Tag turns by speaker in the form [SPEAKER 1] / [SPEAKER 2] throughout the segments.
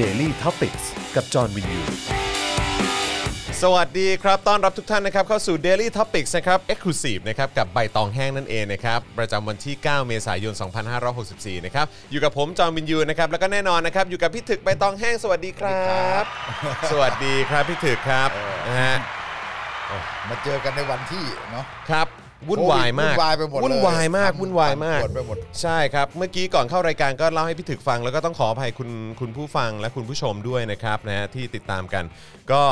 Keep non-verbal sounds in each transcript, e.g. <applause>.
[SPEAKER 1] Daily t o p i c กกับจอห์นวินยู
[SPEAKER 2] สวัสดีครับ ต้อนรับทุกท่านนะครับเข้าสู่ Daily Topics นะครับ Exclusive นะครับกับใบตองแห้งนั่นเองนะครับประจำวันที่ 9 เมษายน 2564 นะครับอยู่กับผมจอมบินยูนะครับแล้วก็แน่นอนนะครับอยู่กับพี่ถึกใบตองแห้งสวัสดีครับ สวัสดีครับพี่ถึกครับนะฮะ
[SPEAKER 3] มาเจอกันในวันที่เนาะ
[SPEAKER 2] ครับวุ่นวายมาก
[SPEAKER 3] วุ่นวายไปหมดเลย
[SPEAKER 2] วุ่นวายมาก
[SPEAKER 3] ปั่น
[SPEAKER 2] วุ่นวายมาก
[SPEAKER 3] ปั่นป่วนไปหมด
[SPEAKER 2] ใช่ครับ เมื่อกี้ก่อนเข้ารายการก็เล่าให้พี่ถึกฟัง แล้วก็ต้องขออภัยคุณคุณผู้ฟังและคุณผู้ชมด้วยนะครับนะฮะที่ติดตามกัน ก็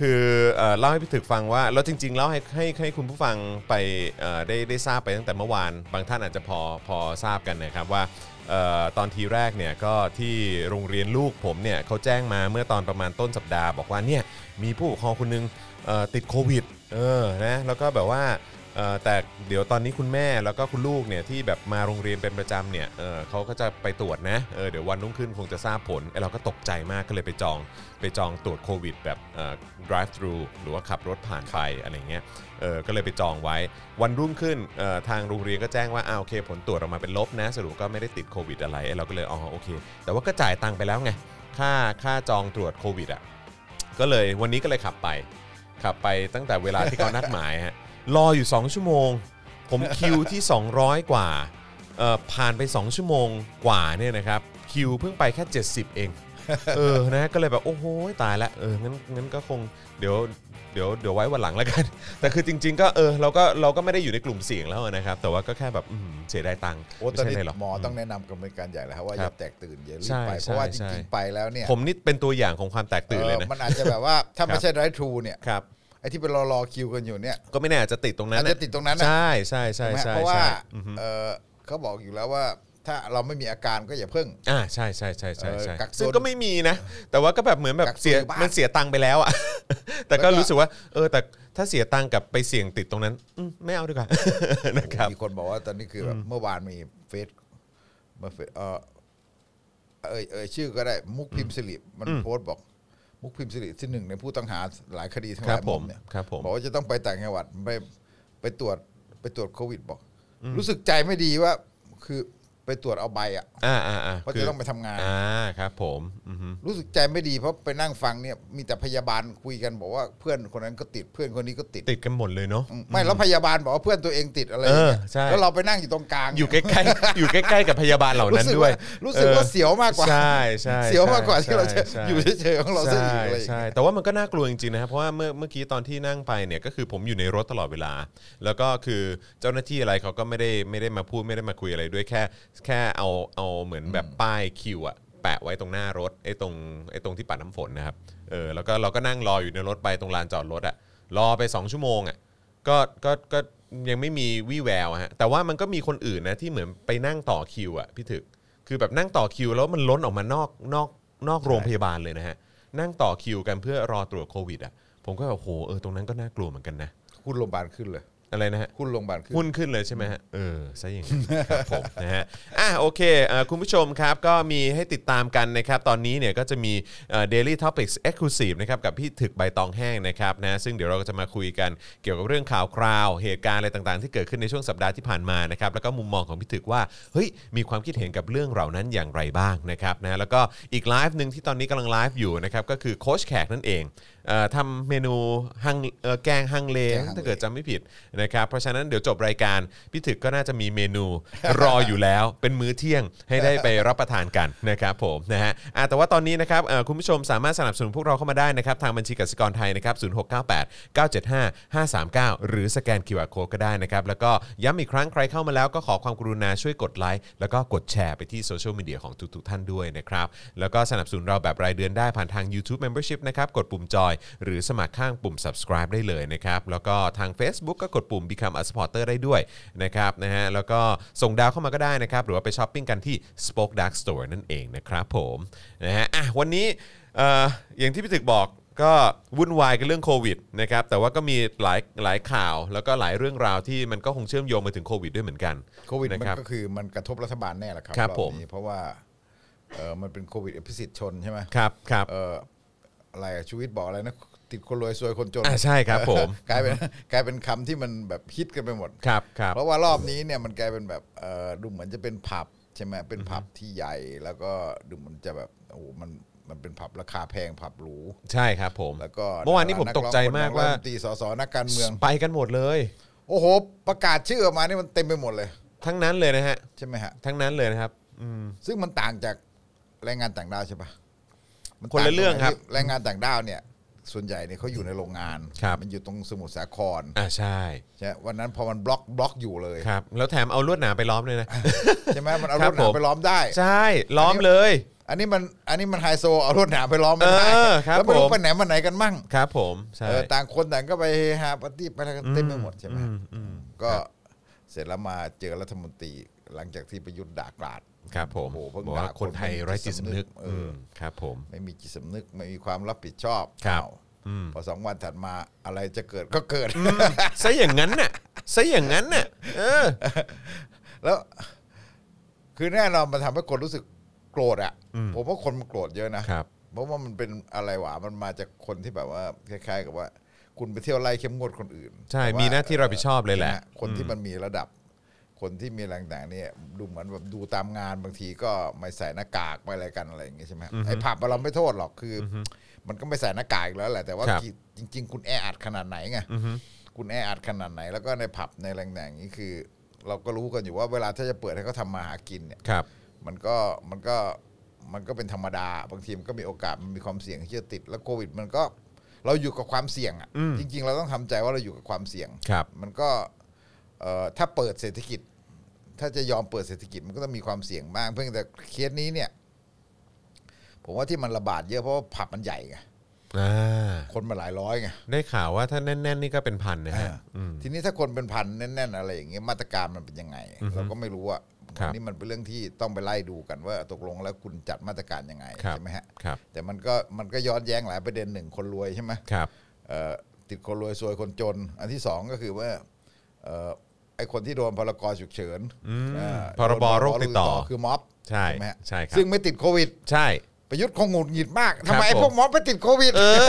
[SPEAKER 2] คือเอ่อเล่าให้พี่ถึกฟังว่าแล้วจริงๆเล่าให้ให้ให้คุณผู้ฟังไปเอ่อได้ได้ทราบไปตั้งแต่เมื่อวาน บางท่านอาจจะพอพอทราบกันนะครับว่าเอ่อตอนทีแรกเนี่ยก็ที่โรงเรียนลูกผมเนี่ยเขาแจ้งมาเมื่อตอนประมาณต้นสัปดาห์ บอกว่าเนี่ยมีผู้ปกครองคนหนึงเอ่อติดโควิดเออนะแล้วก็แบบว่า เอ่อแต่เดี๋ยวตอนนี้คุณแม่แล้วก็คุณลูกเนี่ยที่แบบมาโรงเรียนเป็นประจำเนี่ยเออเขาก็จะไปตรวจนะเออเดี๋ยววันรุ่งขึ้นคงจะทราบผลไอ้เราก็ตกใจมากก็เลยไปจองไปจองตรวจโควิดแบบเอ่อ drive thru หรือว่าขับรถผ่านไปอะไรเงี้ยเออก็เลยไปจองไว้วันรุ่งขึ้นเอ่อทางโรงเรียนก็แจ้งว่าอ้าวโอเค ผลตรวจออกมาเป็นลบนะสรุปก็ไม่ได้ติดโควิดอะไรไอ้เราก็เลยอ๋อโอเค แต่ว่าก็จ่ายตังค์ไปแล้วไงค่าค่าจองตรวจโควิดอ่ะ ก็เลยวันนี้ก็เลยขับไป ขับไปตั้งแต่เวลาที่เขานัดหมายฮะรออยู่ 2 ชั่วโมง ผม <laughs> คิวที่ 200 กว่าเอ่อผ่านไป 2 ชั่วโมงกว่าเนี่ยนะครับคิวเพิ่งไปแค่ 70 เอง <laughs> เออนะก็เลยแบบ โอ้โหตายละเอองั้นงั้นก็คงเดี๋ยวเดี๋ยวเดี๋ยวไว้วันหลังแล้วกัน <laughs> แต่คือจริง ๆ ก็เออเราก็เราก็ไม่ได้อยู่ในกลุ่มเสี่ยงแล้วนะครับ แต่ว่าก็แค่แบบอืมเสียดายตังค์
[SPEAKER 3] โอ้
[SPEAKER 2] ไม่
[SPEAKER 3] ตอน
[SPEAKER 2] ใช่
[SPEAKER 3] นี้
[SPEAKER 2] อะไรหรอก
[SPEAKER 3] หมอต้องแนะนำกันเป็นการใหญ่แล้วครับว่า
[SPEAKER 2] ค
[SPEAKER 3] อ
[SPEAKER 2] รับ
[SPEAKER 3] ย่าแตกตื่นอย่ารี
[SPEAKER 2] ใช่
[SPEAKER 3] บไป
[SPEAKER 2] ใช่
[SPEAKER 3] เพราะว่าจ
[SPEAKER 2] ใช่
[SPEAKER 3] ริงๆไปแล้วเนี่ย
[SPEAKER 2] ผมนี่เป็นตัวอย่างของความแตกตื่นเลย
[SPEAKER 3] เอ
[SPEAKER 2] นะ
[SPEAKER 3] อมันอาจจะแบบ
[SPEAKER 2] <laughs>
[SPEAKER 3] ว่า ถ้า
[SPEAKER 2] ครั
[SPEAKER 3] ไม่
[SPEAKER 2] บ
[SPEAKER 3] ใช่ไรทรูเนี่ย
[SPEAKER 2] ครับ
[SPEAKER 3] ไอ้ที่ไปรอรอคิวกันอยู่เนี่ย
[SPEAKER 2] ก็ไม่แน่อาจจะติดตรงนั้น
[SPEAKER 3] อาจ
[SPEAKER 2] น่
[SPEAKER 3] จะติดตรงนั้นนะ
[SPEAKER 2] ใช่ใช่ใช่
[SPEAKER 3] ถูกไหม
[SPEAKER 2] ใช่
[SPEAKER 3] เพราะว่า
[SPEAKER 2] ใช่อือฮึ
[SPEAKER 3] เออเขาบอกอยู่แล้วว่า ถ้าเราไม่มีอาการก็อย่าเพิ่ง
[SPEAKER 2] อ่าใช่ใช่ใช่ใช่ใช่
[SPEAKER 3] เออกักตัว
[SPEAKER 2] ซึ่งก็ไม่มีนะ แต่ว่าก็แบบเหมือนแบบ
[SPEAKER 3] กักตัว
[SPEAKER 2] เสีย
[SPEAKER 3] อยู่บ้าน
[SPEAKER 2] มันเสียตังค์ไปแล้วอ่ะ <laughs> แต่ก็
[SPEAKER 3] แล้วก็
[SPEAKER 2] รู้สึกว่า เออ แต่ถ้าเสียตังค์กับไปเสี่ยงติดตรงนั้นอืมไม่เอาดีกว่า <laughs> นะครับ
[SPEAKER 3] มีคนบอกว่าตอนนี้คือแบบเมื่อวานมีเฟซมาเฟซเออเอ่ยเอ่ยชื่อก็ได้มุกพิมพ์สิริมันโพสต์บอก มุกพิมพ์สิริที่หนึ่งในผู้ต้องหาหลายคดีทั้งห
[SPEAKER 2] ครั
[SPEAKER 3] ลาย
[SPEAKER 2] บผม
[SPEAKER 3] เนี่ย
[SPEAKER 2] ครับผม
[SPEAKER 3] บอกว่าจะต้องไปต่างจังหวัดไปไปตรวจไปตรวจโควิดบอก รู้สึกใจไม่ดีว่า คือไปตรวจเอาใบอ่ะ
[SPEAKER 2] อ่าอ่าอ่า
[SPEAKER 3] เพราะ
[SPEAKER 2] คื
[SPEAKER 3] จะต้องไปทำงาน
[SPEAKER 2] อ่าครับผมอือฮึ
[SPEAKER 3] รู้สึกใจไม่ดีเพราะไปนั่งฟังเนี่ย มีแต่พยาบาลคุยกันบอกว่าเพื่อนคนนั้นก็ติดเพื่อนคนนี้ก็ติด
[SPEAKER 2] ติดกันหมดเลยเนาะ
[SPEAKER 3] ไม่แล้วพยาบาลบอกว่าเพื่อนตัวเองติดอะไรอย่างเงี้ย
[SPEAKER 2] เออใช่
[SPEAKER 3] แล้วเราไปนั่งอยู่ตรงกลาง
[SPEAKER 2] อยู่ใกล้ๆ อยู่ใกล้ๆกับพยาบาลเหล่านั้นด้วย
[SPEAKER 3] รู้สึกว่ารู้สึกว่าเสียวมากกว่า
[SPEAKER 2] ใช่ใช่
[SPEAKER 3] เสียวมากกว่าที่
[SPEAKER 2] ใช่
[SPEAKER 3] เราจะ
[SPEAKER 2] ใช่
[SPEAKER 3] อยู่เฉยๆของเราซะอีก
[SPEAKER 2] ใช่
[SPEAKER 3] อะไรอย่างเงี้ย
[SPEAKER 2] ใช่แต่ว่ามันก็น่ากลัวจริงๆนะครับเพราะว่าเมื่อเมื่อกี้ตอนที่นั่งไปเนี่ยก็คือผมอยู่ในรถตลอดเวลา แล้วก็คือเจ้าหน้าที่อะไรเขาก็ไม่ได้ไม่ได้มาพูดไม่ได้มาคุยอะไรด้วยแค่ แค่เอาเอาเหมือนแบบป้ายคิวอะแปะไว้ตรงหน้ารถไอ้ตรงไอ้ตรงที่ปัดน้ำฝนนะครับเออแล้วก็เราก็นั่งรออยู่ในรถไปตรงลานจอดรถอะรอไปสองชั่วโมงอะ ก็ก็ก็ยังไม่มีวี่แววฮะแต่ว่ามันก็มีคนอื่นนะที่เหมือนไปนั่งต่อคิวอะพี่ถึก คือแบบนั่งต่อคิวแล้วมันล้นออกมานอกนอกนอกโรงพยาบาลเลยนะฮะ นั่งต่อคิวกันเพื่อรอตรวจโควิดอะผมก็แบบโหเออตรงนั้นก็น่ากลัวเหมือนกันนะ
[SPEAKER 3] หุ้นโรงพยาบาลขึ้นเลย
[SPEAKER 2] อะไรนะฮะ
[SPEAKER 3] หุ้นโรงพยาบาลขึ้น
[SPEAKER 2] หุ้นขึ้นเลยใช่ไหมฮะ เออซะอย่างนั้นครับผม นะฮะ อ่ะโอเคเอ่อคุณผู้ชมครับ ก็มีให้ติดตามกันนะครับ ตอนนี้เนี่ยก็จะมีเอ่อ Daily Topics Exclusive นะครับ กับพี่ถึกใบตองแห้งนะครับนะ ซึ่งเดี๋ยวเราก็จะมาคุยกันเกี่ยวกับเรื่องข่าวคราว เหตุการณ์อะไรต่างๆ ที่เกิดขึ้นในช่วงสัปดาห์ที่ผ่านมานะครับ แล้วก็มุมมองของพี่ถึกว่า เฮ้ย มีความคิดเห็นกับเรื่องเหล่านั้นอย่างไรบ้างนะครับนะ แล้วก็อีกไลฟ์หนึ่งที่ตอนนี้กำลังไลฟ์อยู่นะครับ ก็คือโค้ชแขกนั่นเองเอ่อทำเมนูฮังเอ่อแกงฮังเล
[SPEAKER 3] แกงฮังเล
[SPEAKER 2] ถ้าเกิดจำไม่ผิดนะครับ เพราะฉะนั้นเดี๋ยวจบรายการพี่ถึกก็น่าจะมีเม <laughs> นู รออยู่แล้ว เป็นมื้อเที่ยงให้ได้ไปรับประทานกันนะครับผมนะฮะอ่ะแต่ว่าตอนนี้นะครับเอ่อคุณผู้ชมสามารถสนับสนุนพวกเราเข้ามาได้นะครับ ทางบัญชีกสิกรไทยนะครับ0698 975 539 หรือสแกน QR Code ก็ได้นะครับ แล้วก็ย้ำอีกครั้งใครเข้ามาแล้วก็ขอความกรุณาช่วยกดไลค์แล้วก็กดแชร์ไปที่โซเชียลมีเดียของทุกๆท่านด้วยนะครับ แล้วก็สนับสนุนเราแบบรายเดือนได้ผ่านทาง YouTube Membership นะครับ กดปุ่มจอย หรือสมัครข้างปุ่ม subscribe ได้เลยนะครับ แล้วก็ทาง Facebook ก็กดปุ่ม Become a supporter ได้ด้วยนะครับนะฮะแล้วก็ส่งดาวเข้ามาก็ได้นะครับ หรือว่าไปช้อปปิ้งกันที่ Spoke Dark Store นั่นเองนะครับผมนะฮะอ่ะวันนี้เอ่ออย่างที่พี่ถึกบอกก็วุ่นวายกันเรื่องโควิดนะครับแต่ว่าก็มีหลายหลายข่าว แล้วก็หลายเรื่องราวที่มันก็คงเชื่อมโยงมาถึงโควิดด้วยเหมือนกัน
[SPEAKER 3] โควิด
[SPEAKER 2] นะ
[SPEAKER 3] มัน
[SPEAKER 2] ครับ
[SPEAKER 3] ก็คือมันกระทบรัฐบาลแน่แหละครับ
[SPEAKER 2] ครับ
[SPEAKER 3] อ
[SPEAKER 2] ผม
[SPEAKER 3] นี้เพราะว่าเออมันเป็นโควิดอภิสิทธิ์ชนใช่ไหม
[SPEAKER 2] ครับครับ
[SPEAKER 3] เอออะไรอะชีวิตบอกอะไรนะติดคนรวยซวยคนจน
[SPEAKER 2] อ่ะใช่ครับผม
[SPEAKER 3] <laughs> กลายเป็นกลายเป็นคำที่มันแบบฮิตกันไปหมด
[SPEAKER 2] ครับครับ
[SPEAKER 3] เพราะว่ารอบนี้เนี่ยมันกลายเป็นแบบเออดูเหมือนจะเป็นผับใช่ไหมเป็นผับที่ใหญ่แล้วก็ดูเหมือนจะแบบโอ้โหมัน มันเป็นผับราคาแพงผับหรู
[SPEAKER 2] ใช่ครับผม
[SPEAKER 3] แล้วก็
[SPEAKER 2] เมื่อวานนี้ผมตกใจมากว่า
[SPEAKER 3] ดรร้องตีสสนักการเมือง
[SPEAKER 2] ไปกันหมดเลย
[SPEAKER 3] โอ้โห ประกาศชื่อออกมานี่มันเต็มไปหมดเลย
[SPEAKER 2] ทั้งนั้นเลยนะฮะ
[SPEAKER 3] ใช่ไหมฮะ
[SPEAKER 2] ทั้งนั้นเลยนะครับ อืม
[SPEAKER 3] ซึ่งมันต่างจากแรงงานต่างด้าวใช่ปะมั
[SPEAKER 2] คนละเรื่องครับ
[SPEAKER 3] ต่าตที่แรงงานต่างด้าวเนี่ย ส่วนใหญ่เนี่ยเขาอยู่ในโรงงาน
[SPEAKER 2] ครับ
[SPEAKER 3] มันอยู่ตรงสมุทรสาคร
[SPEAKER 2] อ่าใช่
[SPEAKER 3] ใช่ไหมวันนั้นพอมันบล็อกบล็อกอยู่เลย
[SPEAKER 2] ครับ แล้วแถมเอาลวดหนามไปล้อมเลย
[SPEAKER 3] <laughs>
[SPEAKER 2] นะ
[SPEAKER 3] ใช่ไหมมันเอา
[SPEAKER 2] ค
[SPEAKER 3] ร
[SPEAKER 2] รั
[SPEAKER 3] ถ
[SPEAKER 2] บ
[SPEAKER 3] หนาม
[SPEAKER 2] ผม
[SPEAKER 3] ไปล้อมได้
[SPEAKER 2] ใช่ล้อมเลย
[SPEAKER 3] อันนี้มันอันนี้มันไฮโซเอารถหนามไปล้อมไม่ได้
[SPEAKER 2] เออครับ
[SPEAKER 3] แล้วไม่รู้
[SPEAKER 2] ผม
[SPEAKER 3] ไปไหนมาไหนกันมั่ง
[SPEAKER 2] ครับผมใช่
[SPEAKER 3] เออต่างคนต่างก็ไปเฮฮาปาร์ตี้ไปอะไรกันเต็มไปหมดใช่ไหมก็เสร็จแล้วมาเจอรัฐมนตรีหลังจากที่ประยุทธ์ด่ากราด
[SPEAKER 2] ครับผม
[SPEAKER 3] โอ้โหเพิ่ง
[SPEAKER 2] บอกว่า
[SPEAKER 3] ด่า
[SPEAKER 2] คนไทย
[SPEAKER 3] คนไม่
[SPEAKER 2] ไร้จิตสำนึก
[SPEAKER 3] เอออื
[SPEAKER 2] มครับผม
[SPEAKER 3] ไม่มีจิตสำนึกไม่มีความรับผิดชอบ
[SPEAKER 2] ครับ
[SPEAKER 3] อ้าวพอสองวันถัดมาอะไรจะเกิดก็เกิด <laughs>
[SPEAKER 2] ซะอย่างนั้นน่ะซะอย่างนั้นน่ะเออ
[SPEAKER 3] แล้ว คือแน่นอนมันทำให้คนรู้สึกโกรธอะผมว่าคนมันโกรธเยอะนะครับ เพราะว่ามันเป็นอะไรหวะมันมาจากคนที่แบบว่าคล้าย ๆ กับว่า คุณไปเที่ยวไล่เข้มงวดคนอื่น
[SPEAKER 2] ใช่
[SPEAKER 3] แต่ว่
[SPEAKER 2] มีหน้าที่รับผิดชอบเลยแหละ
[SPEAKER 3] นคนที่มันมีระดับ คนที่มีแรงต่างๆเนี่ย ดูเหมือนแบบดูตามงานบางทีก็ไม่ใส่หน้ากากไม่อะไรกันอะไรอย่างเงี้ยใช่ไหมไอ้ผับเราไม่โทษหรอกคืออมันก็ไม่ใส่หน้ากากอีกแล้วแหละแต่ว่า
[SPEAKER 2] ครับ
[SPEAKER 3] จริง ๆ คุณแออัดขนาดไหนไง คุณแออัดขนาดไหน แล้วก็ในผับในแรงๆนี้คือ เราก็รู้กันอยู่ว่าเวลาถ้าจะเปิดให้เขาทำมาหากินเนี่ย
[SPEAKER 2] ครับ
[SPEAKER 3] มันก็มันก็มันก็เป็นธรรมดา บางทีมันก็มีโอกาสมันมีความเสี่ยงที่จะติด แล้วโควิด มันก็เราอยู่กับความเสี่ยงอ่ะจริง ๆ เราต้องทำใจว่าเราอยู่กับความเสี่ยง
[SPEAKER 2] ครับ
[SPEAKER 3] มันก็เอ่อถ้าเปิดเศรษฐกิจ ถ้าจะยอมเปิดเศรษฐกิจมันก็ต้องมีความเสี่ยงบ้างเพียงแต่เคสนี้เนี่ย ผมว่าที่มันระบาดเยอะเพราะว่าผับมันใหญ่ไง
[SPEAKER 2] อ่า
[SPEAKER 3] คนมาหลายร้อยไง
[SPEAKER 2] ได้ข่าวว่าถ้าแน่น ๆ นี่ก็เป็นพันนะฮะ
[SPEAKER 3] ทีนี้ถ้าคนเป็นพันแน่นๆอะไรอย่างเงี้ยมาตรการมันเป็นยังไง เราก็ไม่รู้อ่ะ
[SPEAKER 2] ครับ
[SPEAKER 3] อันนี่มันเป็นเรื่องที่ต้องไปไล่ดูกันว่าตกลงแล้วคุณจัดมาตรการยังไง
[SPEAKER 2] ครับ
[SPEAKER 3] ใช่ไหมฮะ
[SPEAKER 2] ครับ
[SPEAKER 3] แต่มันก็มันก็ย้อนแย้งหลายประเด็นหนึ่งคนรวยใช่ไหม
[SPEAKER 2] ครับ
[SPEAKER 3] เอ่อติดคนรวยซวยคนจน อันที่สองก็คือว่าเอ่อไอคนที่โดนพรกฉุกเฉินเอ่อ
[SPEAKER 2] พรบโรคติดต่อ
[SPEAKER 3] คือม็อบ
[SPEAKER 2] ใช่
[SPEAKER 3] ไหมฮะ
[SPEAKER 2] ใช่ครับ
[SPEAKER 3] ซึ่งไม่ติดโควิด
[SPEAKER 2] ใช่
[SPEAKER 3] ประยุทธ์คงหงุดหงิดมาก
[SPEAKER 2] ค
[SPEAKER 3] ทำ
[SPEAKER 2] รับ
[SPEAKER 3] ไมไอ
[SPEAKER 2] ผม
[SPEAKER 3] พวกม็อบไปติดโควิด
[SPEAKER 2] เออ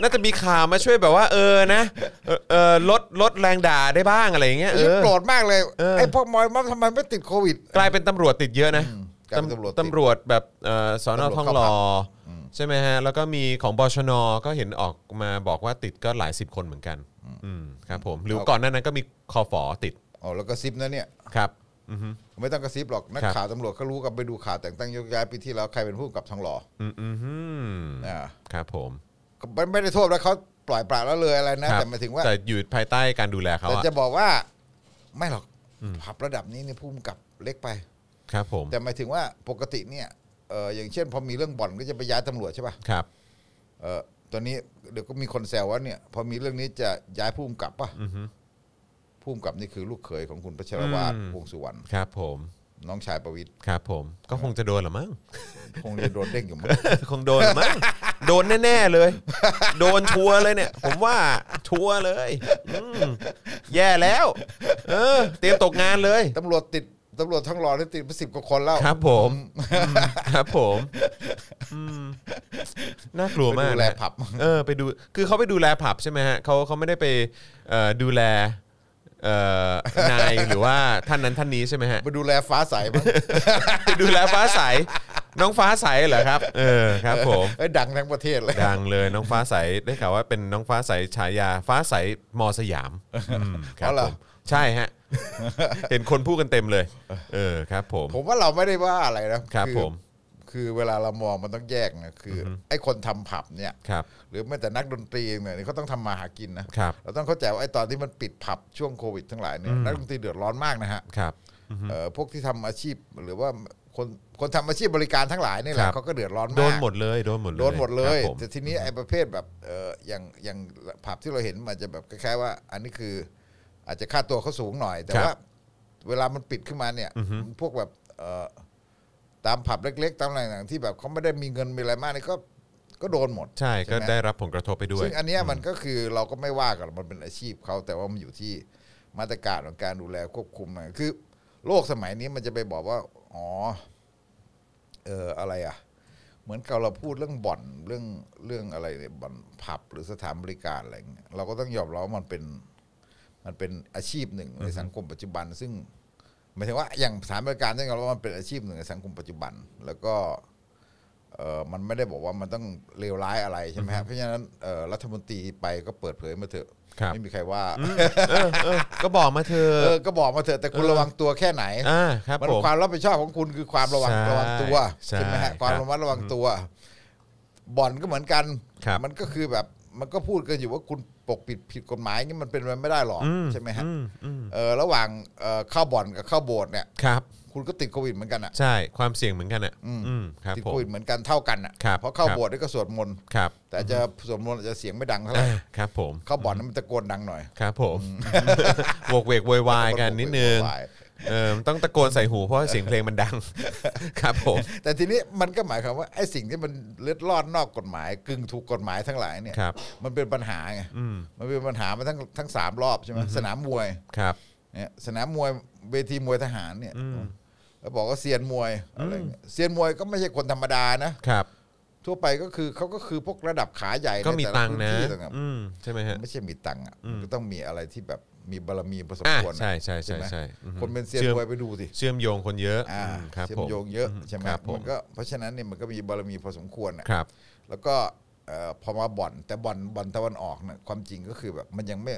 [SPEAKER 2] น่าจะมีข่าวมาช่วยแบบว่า เออนะเออเออลดลดแรงด่าได้บ้างอะไรอย่างเงี้ย
[SPEAKER 3] ประ
[SPEAKER 2] เอ
[SPEAKER 3] ยุทธ์
[SPEAKER 2] อ
[SPEAKER 3] โกรธมากเลย
[SPEAKER 2] เออ
[SPEAKER 3] ไอพวกมอยม็อบทำไมไม่ติดโควิด
[SPEAKER 2] กลายเป็นตำรวจติดเยอะนะ
[SPEAKER 3] กลายเป็นตำรวจติด
[SPEAKER 2] ตำรวจแบบเอ่อสอนอ
[SPEAKER 3] ตำ
[SPEAKER 2] ท
[SPEAKER 3] รวจ
[SPEAKER 2] อง
[SPEAKER 3] เข้า
[SPEAKER 2] หล่อก
[SPEAKER 3] พั
[SPEAKER 2] ใช่ไหมฮะ แล้วก็มีของบชนก็เห็นออกมาบอกว่าติดก็หลายสิบคนเหมือนกัน อืมครับผม หรือก่อนหน้านั้นก็มีคอฝอติด
[SPEAKER 3] อ๋อแล้วก็ซิปนะเนี่ย
[SPEAKER 2] ครับ
[SPEAKER 3] ไม่ต้องกระซิบหรอกนัก
[SPEAKER 2] ครับ
[SPEAKER 3] ข่าวตำรวจก็รู้กันไปดูข่าวแต่งตั้งยกย้ายปีที่แล้วใครเป็นผู้กำกับทองหล่อ
[SPEAKER 2] อืมอืมอืม
[SPEAKER 3] อ่า
[SPEAKER 2] ครับผม
[SPEAKER 3] ก็ไม่ไม่ได้โทษว่าเขาปล่อยปละละเลยอะไร
[SPEAKER 2] ค
[SPEAKER 3] นะ
[SPEAKER 2] รับ
[SPEAKER 3] แต่หมายถึงว่า
[SPEAKER 2] แต่อยู่ภายใต้การดูแลเขา
[SPEAKER 3] แต่
[SPEAKER 2] อะ
[SPEAKER 3] จะบอกว่า ไม่หรอกผับระดับนี้เนี่ยผู้กำกับเล็กไป
[SPEAKER 2] ครับผม
[SPEAKER 3] แต่หมายถึงว่าปกติเนี่ยเอออย่างเช่น พอมีเรื่องบ่อนก็จะไปย้ายตำรวจใช่ป่ะ
[SPEAKER 2] ครับ
[SPEAKER 3] เออตอนนี้เดี๋ยวก็มีคนแซวว่าเนี่ยพอมีเรื่องนี้จะย้ายผู้กำกับป่ะผู้กำกับนี่คือลูกเขยของคุณพัชรวาทวงศ์สุวรรณ
[SPEAKER 2] ครับผม
[SPEAKER 3] น้องชายประวิตร
[SPEAKER 2] ครับผมก็คงจะโดนเหรอมั้ง
[SPEAKER 3] คงจะโดนเด้งอยู่มั้ง
[SPEAKER 2] <laughs> คงโดนเหรอมั้งโดนแน่ๆเลย โดนชัวร์เลยเนี่ย ผมว่าชัวร์เลยอืมแย่แล้ว เออ เตรียมตกงานเลย
[SPEAKER 3] ตำรวจติดตำรวจทั้งหล่อนี่ติดไปสิบกว่าคนแล้ว
[SPEAKER 2] ครับผมอืมครับผมอืมน่ากลัวมาก
[SPEAKER 3] ไปดู
[SPEAKER 2] นะ
[SPEAKER 3] แลผับ
[SPEAKER 2] เออไปดูคือเขาไปดูแลผับใช่ไหมฮะเขาเขาไม่ได้ไปเอ่อดูแลเอ่อนายหรือว่าท่านนั้นท่านนี้ใช่ไหมฮะ
[SPEAKER 3] ไปดูแลฟ้าใสมั้ง
[SPEAKER 2] ไปดูแลฟ้าใส <laughs> น้องฟ้าใสเหรอครับ เออครับผม
[SPEAKER 3] เอ้ยดังทั้งประเทศเลย
[SPEAKER 2] ดังเลยน้องฟ้าใสได้ข่าวว่าเป็นน้องฟ้าใสฉายาฟ้าใสมส
[SPEAKER 3] <laughs>
[SPEAKER 2] ยามอืมครับ
[SPEAKER 3] อ๋อเหร
[SPEAKER 2] ผ
[SPEAKER 3] อ
[SPEAKER 2] มใช่
[SPEAKER 3] <laughs>
[SPEAKER 2] ฮะ เห็นคนพูดกันเต็มเลย เออครับผม
[SPEAKER 3] ผมว่าเราไม่ได้ว่าอะไรนะครับ อ
[SPEAKER 2] ผม
[SPEAKER 3] คือเวลาเรามองมันต้องแยกนะคืออไอ้คนทำผับเนี่ย
[SPEAKER 2] ครับ
[SPEAKER 3] หรือแม้แต่นักดนตรีเนี่ยนี่เขาต้องทำมาหากินนะครับ เราต้องเข้าใจว่าไอ้ตอนที่มันปิดผับช่วงโควิดทั้งหลายเนี่ยนักดนตรีเดือดร้อนมากนะฮะ
[SPEAKER 2] ครับ
[SPEAKER 3] เอ่อพวกที่ทำอาชีพหรือว่าคนคนทำอาชีพบริการทั้งหลายนี่แห
[SPEAKER 2] ครั
[SPEAKER 3] ละ
[SPEAKER 2] บ
[SPEAKER 3] เขาก็เดือดร้อนมาก
[SPEAKER 2] โดนหมดเลยโดนหมดเลย
[SPEAKER 3] โดนหมดเล
[SPEAKER 2] ค
[SPEAKER 3] ย
[SPEAKER 2] รับผม
[SPEAKER 3] แต่ทีนี้ไอ้ประเภทแบบเอออย่างอย่างผับที่เราเห็นมันจะแบบคล้ายๆว่า อันนี้คือ อาจจะค่าตัวเขาสูงหน่อย แต่
[SPEAKER 2] ครับ
[SPEAKER 3] ว่า เวลามันปิดขึ้นมาเนี่ย พวกแบบเออตามผับเล็ก ๆ ตามอะไรต่างๆที่แบบเขาไม่ได้มีเงินมีอะไรมากเนี่ยก็ก็โดนหมด
[SPEAKER 2] ใช่ก็
[SPEAKER 3] หม
[SPEAKER 2] ได้รับผลกระทบไปด้วย
[SPEAKER 3] ซึ่งอันเนี้ยมันก็คือเราก็ไม่ว่ากันมันเป็นอาชีพเขาแต่ว่ามันอยู่ที่มาตรการของการดูแลควบคุมมันคือ โลกสมัยนี้มันจะไปบอกว่าอ๋อ เอออะไรอ่ะ เหมือนกับเราพูดเรื่องบ่อนเรื่องเรื่องอะไรเนี่ยบ่อนผับหรือสถานบริการอะไรเงี้ยเราก็ต้องยอมรับว่ามันเป็น มันเป็นอาชีพหนึ่งในสังคมปัจจุบัน ซึ่งหมายถึงว่าอย่างสถานบริการต้องยอมรับว่ามันเป็นอาชีพหนึ่งในสังคมปัจจุบัน แล้วก็ เออมันไม่ได้บอกว่ามันต้องเลวร้ายอะไรใช่ไหมฮะเพราะฉะนั้นเอ่อรัฐมนตรีไปก็เปิดเผยมาเถอะ
[SPEAKER 2] ครับ
[SPEAKER 3] ไม่มีใครว่า
[SPEAKER 2] ก็บอกมาเธอ
[SPEAKER 3] เออก็บอกมาเถอะแต่คุณระวังตัวแค่ไหน
[SPEAKER 2] อ่าครับ
[SPEAKER 3] มัน
[SPEAKER 2] ผม
[SPEAKER 3] ความรับผิดชอบของคุณคือความระวัง
[SPEAKER 2] ใช่
[SPEAKER 3] ระวังตัว
[SPEAKER 2] ใช่
[SPEAKER 3] ใช่ไหม
[SPEAKER 2] ครั
[SPEAKER 3] ฮะ
[SPEAKER 2] บ
[SPEAKER 3] ความระมัดระวังตัว บ่อนก็เหมือนกัน
[SPEAKER 2] ครับ
[SPEAKER 3] มันก็คือแบบมันก็พูดกันอยู่ว่าคุณปกปิดผิดกฎหมายนี่มันเป็นไปไม่ได้หรอก
[SPEAKER 2] อืม
[SPEAKER 3] ใช่ไหมฮะ
[SPEAKER 2] อืมอืม
[SPEAKER 3] เออระหว่างเอ่อเข้าบ่อนกับเข้าโบสถ์เนี่ย
[SPEAKER 2] ครับ
[SPEAKER 3] คุณก็ติดโควิดเหมือนกันอ่ะ
[SPEAKER 2] ใช่ความเสี่ยงเหมือนกันอ่ะ
[SPEAKER 3] อืม
[SPEAKER 2] อืมครับ
[SPEAKER 3] ติด
[SPEAKER 2] ผม
[SPEAKER 3] โควิดเหมือนกันเท่ากันอ่ะ
[SPEAKER 2] ครับ
[SPEAKER 3] เพราะเข้า
[SPEAKER 2] ครับ
[SPEAKER 3] โบสถ์นี่ก็สวดมนต์
[SPEAKER 2] ครับ
[SPEAKER 3] แต่จะสวดมนต์อาจจะเสียงไม่ดังเท่าไหร่
[SPEAKER 2] อ่าครับผม
[SPEAKER 3] เข้าบ่อนนั้นมันตะโกนดังหน่อย
[SPEAKER 2] ครับผมโวกเวกโวยวายกันนิดนึง
[SPEAKER 3] โวยวาย
[SPEAKER 2] เออต้องตะโกนใส่หูเพราะว่าเสียงเพลงมันดัง <laughs> ครับผม
[SPEAKER 3] แต่ทีนี้มันก็หมายความว่าไอ้สิ่งที่มันเล็ดลอดนอกกฎหมาย กึ่งถูกกฎหมายทั้งหลายเนี่ย
[SPEAKER 2] ครับ
[SPEAKER 3] มันเป็นปัญหาไง
[SPEAKER 2] อืม
[SPEAKER 3] มันเป็นปัญหามาทั้งทั้งสามรอบใช่ไหมสนามมวย
[SPEAKER 2] ครับ
[SPEAKER 3] เนี่ยสนามมวยเวทีมวยทหารเนี่ย
[SPEAKER 2] อืม
[SPEAKER 3] แล้วบอกว่าเซียนมวยอะไรเงี้ยเซียนมวยก็ไม่ใช่คนธรรมดานะครับ ทั่วไปก็คือเขาก็คือพวกระดับขาใหญ่
[SPEAKER 2] ก็มี
[SPEAKER 3] ใแล
[SPEAKER 2] ตังค์
[SPEAKER 3] พื้
[SPEAKER 2] นะ
[SPEAKER 3] ที่ต่าง
[SPEAKER 2] อืมใช่ไหมฮะ
[SPEAKER 3] ๆไม่ใช่มีตังค์อ่ะ
[SPEAKER 2] อืม
[SPEAKER 3] ก็ต้องมีอะไรที่แบบมีบารมีพอสม
[SPEAKER 2] อ่า
[SPEAKER 3] ควรอะ
[SPEAKER 2] ใช่ใช่ใช่
[SPEAKER 3] ไหม
[SPEAKER 2] ใช่อือฮึ
[SPEAKER 3] คนเป็นเซียน
[SPEAKER 2] ชื่อ
[SPEAKER 3] มวยไปดูสิ
[SPEAKER 2] เชื่อมโยงคนเยอะ
[SPEAKER 3] อ่า
[SPEAKER 2] อืมครับ
[SPEAKER 3] เชื่อ
[SPEAKER 2] ผม ม
[SPEAKER 3] โยงเยอะใช่ไหม
[SPEAKER 2] ครับผม
[SPEAKER 3] มันก็เพราะฉะนั้นเนี่ยมันก็มีบารมีพอสมควรนะครับ แล้วก็เอ่อพอมาบ่อน แต่บ่อนบ่อนตะวันออกเนี่ยความจริงก็คือแบบมันยังไม่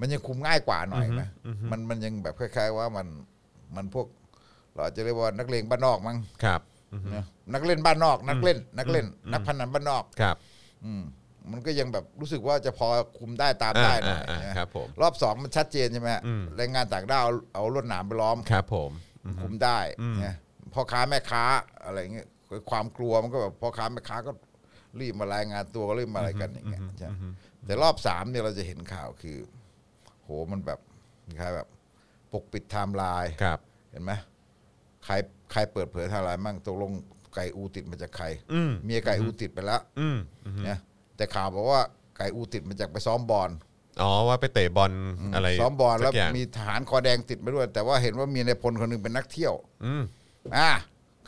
[SPEAKER 3] มันยังคุมง่ายกว่าหน่อยนะมันมันยังแบบคล้าย ๆ ว่ามันมันพวก เราอาจจะเรียกว่านักเลงบ้านนอกมั้ง
[SPEAKER 2] ครับอืม
[SPEAKER 3] นะนักเล่นบ้านนอก นักเล่น นักเล่น นักพนันบ้านนอก
[SPEAKER 2] ครับ
[SPEAKER 3] อืมมันก็ยังแบบรู้สึกว่าจะพอคุมได้ตาม
[SPEAKER 2] อ่า
[SPEAKER 3] ได้หน่
[SPEAKER 2] อ่า
[SPEAKER 3] อย
[SPEAKER 2] อ่า
[SPEAKER 3] นะครับ
[SPEAKER 2] ผม
[SPEAKER 3] รอบสองมันชัดเจนใช่ไหมฮะ
[SPEAKER 2] อืม
[SPEAKER 3] แรงงานต่างด้าวเอาเอาลวดหนามไปล้อม
[SPEAKER 2] ครับผม
[SPEAKER 3] คุมได้
[SPEAKER 2] อืม
[SPEAKER 3] นะพ่อค้าแม่ค้าอะไรเงี้ยความกลัวมันก็แบบพ่อค้าแม่ค้าก็รีบมารายงานตัวรีบมาอะไรกันอย่างเงี้ยใช่ไหมแต่รอบสามเนี่ยเราจะเห็นข่าวคือ โหมันแบบคล้ายๆแบบ ปกปิดไทม์ไลน์
[SPEAKER 2] ครับ
[SPEAKER 3] เห็นไหมใครใครเปิดเผยไทม์ไลน์มั่งตกลงไก่อูติดมาจากใคร
[SPEAKER 2] อืม
[SPEAKER 3] เมียไก่อูติดไปแล้ว
[SPEAKER 2] อืมอืม
[SPEAKER 3] นะแต่ข่าวบอกว่าไก่อูติดมาจากไปซ้อมบอล
[SPEAKER 2] อ๋อว่าไปเตะบอลอะไร
[SPEAKER 3] ซ้อมบอลแล้ว
[SPEAKER 2] สักย่าง
[SPEAKER 3] มีทหารคอแดงติดมาด้วย แต่ว่าเห็นว่ามีในายพลคนหนึงเป็นนักเที่ยว
[SPEAKER 2] อืม
[SPEAKER 3] อ่า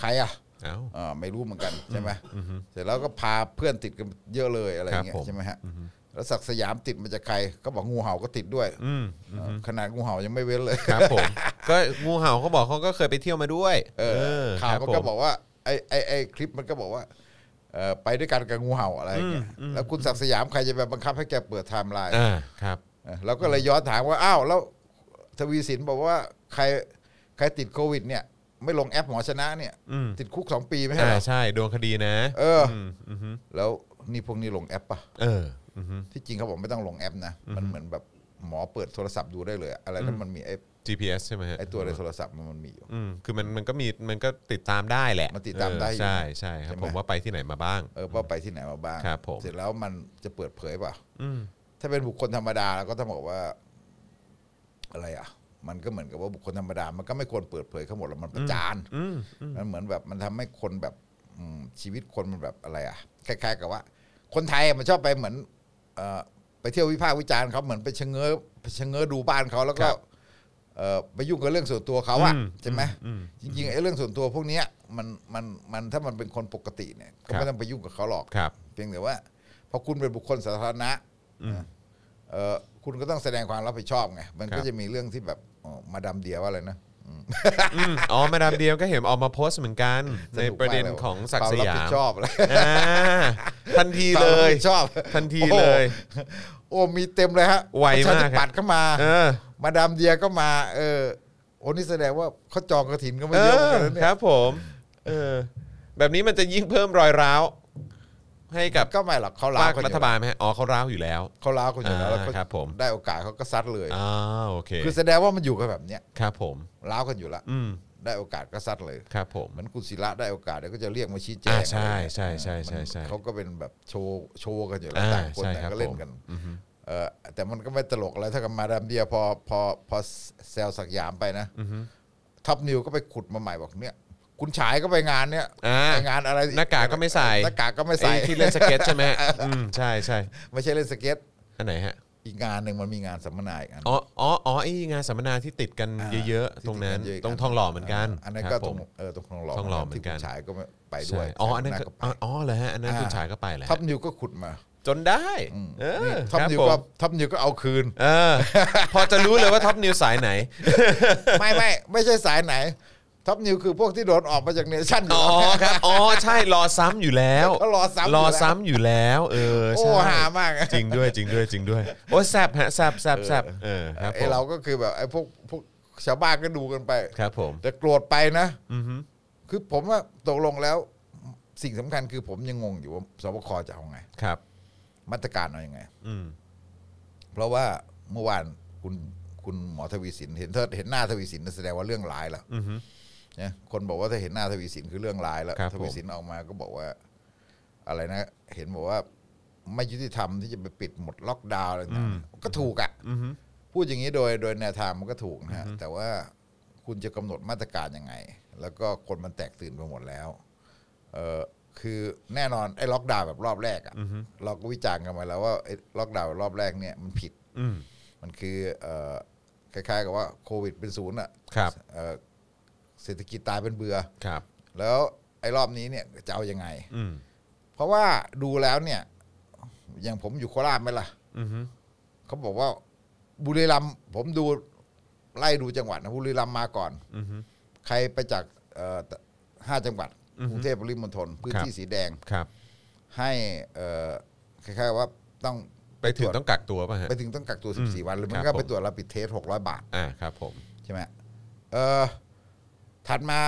[SPEAKER 3] ใครอ่ะ
[SPEAKER 2] เอ้า
[SPEAKER 3] อ่าไม่รู้เหมือนกันใช่ไหมเสร็จแล้วก็พาเพื่อนติดกันเยอะเลยอะไรอย่างเงี้
[SPEAKER 2] ครั
[SPEAKER 3] ย
[SPEAKER 2] บผม
[SPEAKER 3] ใช่ไหมฮะแล้วศักดิ์สยามติดมาจากใครก็บอกงูเห่าก็ติดด้วย
[SPEAKER 2] อืม
[SPEAKER 3] เออขนาดงูเห่ายังไม่เว้นเลย
[SPEAKER 2] ครับผม ก็งูเห่าเขาบอกเขาก็เคยไปเที่ยวมาด้วย
[SPEAKER 3] เออ
[SPEAKER 2] เออ
[SPEAKER 3] ข่าวมันก็
[SPEAKER 2] ครับ
[SPEAKER 3] บอกว่าไอ้ไอ้ไอ้คลิปมันก็บอกว่าเอ่อไปด้วยกันกับงูเห่าอะไรอย่างเงี้ยแล้วคุณศักดิ์สยามใครจะไปบังคับให้แกเปิดไทม์ไลน์
[SPEAKER 2] อ่าครับ
[SPEAKER 3] เออเราก็เลยย้อนถามว่าอ้าวแล้วทวีสินบอกว่าใครใครติดโควิด เนี่ย ไม่ลงแอปหมอชนะเนี่ย
[SPEAKER 2] อืม
[SPEAKER 3] ติดคุกสองปีไม่ใช่
[SPEAKER 2] อ่า
[SPEAKER 3] เหรอ
[SPEAKER 2] ใช่โดนคดีนะ
[SPEAKER 3] เอออ
[SPEAKER 2] มอืม
[SPEAKER 3] แล้วนี่พวกนี้ลงแอปปะ
[SPEAKER 2] เอออืม
[SPEAKER 3] ที่จริงเขาบอกไม่ต้องลงแอปนะ มันเหมือนแบบหมอเปิดโทรศัพท์ดูได้เลยอะอะไรนั้นมันมีไอ้
[SPEAKER 2] GPS ใช่ไหมฮะ
[SPEAKER 3] ไอ้ตัวในโทรศัพท์มันมันมีอยู่
[SPEAKER 2] อืมคือมันมันก็มีมันก็ติดตามได้แหละ
[SPEAKER 3] มันติดตามได้อยู่
[SPEAKER 2] เออใช่ใช่ครับ
[SPEAKER 3] ใช่ไหม
[SPEAKER 2] ผมว่าไปที่ไหนมาบ้าง
[SPEAKER 3] เออว่าไปที่ไหนมาบ้าง
[SPEAKER 2] ครับผม
[SPEAKER 3] เสร็จแล้วมันจะเปิดเผยเปล่า
[SPEAKER 2] อืม
[SPEAKER 3] ถ้าเป็นบุคคลธรรมดาเราก็ต้องบอกว่า อะไรอ่ะ มันก็เหมือนกับว่าบุคคลธรรมดา มันก็ไม่ควรเปิดเผยเขาหมดหรอกมันประจาน
[SPEAKER 2] อืมอืม
[SPEAKER 3] มันเหมือนแบบมันทำให้คนแบบอืมชีวิตคนมันแบบอะไรอ่ะคล้ายๆกับว่า คนไทยอะมันชอบไปเหมือน เอ่อไปเที่ยววิพากษ์วิจารณ์เขาเหมือนไปชะเง้อไปชะเง้อดูบ้านเขาแล้วก็ เอ่อไปยุ่งกับเรื่องส่วนตัวเขาอะใช่ไหมจริงๆไอ้เรื่องส่วนตัวพวกเนี้ยมันมันมันถ้ามันเป็นคนปกติเนี่ยก็ไม่ต้องไปยุ่งกับเขาหรอก
[SPEAKER 2] ครับ
[SPEAKER 3] เพียงแต่ว่าพอคุณเป็นบุคคลสาธารณะเอ่อคุณก็ต้องแสดงความรับผิดชอบไงมันก็จะมีเรื่องที่แบบอ๋อมาดามเดียว่าอะไรนะอืม
[SPEAKER 2] อืมอ๋อมาดามเดียวก็เห็นออกมาโพสต์เหมือนกัน ในประเด็นของศักดิ์ส
[SPEAKER 3] ควมรับ
[SPEAKER 2] ยา
[SPEAKER 3] ผิ
[SPEAKER 2] ม
[SPEAKER 3] ดชอบอะไร
[SPEAKER 2] อ่าทันที
[SPEAKER 3] ควา
[SPEAKER 2] เล
[SPEAKER 3] มรับ
[SPEAKER 2] ย
[SPEAKER 3] ผิดชอบ
[SPEAKER 2] ทันทีเลย
[SPEAKER 3] โอ้โอ้มีเต็มเลยฮะ
[SPEAKER 2] ไวมาก
[SPEAKER 3] ประชธิปัดก็มา
[SPEAKER 2] เออ
[SPEAKER 3] มาดามเดียก็มา เออโอ้นี่แสดงว่าเขาจองกระถินก็ไม่
[SPEAKER 2] เอ
[SPEAKER 3] เยอะเหมื
[SPEAKER 2] อ
[SPEAKER 3] อนกันนะเนี่ย
[SPEAKER 2] ครับผม เออ แบบนี้มันจะยิ่งเพิ่มรอยร้าว ให้กับ
[SPEAKER 3] ก็ไม่หรอกเขาล้า
[SPEAKER 2] ภาว ค
[SPEAKER 3] กันอ
[SPEAKER 2] รั
[SPEAKER 3] ยู่
[SPEAKER 2] ฐบาลไหมฮะอ๋อเขาร้าวอยู่แล้ว
[SPEAKER 3] เขาล้าวกันอยู่แล้วแล้ว
[SPEAKER 2] อ่า
[SPEAKER 3] ก็
[SPEAKER 2] ครับผม
[SPEAKER 3] ได้โอกาสเขาก็ซัดเลย
[SPEAKER 2] อ่าโอเค
[SPEAKER 3] คือแสดงว่ามันอยู่กันแบบเนี้ย
[SPEAKER 2] ครับผม
[SPEAKER 3] ล้าวกันอยู่ละ
[SPEAKER 2] อืม
[SPEAKER 3] ได้โอกาสก็ซัดเลย
[SPEAKER 2] ครับผม
[SPEAKER 3] เหมือนคุณศิระได้โอกาสเดี๋ยวก็จะเรียกมาชี้แจง
[SPEAKER 2] อ่าใช่
[SPEAKER 3] อะไร
[SPEAKER 2] ใช่ใช่ใช่
[SPEAKER 3] มัน
[SPEAKER 2] ใช่
[SPEAKER 3] เขาก็เป็นแบบโชว์โชว์กันอยู่แล้ว
[SPEAKER 2] อ่า
[SPEAKER 3] ต่างคน
[SPEAKER 2] ใช่
[SPEAKER 3] ต่าง
[SPEAKER 2] ครับ
[SPEAKER 3] ก็เล่นกันเออแต่มันก็ไม่ตลกอะไรถ้ากับมาดามเดียพอพอพอแซลสักยามไปนะท็อปนิวก็ไปขุดมาใหม่บอกเนี่ย คุณฉายก็ไปงานเนี่ย
[SPEAKER 2] อ่า
[SPEAKER 3] ไปงานอะไร
[SPEAKER 2] หน้ากากก็ไม่ใส่
[SPEAKER 3] หน้ากากก็ไม่ใส่
[SPEAKER 2] อ้ที่เล่นสเก็ตใช่ไหมฮะอืมใช่ใช่
[SPEAKER 3] ไม่ใช่เล่นสเก็ต
[SPEAKER 2] อันไหนฮะ
[SPEAKER 3] อีกงานหนึ่งมันมีงานสัมมนาอีกอัน
[SPEAKER 2] อ๋ออ๋ออ๋อไอ้งานสัมมนาที่ติดกันเยอะๆ
[SPEAKER 3] ที่
[SPEAKER 2] ตรงนั้น
[SPEAKER 3] ติดกัเยะ
[SPEAKER 2] ตรงทองหล่อเหมือนกัน
[SPEAKER 3] อันนั้น
[SPEAKER 2] ค
[SPEAKER 3] ก็
[SPEAKER 2] บ
[SPEAKER 3] ตรง
[SPEAKER 2] ผม
[SPEAKER 3] เออตรงทองหล่อ
[SPEAKER 2] ทองหล่อเหมือนกัน
[SPEAKER 3] ที่คุณฉายก็ไปด้
[SPEAKER 2] ใช่
[SPEAKER 3] วย
[SPEAKER 2] อ๋อ อันนั้นก็
[SPEAKER 3] ก็ไป
[SPEAKER 2] อ๋ออ๋อเหรอฮะ อันนั้นคุณชายก็ไปแหละ
[SPEAKER 3] ท็อปนิวก็ขุดมา
[SPEAKER 2] จนได้เออ
[SPEAKER 3] ท็อป
[SPEAKER 2] ครับ
[SPEAKER 3] นิว
[SPEAKER 2] ผม
[SPEAKER 3] ก็ท็อปนิวก็เอาคืน
[SPEAKER 2] เออ พอจะรู้เลยว่าท็อปนิวสายไหน
[SPEAKER 3] ไม่ไม่ไม่ใช่สายไหน ท็อปนิวคือพวกที่โดนออกมาจากเนชั่นอยู่
[SPEAKER 2] อ๋อ
[SPEAKER 3] แล้ว
[SPEAKER 2] ครับอ๋อใช่รอซ้ำอยู่แล้ว
[SPEAKER 3] เขารอซ้ำอยู่แล้ว
[SPEAKER 2] รอซ้ำอยู่แล้ว เออ
[SPEAKER 3] โอ้
[SPEAKER 2] ใช่
[SPEAKER 3] หามาก
[SPEAKER 2] จริงด้วยจริงด้วยจริงด้วยโอ้แซบฮะแซบแซบแซบเออครับ
[SPEAKER 3] ไอ
[SPEAKER 2] ผม
[SPEAKER 3] เราก็คือแบบไอพวกพวกชาวบ้านก็ดูกันไป
[SPEAKER 2] ครับผม
[SPEAKER 3] แต่โกรธไปนะ
[SPEAKER 2] อือฮึ
[SPEAKER 3] คือผมว่าตกลงแล้วสิ่งสำคัญคือผมยังงงอยู่ว่าสบคจะเอาไง
[SPEAKER 2] ครับ
[SPEAKER 3] มาตรการเอายังไง
[SPEAKER 2] อืม
[SPEAKER 3] เพราะว่าเมื่อวานคุณคุณหมอทวีสิน เห็นเธอเห็นหน้าทวีสินแสดงว่าเรื่องร้ายแล้ว
[SPEAKER 2] อือฮึ
[SPEAKER 3] นะคนบอกว่าถ้าเห็นหน้าทวีสินคือเรื่องร้ายแล้ว
[SPEAKER 2] ครับ
[SPEAKER 3] ทวีสินออกมาก็บอกว่า อะไรนะ เห็นบอกว่า ไม่ยุติธรรมที่จะไปปิดหมดล็อกดาวน์อะไร
[SPEAKER 2] อื
[SPEAKER 3] ต่าง
[SPEAKER 2] ม
[SPEAKER 3] ๆก็ถูกอ่ะ
[SPEAKER 2] อือฮึ
[SPEAKER 3] พูดอย่างนี้โดยโดยแนวทางมันก็ถูกนะฮะแต่ว่าคุณจะกำหนดมาตรการยังไง แล้วก็คนมันแตกตื่นไปหมดแล้วเออคือแน่นอนไอ้ล็อกดาวน์แบบรอบแรกอะ
[SPEAKER 2] อือฮึ
[SPEAKER 3] เราก็วิจารณ์กันมาแล้วว่าไอ้ล็อกดาวน์รอบแรกเนี่ยมันผิด
[SPEAKER 2] อืม
[SPEAKER 3] มันคือเออคล้ายๆกับว่าโควิดเป็นศูนย์อะ
[SPEAKER 2] ครับ
[SPEAKER 3] เอ่อเศรษฐกิจตายเป็นเบือ่อ
[SPEAKER 2] ครับ
[SPEAKER 3] แล้วไอ้รอบนี้เนี่ยจะเอายังไง
[SPEAKER 2] อืม
[SPEAKER 3] เพราะว่าดูแล้วเนี่ยอย่างผมอยู่โคราชไหมล่ะ
[SPEAKER 2] อือฮึ
[SPEAKER 3] เขาบอกว่าบุรีรัมย์ผมดูไล่ดูจังหวัดนะบุรีรัมย์มาก่อน
[SPEAKER 2] อือฮึ
[SPEAKER 3] ใครไปจากเอ่อห้าจังหวัด
[SPEAKER 2] อือฮึ
[SPEAKER 3] กรุงเทพปริมณฑลพื้น
[SPEAKER 2] ครับ
[SPEAKER 3] ที่สีแดง
[SPEAKER 2] ครับ
[SPEAKER 3] ให้เอ่อคล้ายๆว่าต้อง
[SPEAKER 2] ไปถึงต้องกักตัวป่ะฮะ
[SPEAKER 3] ไปถึงต้องกักตัว
[SPEAKER 2] อืม
[SPEAKER 3] 14 วันหรือมัน
[SPEAKER 2] ครั
[SPEAKER 3] ก็
[SPEAKER 2] บผม
[SPEAKER 3] ไปตรวจรับปิดเทส 600 บาท
[SPEAKER 2] อ่าครับผม
[SPEAKER 3] ใช่ไหมเอ่อถัดมา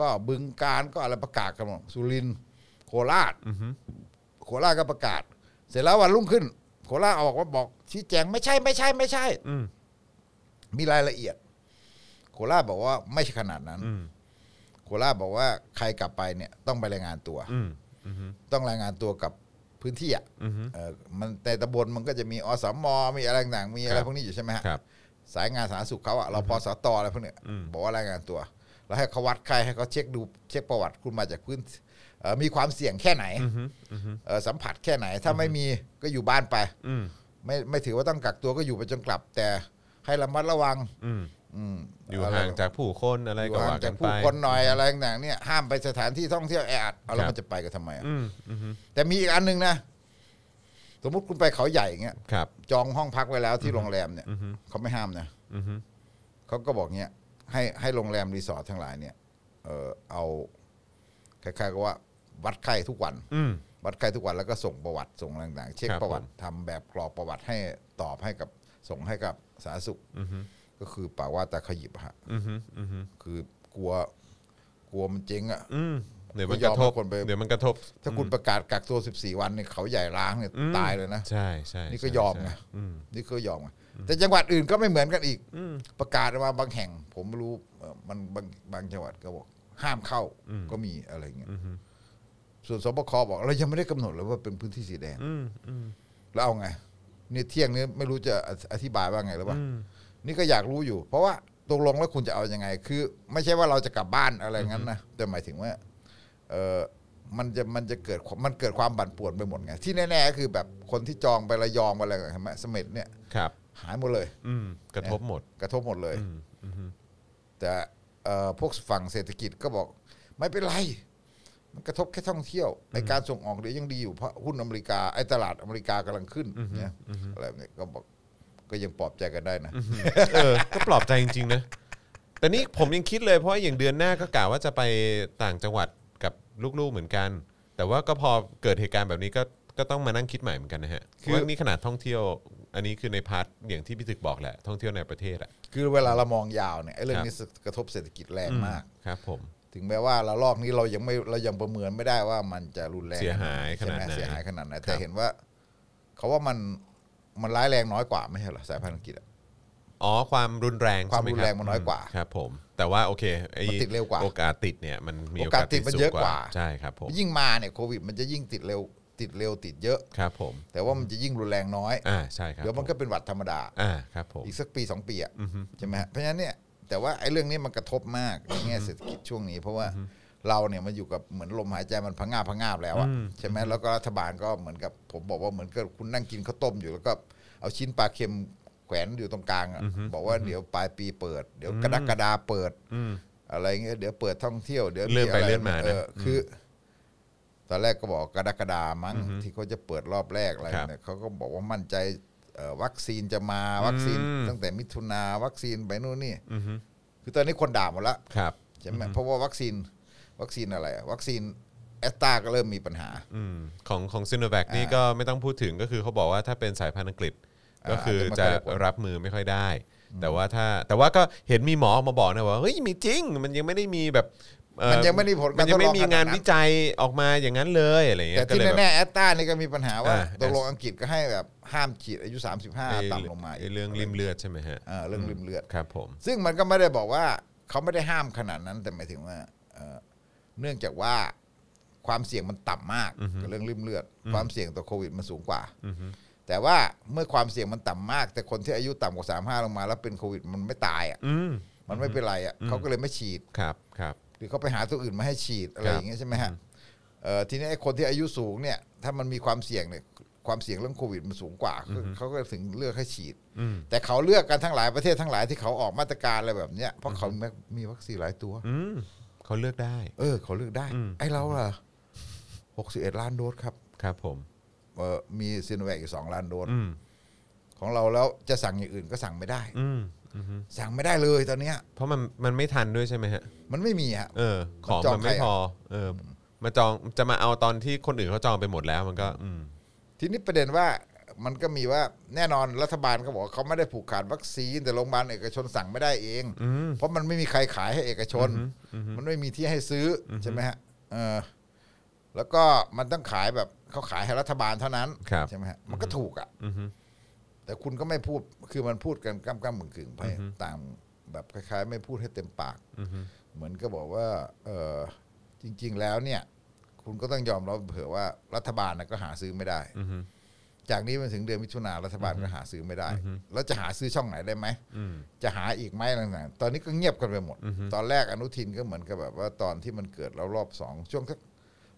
[SPEAKER 3] ก็บึงการก็อะไรประกาศกันหมดสุรินทร์โคราช
[SPEAKER 2] อือฮึ
[SPEAKER 3] โคราชก็ประกาศ เสร็จแล้ววันรุ่งขึ้น โคราชออกมาบอกชี้แจงไม่ใช่ไม่ใช่ไม่ใช่
[SPEAKER 2] อืม
[SPEAKER 3] มีรายละเอียด โคราชบอกว่าไม่ใช่ขนาดนั้น
[SPEAKER 2] อืม
[SPEAKER 3] โคราชบอกว่าใครกลับไปเนี่ยต้องไปรายงานตัว
[SPEAKER 2] อืมอือฮึ
[SPEAKER 3] ต้องรายงานตัวกับพื้นที่อ่ะ
[SPEAKER 2] อือฮึ
[SPEAKER 3] เอ่อมันแต่ตำบลมันก็จะมีอสมมีอะไรต่างๆมีอะ
[SPEAKER 2] ค
[SPEAKER 3] ไร
[SPEAKER 2] รับ
[SPEAKER 3] พวกนี้อยู่ใช่ไหมฮะ
[SPEAKER 2] ครับ
[SPEAKER 3] สายงานสาธารณสุขเขาอ่ะเราพอสตออะไรพวกเนี้ย
[SPEAKER 2] อืม
[SPEAKER 3] บอกว่ารายงานตัว แล้วให้เขาวัดใครให้เขาเช็คดูเช็คประวัติคุณมาจากพื้นเอ่อมีความเสี่ยงแค่ไหน
[SPEAKER 2] อือฮึอือฮึ
[SPEAKER 3] เอ่อสัมผัสแค่ไหน ถ้าไม่มีก็อยู่บ้านไป
[SPEAKER 2] อืม
[SPEAKER 3] ไม่ไม่ถือว่าต้องกักตัวก็อยู่ไปจนกลับ แต่ให้ระมัดระวัง
[SPEAKER 2] อืม
[SPEAKER 3] อืม
[SPEAKER 2] อยู่
[SPEAKER 3] ะไร
[SPEAKER 2] ห่างจากผู้คนอะไร
[SPEAKER 3] อยู่
[SPEAKER 2] ก็
[SPEAKER 3] ห่า
[SPEAKER 2] ว่างกั
[SPEAKER 3] จาน ก
[SPEAKER 2] ไป
[SPEAKER 3] ผู้คนหน่อยอะไรต่างๆเนี่ยห้ามไปสถานที่ท่องเที่ยวแออัดเอาแล้
[SPEAKER 2] คว รับ
[SPEAKER 3] มันจะไปกันทำไมอะ
[SPEAKER 2] อืมอือฮึ
[SPEAKER 3] แต่มีอีกอันหนึ่งนะ สมมติคุณไปเขาใหญ่อย่างเงี้ย
[SPEAKER 2] ครับ
[SPEAKER 3] จองห้องพักไว้แล้วที่โรงแรมเนี่ย
[SPEAKER 2] อือฮึ
[SPEAKER 3] เขาไม่ห้ามนะ
[SPEAKER 2] อือฮึ
[SPEAKER 3] เขาก็บอกเนี้ยให้ให้โรงแรมรีสอร์ททั้งหลายเนี่ยเออเอาคล้ายๆกับว่า วัดไข้ทุกวัน
[SPEAKER 2] อืม
[SPEAKER 3] วัดไข้ทุกวันแล้วก็ส่งประวัติส่งอะไรต่างๆเช็ค
[SPEAKER 2] ครับ
[SPEAKER 3] ประวัติ
[SPEAKER 2] ผม
[SPEAKER 3] ทำแบบกรอกประวัติให้ตอบให้กับส่งให้กับสาธารณสุข
[SPEAKER 2] อือฮึ
[SPEAKER 3] ก็คือป่าว่าแต่ขยิบอะฮะ
[SPEAKER 2] อือฮึอือฮึ
[SPEAKER 3] คือกลัวกลัวมันเจ๊งอะ
[SPEAKER 2] อืมเดี๋ยวมันก
[SPEAKER 3] ก็ยอม
[SPEAKER 2] ระทบ
[SPEAKER 3] ให้คนไป
[SPEAKER 2] เดี๋ยวมันกระทบ
[SPEAKER 3] ถ้าคุณประกาศกักตัว 14 วันเนี่ยเขาใหญ่ล้างเนี่ย
[SPEAKER 2] อืม
[SPEAKER 3] ตายเลยนะ
[SPEAKER 2] ใช่ใช่
[SPEAKER 3] นี่ก็ยอมไง
[SPEAKER 2] ใช่อืม
[SPEAKER 3] นี่ก็ยอมอะแต่จังหวัดอื่นก็ไม่เหมือนกันอีก
[SPEAKER 2] อืม
[SPEAKER 3] ประกาศออกมาบางแห่ง ผมรู้เอ่อมันบางบางจังหวัดก็บอกห้ามเข้า
[SPEAKER 2] อืม
[SPEAKER 3] ก็มีอะไรเงี้ย
[SPEAKER 2] อือฮึ
[SPEAKER 3] ส่วนสบคบอกเรายังไม่ได้กำหนดเลยว่าเป็นพื้นที่สีแดง
[SPEAKER 2] อืมอืม
[SPEAKER 3] แล้วเอาไงเนี่ยเที่ยงนี้ไม่รู้จะอธิอธิบายว่าไงหรือว่า
[SPEAKER 2] อืม
[SPEAKER 3] นี่ก็อยากรู้อยู่ เพราะว่าตกลงแล้วคุณจะเอายังไง คือ ไม่ใช่ว่าเราจะกลับบ้านอะไรงั้นนะแต่หมายถึงว่าเออมันจะมันจะเกิดมันเกิดความบั่นป่วนไปหมดไงที่แน่ๆก็คือแบบคนที่จองไประยองไปอะไรกันใช่ไหมเสม็ดเนี่ย
[SPEAKER 2] ครับ
[SPEAKER 3] หายหมดเลย
[SPEAKER 2] อืมกระทบหมด
[SPEAKER 3] กระทบหมดเลย
[SPEAKER 2] อืมอือฮึ
[SPEAKER 3] แต่เอ่อพวกฝั่งเศรษฐกิจก็บอก ไม่เป็นไร มันกระทบแค่ท่องเที่ยวไอการส่งออกเดี๋ยวยังดีอยู่เพราะหุ้นอเมริกาไอตลาดอเมริกากำลังขึ้นเนี่ยอะไรแบบเนี่ยก็บอกก็ยังปลอบใจกันได้นะ
[SPEAKER 2] เออก็ปลอบใจจริงๆนะแต่นี่ผมยังคิดเลยเพราะว่าอย่างเดือนหน้าก็กะว่าจะไปต่างจังหวัดกับลูกๆเหมือนกัน แต่ว่าก็พอเกิดเหตุการณ์แบบนี้ก็ก็ต้องมานั่งคิดใหม่เหมือนกันนะฮะ
[SPEAKER 3] คื
[SPEAKER 2] คือ อนี่ขนาดท่องเที่ยว อันนี้คือในพาร์ทอย่างที่พี่ตึกบอกแหละท่องเที่ยวในประเทศอะ
[SPEAKER 3] คือเวลาเรามองยาวเนี่ยไอ้เรื่อ
[SPEAKER 2] ครั
[SPEAKER 3] ง
[SPEAKER 2] บ
[SPEAKER 3] นี้กระทบเศรษฐกิจแรงมาก
[SPEAKER 2] ครับผม
[SPEAKER 3] ถึงแม้ว่าระลอกนี้เรายังไม่เรายังประเมินไม่ได้ว่ามันจะรุนแรง
[SPEAKER 2] เสียหายขนาดไหน
[SPEAKER 3] ใช่มเสียหายขนาดไหน
[SPEAKER 2] ครั
[SPEAKER 3] แต่
[SPEAKER 2] บ
[SPEAKER 3] เห็นว่า เขาว่ามันมันร้ายแรงน้อยกว่าไม่ใช่เหรอสายพันธุ์อังกฤษอะ
[SPEAKER 2] อ๋อความรุนแรง
[SPEAKER 3] ความ
[SPEAKER 2] ใช่ไห
[SPEAKER 3] รุนแรงมันน้อยกว่า
[SPEAKER 2] ครับผม แต่ว่าโอเคไอ้
[SPEAKER 3] มันติดเร็วกว่า
[SPEAKER 2] โอกาสติดเนี่ยมันมี
[SPEAKER 3] โอกาสติดมันเยอะกว่า
[SPEAKER 2] ใช่ครับผม
[SPEAKER 3] ยิ่งมาเนี่ยโควิดมันจะยิ่งติดเร็วติดเร็วติดเยอะ
[SPEAKER 2] ครับผม
[SPEAKER 3] แต่ว่ามันจะยิ่งรุนแรงน้อย
[SPEAKER 2] อ่าใช่ครับ
[SPEAKER 3] เดี๋ยวมันก็เป็นหวัดธรรมดา
[SPEAKER 2] อ่าครับผม
[SPEAKER 3] อีกสักปีสองปีอ่ะ
[SPEAKER 2] อือฮึ
[SPEAKER 3] ใช่ไหมฮะเพราะฉะนั้นเนี่ยแต่ว่าไอ้เรื่องนี้มันกระทบมากในแง่เศรษฐกิจช่วงนี้ เพราะว่าเราเนี่ยมันอยู่กับเหมือนลมหายใจมันพังงาบพังงาบแล้วอ่ะใช่ไหมแล้วก็รัฐบาลก็เหมือนกับผมบอกว่าเหมือนกับคุณนั่งกินข้าวต้มอยู่แล้วก็เอาชิ้นปลาเค็มแขวนอยู่ตรงกลางอะบอกว่าเดี๋ยวปลายปีเปิด เดี๋ยวกระดากระดาเปิด
[SPEAKER 2] อืม
[SPEAKER 3] อะไรเงี้ยเดี๋ยวเปิดท่องเที่ยวเดี๋ยว
[SPEAKER 2] เลื่อนไป
[SPEAKER 3] ะร
[SPEAKER 2] เลื่อนมานะ
[SPEAKER 3] ออคือ ตอนแรกก็บอกกรกฎามั้งที่เขาจะเปิดรอบแรกอะไร
[SPEAKER 2] ครับ
[SPEAKER 3] เนี่ยเขาก็บอกว่ามั่นใจเอ่อวัคซีนจะมาวัคซีน
[SPEAKER 2] อืม
[SPEAKER 3] ตั้งแต่มิถุนาวัคซีนไปนู่นนี่
[SPEAKER 2] อือฮึ
[SPEAKER 3] คือตอนนี้คนด่าหมดละ
[SPEAKER 2] ครับ
[SPEAKER 3] ใช่ไหมเพราะว่าวัคซีนวัคซีนอะไรอะวัคซีนแอสตราก็เริ่มมีปัญหา
[SPEAKER 2] อืมของของซิโนแวคนี่ก็ไม่ต้องพูดถึงก็คือเขาบอกว่าถ้าเป็นสายพันธุ์อังกฤษ
[SPEAKER 3] อ่า
[SPEAKER 2] ก็คือ
[SPEAKER 3] อาจ
[SPEAKER 2] จะ
[SPEAKER 3] จะไม่ค่อยได้ผล
[SPEAKER 2] รับมือไม่ค่อยได้ แต่ว่าถ้าแต่ว่าก็เห็นมีหมอออกมาบอกนะว่าเฮ้ยมีจริง มันยังไม่ได้มีแบบเอ่อ
[SPEAKER 3] มันยังไม่ได้ผล
[SPEAKER 2] มั
[SPEAKER 3] การ
[SPEAKER 2] นยั
[SPEAKER 3] ท
[SPEAKER 2] ง
[SPEAKER 3] ดล
[SPEAKER 2] ไม่
[SPEAKER 3] อง
[SPEAKER 2] มี
[SPEAKER 3] ขนด
[SPEAKER 2] งานวิจัยออกมาอย่างนั้นเลยอะไรอย่างเงี้
[SPEAKER 3] แต่
[SPEAKER 2] ยก็
[SPEAKER 3] ที่
[SPEAKER 2] เลยบบ
[SPEAKER 3] แน่ๆแอสตรานี่ก็มีปัญหาว่า
[SPEAKER 2] อ่า
[SPEAKER 3] ตกลงอังกฤษก็ให้แบบห้ามฉีดอายุ 35 ต่ำลงมา
[SPEAKER 2] ไอ้เรื่องริมเลือดใช่ไหมฮะ
[SPEAKER 3] เออเรื่องริมเลือด
[SPEAKER 2] ครับผม
[SPEAKER 3] ซึ่งมันก็ไม่ได้บอกว่าเขาไม่ได้ห้ามขนาดนั้น แต่หมายถึงว่าเอ่อเนื่องจากว่าความเสี่ยงมันต่ำมากกับเรื่องริมเลือด ความเสี่ยงต่อโควิดมันสูงกว่าแต่ว่าเมื่อความเสี่ยงมันต่ำมาก แต่คนที่อายุต่ำกว่าสามห้าลงมา แล้วเป็นโควิดมันไม่ตายอ่ะ
[SPEAKER 2] อืม
[SPEAKER 3] มันไม่เป็นไรอ่ะเขาก็เลยไม่ฉีด
[SPEAKER 2] ครับครับ
[SPEAKER 3] หรือเขาไปหาตัวอื่นมาให้ฉีดอะไร
[SPEAKER 2] ครับ
[SPEAKER 3] อย่างเงี้ยใช่ไหมฮะเอ่อทีนี้ไอ้คนที่อายุสูงเนี่ย ถ้ามันมีความเสี่ยงเนี่ยความเสี่ยงเรื่องโควิดมันสูงกว่าคือเขาก็ถึงเลือกให้ฉีด
[SPEAKER 2] อืม
[SPEAKER 3] แต่เขาเลือกกันทั้งหลายประเทศทั้งหลายที่เขาออกมาตรการอะไรแบบเนี้ยเพราะเขามีวัคซีนหลายตัว
[SPEAKER 2] อืมเขาเลือกได้
[SPEAKER 3] เออ เขาเลือกได้
[SPEAKER 2] อืม
[SPEAKER 3] ไอ้เราล่ะหกสิบเอ็ดล้านโดสครับ
[SPEAKER 2] ครับผม
[SPEAKER 3] เออมีซีโนแวคอยู่สองล้านโดส
[SPEAKER 2] อืม
[SPEAKER 3] ของเราแล้วจะสั่งอย่างอื่นก็สั่งไม่ได้
[SPEAKER 2] อืมอืม
[SPEAKER 3] สั่งไม่ได้เลยตอนเนี้ย
[SPEAKER 2] เพราะมันมันไม่ทันด้วยใช่ไหมฮะ
[SPEAKER 3] มันไม่มีฮะ
[SPEAKER 2] เออ ของ
[SPEAKER 3] มันจอง
[SPEAKER 2] มันไม่
[SPEAKER 3] ใครอะ
[SPEAKER 2] พอ เออ มาจองจะมาเอาตอนที่คนอื่นเขาจองไปหมดแล้วมันก็ อืม
[SPEAKER 3] ทีนี้ประเด็นว่ามันก็มีว่าแน่นอนรัฐบาลเขาบอกว่าเขาไม่ได้ผูกขาดวัคซีนแต่โรงพยาบาลเอกชนสั่งไม่ได้เอง
[SPEAKER 2] อืม
[SPEAKER 3] เพราะมันไม่มีใครขายให้เอกชน มันไม่มีที่ให้ซื้ออใช่ไหมฮะเออแล้วก็มันต้องขายแบบเขาขายให้รัฐบาลเท่านั้น
[SPEAKER 2] ครับ
[SPEAKER 3] ใช่ไหมฮะมันก็ถูกอ่ะแต่คุณก็ไม่พูดคือมันพูดกันก้ำก้ำมึงกึ่งๆไปตามแบบคล้าย ๆ ไม่พูดให้เต็มปาก เหมือนก็บอกว่าเออจริง ๆ แล้วเนี่ย คุณก็ต้องยอมรับเผื่อว่ารัฐบาลนะก็หาซื้อไม่ได้ จากนี้มันถึงเดือนมิถุนารัฐบาลก็หาซื้อไม่ได้ แล้วจะหาซื้อช่องไหนได้ไหม
[SPEAKER 2] อืม
[SPEAKER 3] จะหาอีกไหมต่างๆ ตอนนี้ก็เงียบกันไปหมด ตอนแรกอนุทินก็เหมือนกับแบบว่าตอนที่มันเกิดแล้วรอบสองช่วงสัก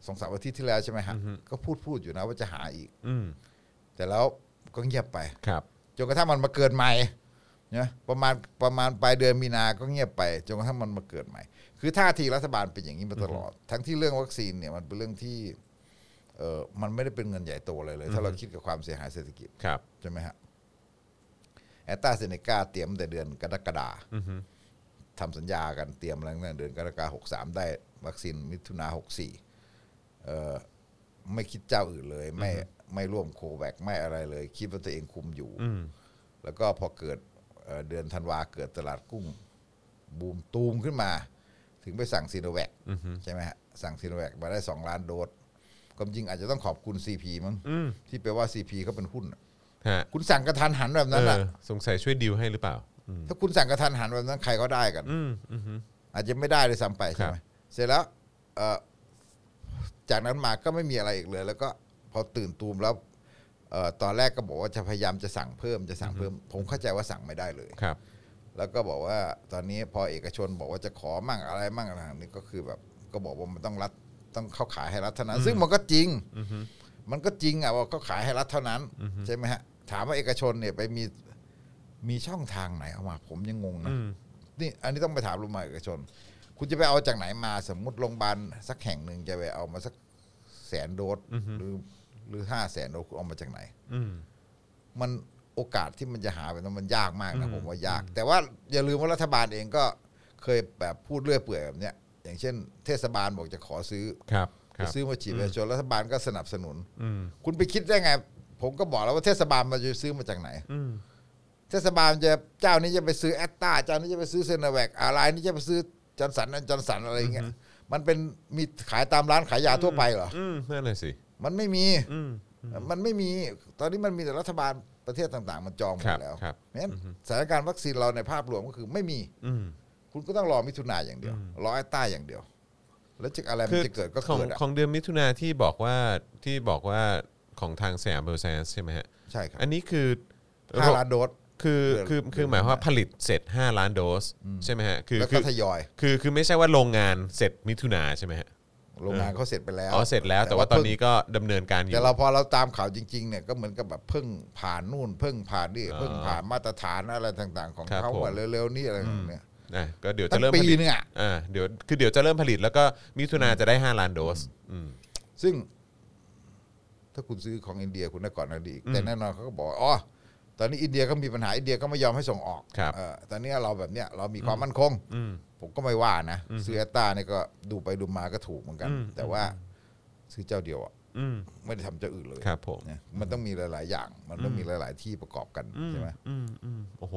[SPEAKER 3] สองสามอาทิตย์ที่แล้วใช่ไหมฮะ ก็พูดพูดอยู่นะว่าจะหาอีก
[SPEAKER 2] อืม
[SPEAKER 3] แต่แล้วก็เงียบไป
[SPEAKER 2] ครับ
[SPEAKER 3] จนกระทั่งมันมาเกิดใหม่นะประมาณประมาณปลายเดือนมีนา ก็เงียบไป จนกระทั่งมันมาเกิดใหม่ คือท่าทีรัฐบาลเป็นอย่างนี้มาตลอด ทั้งที่เรื่องวัคซีนเนี่ยมันเป็นเรื่องที่เออมันไม่ได้เป็นเงินใหญ่โตเลยเลย ถ้าเราคิดกับความเสียหายเศรษฐกิจ
[SPEAKER 2] ครับ
[SPEAKER 3] ใช่ไหมฮะแอตตาเซเนกาเตรียมแต่เดือนกรกฎาทำสัญญากันเตรียมอะไรตั้งแต่เดือนกรกฎาหกสามได้ วัคซีนมิถุนาหกสี่เอ่อไม่คิดเจ้าอื่นเลย ไม่ไม่ร่วมโคแวกไม่อะไรเลย คิดว่าตัวเองคุมอยู่
[SPEAKER 2] อืม
[SPEAKER 3] แล้วก็พอเกิดเอ่อเดือนธันวาเกิดตลาดกุ้ง บูมตูมขึ้นมา ถึงไปสั่งซีโนแวคใช่ไหมฮะสั่งซีโนแวคมาได้สองล้านโดสก็จริงอาจจะต้องขอบคุณ CP มั้ง
[SPEAKER 2] อืม
[SPEAKER 3] ที่แปลว่า CP เขาเป็นหุ้นอะ
[SPEAKER 2] ฮะ
[SPEAKER 3] คุณสั่งกระทันหันแบบนั้น
[SPEAKER 2] เอ
[SPEAKER 3] อ่ะ
[SPEAKER 2] อสงสัยช่วยดิวให้หรือเปล่า อืม
[SPEAKER 3] ถ้าคุณสั่งกระทันหันแบบนั้นใครก็ได้กัน
[SPEAKER 2] อืม อืมฮึ
[SPEAKER 3] อาจจะไม่ได้เลยซ้ำไปใช่ไหม
[SPEAKER 2] ครับ
[SPEAKER 3] เสร็จแล้วเอ่อจากนั้นมาก็ไม่มีอะไรอีกเลย แล้วก็พอตื่นตูมแล้วเอ่อตอนแรกก็บอกว่าจะพยายามจะสั่งเพิ่มจะสั่งเพิ่ม ผมเข้าใจว่าสั่งไม่ได้เลย
[SPEAKER 2] ครับ
[SPEAKER 3] แล้วก็บอกว่าตอนนี้พอเอกชนบอกว่าจะขอมั่งอะไรมั่งอะไรอย่างนี้ก็คือแบบก็บอกว่ามันต้องรัฐต้องเข้าขายให้รัฐเท่านั้น ซึ่งมันก็จริงมันก็จริงอ่ะว่าเขาขายให้รัฐเท่านั้น ใช่ไหมฮะถามว่าเอกชนเนี่ยไปมีมีช่องทางไหนเอามา ผมยังงงนะ
[SPEAKER 2] อืม
[SPEAKER 3] นี่อันนี้ต้องไปถามโรงพยาบาลเอกชน คุณจะไปเอาจากไหนมาสมมติโรงพยาบาลสักแห่งหนึ่งจะไปเอามาสักแสนโดสหรือหรือห้าแสนโดสคุณเอามาจากไหน
[SPEAKER 2] อืม
[SPEAKER 3] มันโอกาสที่มันจะหาแบบนั้นมันยากมากนะผมว่ายาก แต่ว่าอย่าลืมว่ารัฐบาลเองก็เคยแบบพูดเรื่อยเปื่อยแบบเนี้ยอย่างเช่น เทศบาลบอกจะขอซื้อ
[SPEAKER 2] ครับ ค
[SPEAKER 3] จะ
[SPEAKER 2] รับ
[SPEAKER 3] ซื้อมาฉีดประชาชนรัฐบาลก็สนับสนุน
[SPEAKER 2] อืม
[SPEAKER 3] คุณไปคิดได้ไง ผมก็บอกแล้วว่าเทศบาลมันจะซื้อมาจากไหน
[SPEAKER 2] อืม
[SPEAKER 3] เทศบาลจะเจ้านี้จะไปซื้อแอตตาเจ้านี้จะไปซื้อเซนแวกอะไรนี่จะไปซื้อจอร์นสันนั่นจอร์นสันอะไรอย่างเงี้ยมันเป็นมีขายตามร้านขายยาทั่วไปเหรอ
[SPEAKER 2] อืมนั่นแหละสิ
[SPEAKER 3] มันไม่มี
[SPEAKER 2] อืม
[SPEAKER 3] มันไม่มี ตอนนี้มันมีแต่รัฐบาลประเทศต่างๆ มันจองหม
[SPEAKER 2] ครั
[SPEAKER 3] ด
[SPEAKER 2] บ
[SPEAKER 3] แล้ว
[SPEAKER 2] ครับ
[SPEAKER 3] เพราะฉะนั้นสถานการณ์วัคซีนเราในภาพรวมก็คือไม่มี
[SPEAKER 2] อืม
[SPEAKER 3] คุณก็ต้องรอมิถุนายอย่างเดียว รอไอ้ใต้อย่างเดียว แล้วจะอะไรมันจะเกิดก็
[SPEAKER 2] ของ
[SPEAKER 3] เกิดอะ
[SPEAKER 2] ของเดือนมิถุนาที่บอกว่าที่บอกว่าของทางสยามเบลไซน์ใช่ไหมฮะ
[SPEAKER 3] ใช่ครับ
[SPEAKER 2] อันนี้คือ
[SPEAKER 3] ห้าล้านโดส
[SPEAKER 2] คือ
[SPEAKER 3] เดือน
[SPEAKER 2] คือ
[SPEAKER 3] เดือน
[SPEAKER 2] คือหมายความว่า
[SPEAKER 3] หน้า
[SPEAKER 2] ผลิตเสร็จ 5 ล้านโดส ใช่ไหมฮะคือ
[SPEAKER 3] แล้ว
[SPEAKER 2] คื
[SPEAKER 3] ก็
[SPEAKER 2] อ
[SPEAKER 3] ทยอย
[SPEAKER 2] คือคือไม่ใช่ว่าโรงงานเสร็จมิถุนาใช่ไหมฮะ
[SPEAKER 3] โรงงานเขาเสร็จไปแล้ว
[SPEAKER 2] อ๋อเสร็จแล้วแต่ว่าตอนนี้ก็ดำเนินการอ
[SPEAKER 3] เพิ่ง
[SPEAKER 2] ยู่
[SPEAKER 3] แต่เราพอเราตามข่าวจริงๆเนี่ยก็เหมือนกับแบบเพิ่งผ่านนู่น เพิ่งผ่านนี่เพิ่งผ่านมาตรฐานอะไรต่าง ๆ ของ
[SPEAKER 2] ครับ
[SPEAKER 3] เขา
[SPEAKER 2] ผม
[SPEAKER 3] ว่าเร็วๆนี่อะไรอย่างเงี้ย
[SPEAKER 2] อ่ะก็เดี๋ยว
[SPEAKER 3] ตั้
[SPEAKER 2] จะ
[SPEAKER 3] ง
[SPEAKER 2] เริ่มผ
[SPEAKER 3] ปี
[SPEAKER 2] ลิต
[SPEAKER 3] นึงอะ
[SPEAKER 2] อ่าเดี๋ยวคือเดี๋ยวจะเริ่มผลิตแล้วก็มิถุนาจะได้ 5 ล้านโดสอืม
[SPEAKER 3] ซึ่งถ้าคุณซื้อของอินเดียคุณได้ก่อนหนาดีอีกแต่แน่นอนเขาก็บอกว่าอ๋อตอนนี้อินเดียก็มีปัญหาอินเดียก็ไม่ยอมให้ส่งออก
[SPEAKER 2] ครับ
[SPEAKER 3] เออตอนนี้เราแบบเนี้ยเรามีความมั่นคง ผมก็ไม่ว่านะซื้อแอตตาเนี่ยก็ดูไปดูมาก็ถูกเหมือนกัน
[SPEAKER 2] อืม
[SPEAKER 3] แต่ว่าซื้อเจ้าเดียวอ่ะ
[SPEAKER 2] อืม
[SPEAKER 3] ไม่ได้ทำเจ้าอื่นเลย
[SPEAKER 2] ครับผม
[SPEAKER 3] นะมันต้องมีหลาย ๆ อย่าง มันต้องมีหลาย ๆ ที่ประกอบกันใช่ไหม
[SPEAKER 2] อืมอืมโอ้โห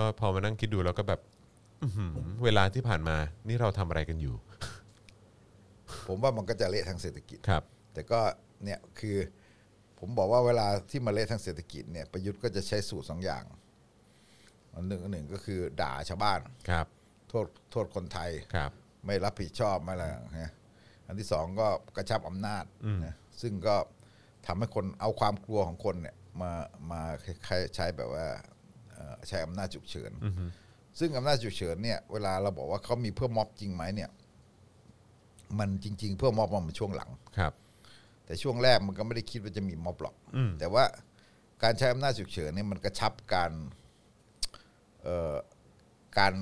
[SPEAKER 2] ก็พอมานั่งคิดดูแล้วก็แบบอื้อหือเวลาที่ผ่านมานี่เราทำอะไรกันอยู่
[SPEAKER 3] ผมว่ามันก็จะเละทางเศรษฐกิจ
[SPEAKER 2] ครับ
[SPEAKER 3] แต่ก็เนี่ยคือผมบอกว่าเวลาที่มาเละทางเศรษฐกิจเนี่ยประยุทธ์ก็จะใช้สูตรสองอย่างอันหนึ่งอันหนึ่งก็คือด่าชาวบ้าน
[SPEAKER 2] ครับ
[SPEAKER 3] โทษโทษคนไทย
[SPEAKER 2] ครับ
[SPEAKER 3] ไม่รับผิดชอบไม่อะไรนะอันที่สองก็กระชับอำนาจนะซึ่งก็ทำให้คนเอาความกลัวของคนเนี่ยมามาใช้ใช้แบบว่าเอ่อใช้อำนาจฉุกเฉินซึ่งอำนาจฉุกเฉินเนี่ยเวลาเราบอกว่าเขามีเพื่อม็อบจริงไหมเนี่ย มันจริง ๆ เพื่อม็อบมันช่วงหลัง
[SPEAKER 2] ครับ
[SPEAKER 3] แต่ช่วงแรกมันก็ไม่ได้คิดว่าจะมีม็อบหรอก
[SPEAKER 2] อืม
[SPEAKER 3] แต่ว่าการใช้อำนาจฉุกเฉินเนี่ยมันกระชับการเอ่อการ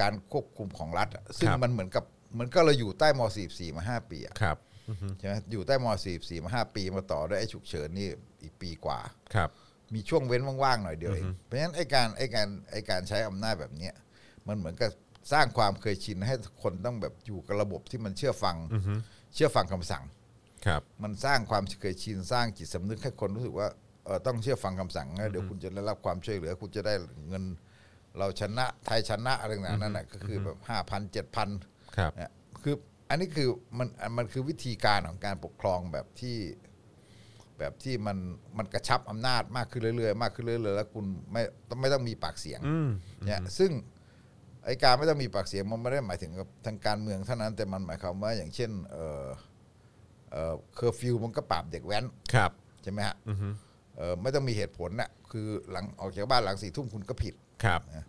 [SPEAKER 3] การควบคุมของรัฐอะซึ่งมันเหมือนกับเหมือนก็เราอยู่ใต้ม .44 มาห้าปีอะ
[SPEAKER 2] ครับ
[SPEAKER 3] ใช่ไหมอยู่ใต้ม .44 มาห้าปีมาต่อด้วยไอ้ฉุกเฉินนี่อีกปีกว่า
[SPEAKER 2] ครับ
[SPEAKER 3] มีช่วงเว้นว่างๆหน่อยเดียวเองเพราะฉะนั้นไอ้การไอ้การไอ้การใช้อำนาจแบบเนี้ยมันเหมือนกับสร้างความเคยชินให้คนต้องแบบอยู่กับระบบที่มันเชื่อฟังเชื่อฟังคำสั่ง
[SPEAKER 2] ครับ
[SPEAKER 3] มันสร้างความเคยชินสร้างจิตสำนึกให้คนรู้สึกว่าเออต้องเชื่อฟังคำสั่งนะเดี๋ยวคุณจะได้รับความช่วยเหลือ คุณจะได้เงิน เราชนะไทยชนะอะไรต่างๆนั่นแหละก็คือแบบห้าพันเจ็ดพัน
[SPEAKER 2] ครับ
[SPEAKER 3] ะคืออันนี้คือมันมันคือวิธีการของการปกครองแบบที่ แบบที่มันมันกระชับอำนาจมากขึ้นเรื่อยๆ มากขึ้นเรื่อยๆแล้วคุณไม่ต้องไม่ต้องมีปากเสียง
[SPEAKER 2] อืม
[SPEAKER 3] เนี่ยซึ่งไอการไม่ต้องมีปากเสียงมันไม่ได้หมายถึงกับทางการเมืองเท่านั้นแต่มันหมายความว่าอย่างเช่นเออเออเคอร์ฟิวมันก็ปราบเด็กแว้น
[SPEAKER 2] ครับ
[SPEAKER 3] ใช่ไหมฮะเออไม่ต้องมีเหตุผลน่ะคือหลังออกจากบ้านหลังสี่ทุ่มคุณก็ผิด
[SPEAKER 2] ครับ
[SPEAKER 3] นะ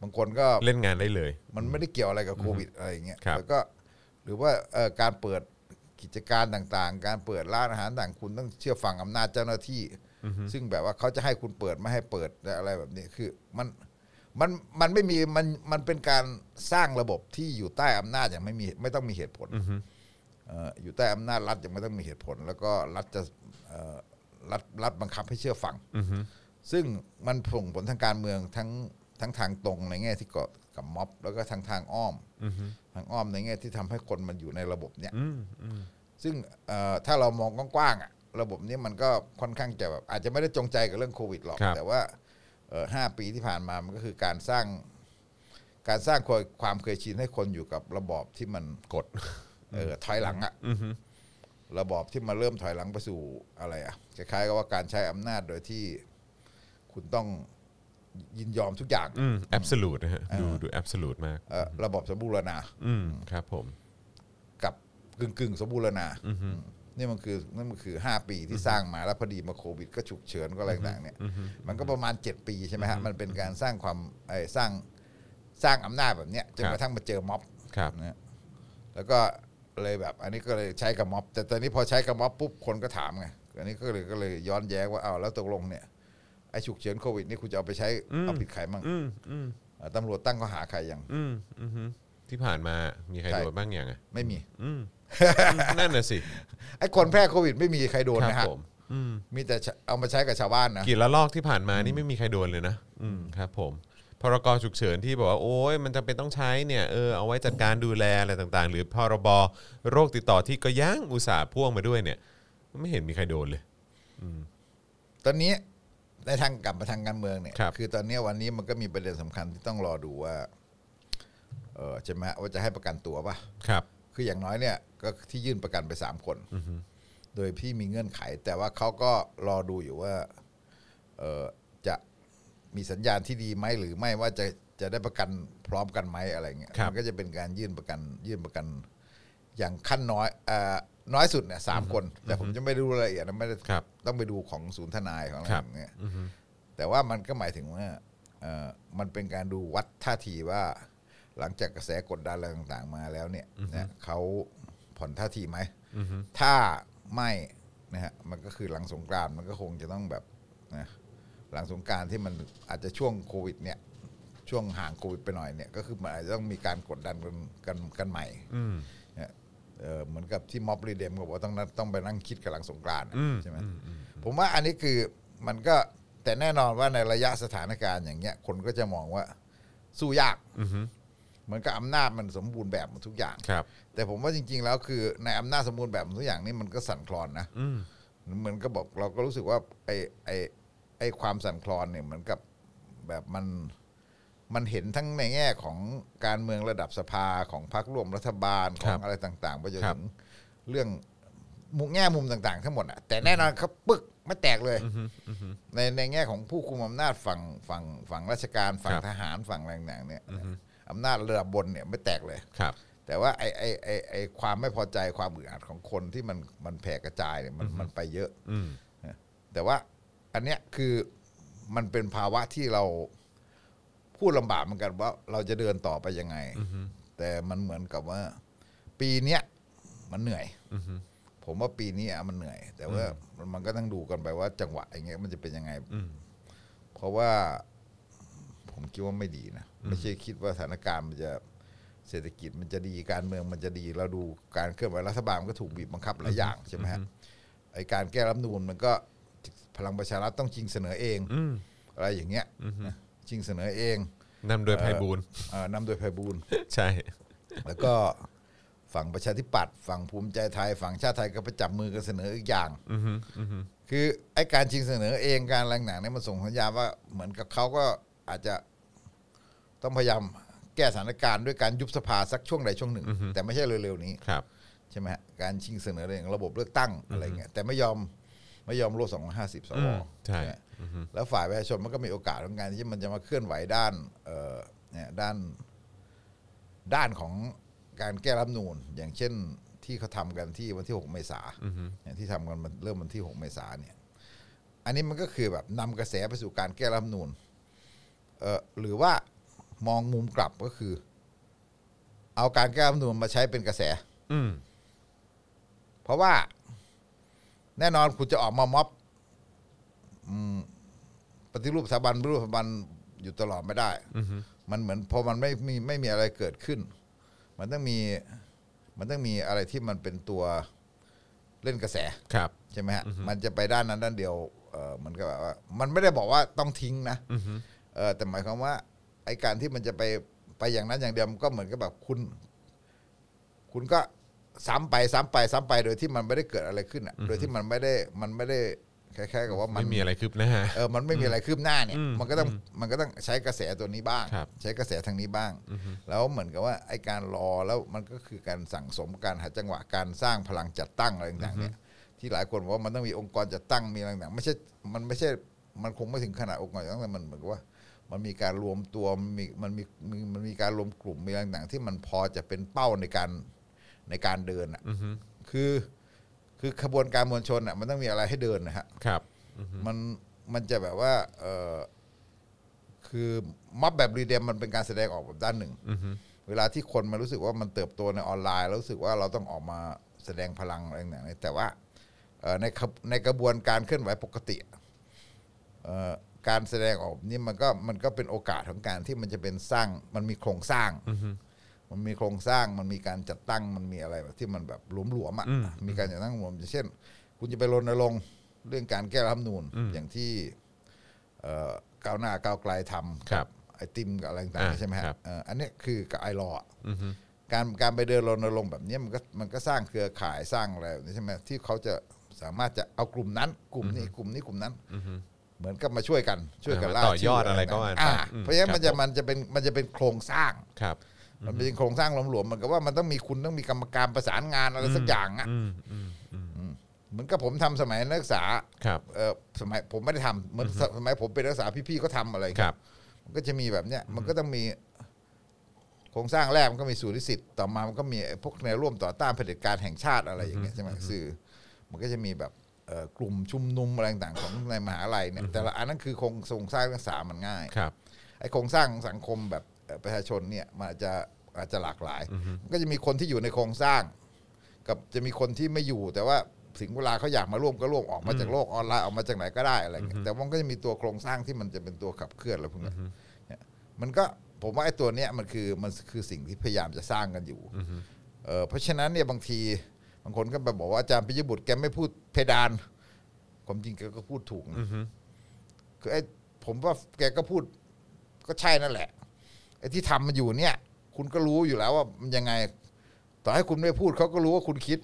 [SPEAKER 3] บางคนก็
[SPEAKER 2] เล่นงานได้เลย
[SPEAKER 3] มันไม่ได้เกี่ยวอะไรกับโควิดอะไรอย่างเงี้ย
[SPEAKER 2] ครับ
[SPEAKER 3] แล้วก็หรือว่าเออการเปิดกิจการต่างๆ การเปิดร้านอาหารต่างคุณต้องเชื่อฟังอำนาจเจ้าหน้าที่ ซึ่งแบบว่าเขาจะให้คุณเปิดไม่ให้เปิดและอะไรแบบนี้คือมัน มันมันไม่มีมันมันเป็นการสร้างระบบที่อยู่ใต้อำนาจอย่างไม่มีไม่ต้องมีเหตุผลเอ่ออยู่ใต้อำนาจรัฐยังไม่ต้องมีเหตุผล แล้วก็รัฐจะเอ่อรัฐรัฐบังคับให้เชื่อฟังซึ่งมันส่งผลทางการเมืองทั้งทั้งทางตรงในแง่ที่เกาะกับม็อบ แล้วก็ทางทางอ้อมทางอ้อมในแง่ที่ทำให้คนมันอยู่ในระบบเนี่ย
[SPEAKER 2] อืมอืม
[SPEAKER 3] ซึ่งเอ่อถ้าเรามองกว้างๆอะระบบนี้มันก็ค่อนข้างจะแบบอาจจะไม่ได้จงใจกับเรื่องโควิดหรอก แต่ว่าเอ่อห้าปีที่ผ่านมามันก็คือการสร้าง การสร้างความความเคยชินให้คนอยู่กับระบอบที่มันกดเออถอยหลังอะระบอบที่มันเริ่มถอยหลังไปสู่อะไรอะคล้ายๆกับว่าการใช้อำนาจโดยที่คุณต้องยินยอมทุกอย่าง
[SPEAKER 2] อืม absolute นะฮะ ดูดู absolute มาก
[SPEAKER 3] เอ่อระบอบสมบูรณา
[SPEAKER 2] อืม ครับผม
[SPEAKER 3] กับกึ่งกึ่งๆสมบูรณานี่มันคือนั่นมันคือห้าปีที่สร้างมาแล้วพอดีมาโควิด ก็ฉุกเฉินก็อะไรต่างๆเนี่ยมันก็ประมาณเจ็ดปีใช่ไหมฮะมันเป็นการสร้างความไอ้ยสร้างสร้างอำนาจแบบเนี้ยจน
[SPEAKER 2] ครับ
[SPEAKER 3] กระทั่งมาเจอม็อบ
[SPEAKER 2] ครับ
[SPEAKER 3] นะฮะแล้วก็เลยแบบ อันนี้ก็เลยใช้กับม็อบ แต่ตอนนี้พอใช้กับม็อบปุ๊บคนก็ถามไงอันนี้ก็เลยก็เลยย้อนแย้งว่าเอาวแล้วตกลงเนี่ยไอ้ฉุกเฉินโควิดนี่คุณจะเอาไปใช้เอาผิดใครมั่ง
[SPEAKER 2] อืมอืม
[SPEAKER 3] อ่าตำรวจตั้งข้อหาใครยัง
[SPEAKER 2] อืมอืมที่ผ่านมา มีใคร
[SPEAKER 3] ใช่
[SPEAKER 2] โดนบ้างอย่างอ่ะ
[SPEAKER 3] ไม่มี
[SPEAKER 2] อืมอืมนั่นน่ะสิ
[SPEAKER 3] ไอ้คนแพร่โควิด ไม่มีใครโดน
[SPEAKER 2] ครับ
[SPEAKER 3] นะฮะ
[SPEAKER 2] ผม อืม
[SPEAKER 3] มีแต่ใช้เอามาใช้กับชาวบ้านนะ
[SPEAKER 2] กี่ละลอกที่ผ่านมานี่ไม่มีใครโดนเลยนะ อืมครับผม พรกฉุกเฉินที่บอกว่าโอ้ยมันจำเป็นต้องใช้เนี่ยเออเอาไว้จัดการดูแลอะไรต่างๆ หรือพรบโรคติดต่อที่ก็ยังอุตส่าห์พ่วงมาด้วยเนี่ย ไม่เห็นมีใครโดนเลย
[SPEAKER 3] ตอนนี้ในทางกลับมาทางการเมืองเนี่ย
[SPEAKER 2] ครับ
[SPEAKER 3] อตอนนี้วันนี้มันก็มีประเด็นสำคัญที่ต้องรอดูว่า เออใช่ไหมฮะว่าจะให้ประกันตัวป่ะ
[SPEAKER 2] ครับ
[SPEAKER 3] คืออย่างน้อยเนี่ยก็ที่ยื่นประกันไปสามคนโดยพี่มีเงื่อนไข แต่ว่าเขาก็รอดูอยู่ว่า เออจะมีสัญญาณที่ดีไหมหรือไม่ว่าจะจะได้ประกันพร้อมกันไหมอะไรเงี้ย
[SPEAKER 2] ครับ
[SPEAKER 3] มันก็จะเป็นการยื่นประกัน ยื่นประกัน อย่างขั้นน้อยเอ่อน้อยสุดเนี่ยสามคน แต่ผมจะไม่รู้รายละเอียดนะไม่ได้
[SPEAKER 2] ครับ
[SPEAKER 3] ต้องไปดูของศูนย์ทนายของอะไร
[SPEAKER 2] ครับ
[SPEAKER 3] อย่างเงี้ยแต่ว่ามันก็หมายถึงว่าเอ่อมันเป็นการดูวัดท่าทีว่า หลังจากกระแสกดดันอะไรต่างๆมาแล้วเนี่ยนะเขาผ่อนท่าทีไหมถ้าไม่นะฮะมันก็คือหลังสงกรานต์มันก็คงจะต้องแบบนะหลังสงกรารที่มันอาจจะช่วงโควิดเนี่ย ช่วงห่างโควิดไปหน่อยเนี่ยก็คือมันอาจจะต้องมีการกดดันกันกันกันใหม่
[SPEAKER 2] อืม
[SPEAKER 3] เนี่ยเอ่อเหมือนกับที่ม็อบรีเดมก็บอกว่าต้องนั่งต้องไปนั่งคิดกับหลังสงกรานต์อะ
[SPEAKER 2] อืม
[SPEAKER 3] ใช่ไหมผมว่าอันนี้คือมันก็แต่แน่นอนว่าในระยะสถานการณ์อย่างเงี้ยคนก็จะมองว่าสู้ยาก เหมือนกับอำนาจมันสมบูรณ์แบบหมดทุกอย่าง
[SPEAKER 2] ครับ
[SPEAKER 3] แต่ผมว่าจริง ๆ แล้วคือในอำนาจสมบูรณ์แบบทุกอย่างนี่มันก็สั่นคลอนนะ
[SPEAKER 2] อืม
[SPEAKER 3] เหมือนก็บอกเราก็รู้สึกว่าไอ้ไอ้ไอ้ความสั่นคลอนเนี่ยเหมือนกับแบบมันมันเห็นทั้งในแง่ของการเมืองระดับสภาของพรรคร่วมรัฐบาลข
[SPEAKER 2] ครั
[SPEAKER 3] อง
[SPEAKER 2] บ
[SPEAKER 3] อะไรต่างๆไปจน
[SPEAKER 2] ครั
[SPEAKER 3] ถึ
[SPEAKER 2] บ
[SPEAKER 3] งเรื่องมุมแง่มุมต่างๆ ทั้งหมดอะแต่แน่นอนครับปึ๊กไม่แตกเลย
[SPEAKER 2] อืมอืม
[SPEAKER 3] ในในแง่ของผู้คุมอำนาจฝั่งฝั่งฝั่งราชการฝั่ง
[SPEAKER 2] ครับ
[SPEAKER 3] ทหารฝั่งแรงหนังเนี่ยอำนาจระดับบนเนี่ยไม่แตกเลย
[SPEAKER 2] ครับ
[SPEAKER 3] แต่ว่าไอ้ไอ้ไอ้ไอ้ความไม่พอใจความอึดอัดของคนที่มันมันแผ่กระจายเนี่ยมันมันไปเยอะ
[SPEAKER 2] อืม
[SPEAKER 3] แต่ว่าอันเนี้ยคือมันเป็นภาวะที่เราพูดลำบากเหมือนกันว่าเราจะเดินต่อไปยังไง แต่มันเหมือนกับว่า ปีเนี้ยมันเหนื่อย
[SPEAKER 2] อืม
[SPEAKER 3] ผมว่าปีนี้อะมันเหนื่อย แต่ว่ามันมันก็ต้องดูกันไปว่าจังหวะอย่างเงี้ยมันจะเป็นยังไง
[SPEAKER 2] อืม
[SPEAKER 3] เพราะว่าผมคิดว่าไม่ดีนะไม่ใช่คิดว่าสถานการณ์มันจะเศรษฐกิจมันจะดีการเมืองมันจะดีเราดูการเคลื่อนไหวรัฐบาลมันก็ถูกบีบบังคับหลายอย่างใช่ไหมฮะไอการแก้รัฐธรรมนูนมันก็พลังประชารัฐต้องชิงเสนอเอง
[SPEAKER 2] อืม
[SPEAKER 3] อะไรอย่างเงี้ยนะชิงเสนอเอง
[SPEAKER 2] นำโดยไพบูลย์
[SPEAKER 3] เอ่อนำโดยไพบูลย์
[SPEAKER 2] ใช่
[SPEAKER 3] แล้วก็ฝั่งประชาธิปัตย์ฝั่งภูมิใจไทย ฝั่งชาติไทยก็ไปจับมือกันเสนออีกอย่าง
[SPEAKER 2] อืมอืม
[SPEAKER 3] คือไอ้การชิงเสนอเองการแรงหนังเนี่ยมันส่งสัญญาณว่าเหมือนกับเขาก็อาจจะต้องพยายามแก้สถานการณ์ด้วยการยุบสภาสักช่วงใดช่วงหนึ่ง แต่ไม่ใช่เร็วๆนี้
[SPEAKER 2] ครับ
[SPEAKER 3] ใช่ไหมฮะการชิงเสนอเรื่องระบบเลือกตั้งอะไรเงี้ยแต่ไม่ยอมไม่ยอมโลดสองห้าสิบส
[SPEAKER 2] อื
[SPEAKER 3] ว
[SPEAKER 2] มใช่
[SPEAKER 3] ไหมแล้วฝ่ายประชาชนมันก็มีโอกาสของการที่มันจะมาเคลื่อนไหวด้านเอ่อเนี่ยด้านด้านของการแก้รัฐธรรมนูนอย่างเช่นที่เขาทำกันที่วันที่ 6 เมษา
[SPEAKER 2] อืม
[SPEAKER 3] เนี่ยที่ทำกันมันเริ่มวันที่ 6 เมษาเนี่ย อันนี้มันก็คือแบบนำกระแสไปสู่การแก้รัฐธรรมนูนเออหรือว่ามองมุมกลับก็คือ เอาการแก้รัฐธรรมนูนมาใช้เป็นกระแส
[SPEAKER 2] อืม
[SPEAKER 3] เพราะว่า แน่นอนคุณจะออกมาม็อบอืมปฏิรูปสถาบันปฏิรูปสถาบันอยู่ตลอดไม่ได้
[SPEAKER 2] อืม
[SPEAKER 3] มันเหมือนพอมันไม่มีไม่มีอะไรเกิดขึ้น มันต้องมี มันต้องมีอะไรที่มันเป็นตัวเล่นกระแส
[SPEAKER 2] ครับ
[SPEAKER 3] ใช่ไหมฮะ มันจะไปด้านนั้นด้านเดียว เออมันก็แบบว่า มันไม่ได้บอกว่าต้องทิ้งนะ
[SPEAKER 2] อืม
[SPEAKER 3] เออ แต่หมายความว่า ไอการที่มันจะไป ไปอย่างนั้นอย่างเดียวมันก็เหมือนกับแบบคุณ คุณก็ซ้ำไปซ้ำไปซ้ำไป โดยที่มันไม่ได้เกิดอะไรขึ้นอ่ะ โดยที่มันไม่ได้ มันไม่ได้คล้ายๆกับว่ามัน
[SPEAKER 2] ไม่มีอะไรคืบหน้า
[SPEAKER 3] เออ มันไม่มีอะไรคืบหน้าเนี่ย
[SPEAKER 2] อืม
[SPEAKER 3] มันก็ต้อง มันก็ต้องใช้กระแสตัวนี้บ้าง
[SPEAKER 2] ครับ
[SPEAKER 3] ใช้กระแสทางนี้บ้าง แล้วเหมือนกับว่าไอการรอแล้วมันก็คือการสั่งสมการหาจังหวะการสร้างพลังจัดตั้งอะไรต่างๆเนี่ย ที่หลายคนบอกว่ามันต้องมีองค์กรจัดตั้งมีอะไรต่างๆไม่ใช่ มันไม่ใช่ มันคงไม่ถึงขนาดองค์กรจัดตั้งแต่มันเหมือนกับว่า มันมีการรวมตัวมันมีมันมีมีมันมีการรวมกลุ่มมีอะไรต่างๆที่มันพอจะเป็นเป้าในการในการเดินอ่ะ
[SPEAKER 2] อืม
[SPEAKER 3] คือคือขบวนการมวลชนอ่ะมันต้องมีอะไรให้เดินนะฮะ
[SPEAKER 2] ครับ
[SPEAKER 3] มันมันจะแบบว่าเออคือม็อบแบบรีเดมมันเป็นการแสดงออกแบบด้านหนึ่ง
[SPEAKER 2] อืม
[SPEAKER 3] เวลาที่คนมันรู้สึกว่ามันเติบโตในออนไลน์ แล้วรู้สึกว่าเราต้องออกมาแสดงพลังอะไรอย่างเงี้ยแต่ว่าเอ่อในขบในกระบวนการเคลื่อนไหวปกติเอ่อการแสดงออกนี่มันก็มันก็เป็นโอกาสของการที่มันจะเป็นสร้างมันมีโครงสร้าง มันมีโครงสร้างมันมีการจัดตั้งมันมีอะไรแบบที่มันแบบหลวมๆอ่ะมีการจัดตั้งหลวมอย่างเช่น คุณจะไปรณรงค์เรื่องการแก้รัฐธรรมนูญอย่างที่เอ่อก้าวหน้าก้าวไกลทำ
[SPEAKER 2] ครับ
[SPEAKER 3] ไอติมกับอะไรต่าง
[SPEAKER 2] อ่า
[SPEAKER 3] ๆใช่ไหมฮะ
[SPEAKER 2] ครับ
[SPEAKER 3] เอ่ออันเนี้ยคือกับไอรอว์อะ
[SPEAKER 2] อืม
[SPEAKER 3] การการไปเดินรณรงค์แบบเนี้ยมันก็มันก็สร้างเครือข่ายสร้างอะไรแบบนี้ใช่ไหมที่เขาจะสามารถจะเอากลุ่มนั้น กลุ่มนี้กลุ่มนี้กลุ่มนั้นเหมือนกับมาช่วยกันช่วยกัน
[SPEAKER 2] เอามา
[SPEAKER 3] ล่า
[SPEAKER 2] ต่อยอด
[SPEAKER 3] ชื่
[SPEAKER 2] อะไรก็ว่าไป
[SPEAKER 3] อ่า
[SPEAKER 2] อืม
[SPEAKER 3] เพราะฉะนั้
[SPEAKER 2] ค
[SPEAKER 3] น
[SPEAKER 2] รับ
[SPEAKER 3] มันจะ
[SPEAKER 2] ผม
[SPEAKER 3] มันจะเป็นมันจะเป็นโครงสร้าง
[SPEAKER 2] ครับ
[SPEAKER 3] มันเป็นโครงสร้างหลวมๆเหมือนกับว่ามันต้องมีคุณต้องมีกรรมการประสานงานอะไรสักอย่างอ่ะ
[SPEAKER 2] อืมอืมอืม
[SPEAKER 3] เหมือนกับผมทำสมัยนักศึกษา
[SPEAKER 2] ครับ
[SPEAKER 3] เออสมัยผมไม่ได้ทำเหมือนสมัยผมเป็นนักศึกษาพี่ๆก็ทำอะไรอย่าง
[SPEAKER 2] ค
[SPEAKER 3] เงี้
[SPEAKER 2] รั
[SPEAKER 3] ย
[SPEAKER 2] บ
[SPEAKER 3] มันก็จะมีแบบเนี้ยมันก็ต้องมีโครงสร้างแรกมันก็มีสูนิสิทธิ์ต่อมามันก็มีไอ้พวกแนวร่วมต่อต้านเผด็จการแห่งชาติอะไรอย่างเงี้ยใช่ไหมสื่อ มันก็จะมีแบบเอ่อกลุ่มชุมนุมอะไรต่างๆของในมหาลัยเนี่ยแต่ละอันนั้นคือโครงโครงสร้างนักศึกษามันง่าย
[SPEAKER 2] ครับ
[SPEAKER 3] ไอ้โครงสร้างสังคมแบบเอ่อประชาชนเนี่ยมันอาจจะอาจจะหลากหลาย มันก็จะมีคนที่อยู่ในโครงสร้าง กับจะมีคนที่ไม่อยู่ แต่ว่าถึงเวลาเขาอยากมาร่วมก็ร่วมออกมาจากโลกออนไลน์ออกมาจากไหนก็ได้อะไรเงี้ยแต่ว่ามันก็จะมีตัวโครงสร้างที่มันจะเป็นตัวขับเคลื่อนอะไรพวกเนี้ย มันก็ผมว่าไอ้ตัวเนี้ยมันคือมันคือสิ่งที่พยายามจะสร้างกันอยู่เออเพราะฉะนั้นเนี่ยบางทีบางคนก็ไปบอกว่าอาจารย์ปิยบุตรแกไม่พูดเพดานความจริงแกก็พูดถูกนะคือไอ้ผมว่าแกก็พูดก็ใช่นั่นแหละไอ้ที่ทำมาอยู่เนี่ย คุณก็รู้อยู่แล้วว่ามันยังไง ต่อให้คุณไม่พูดเขาก็รู้ว่าคุณคิด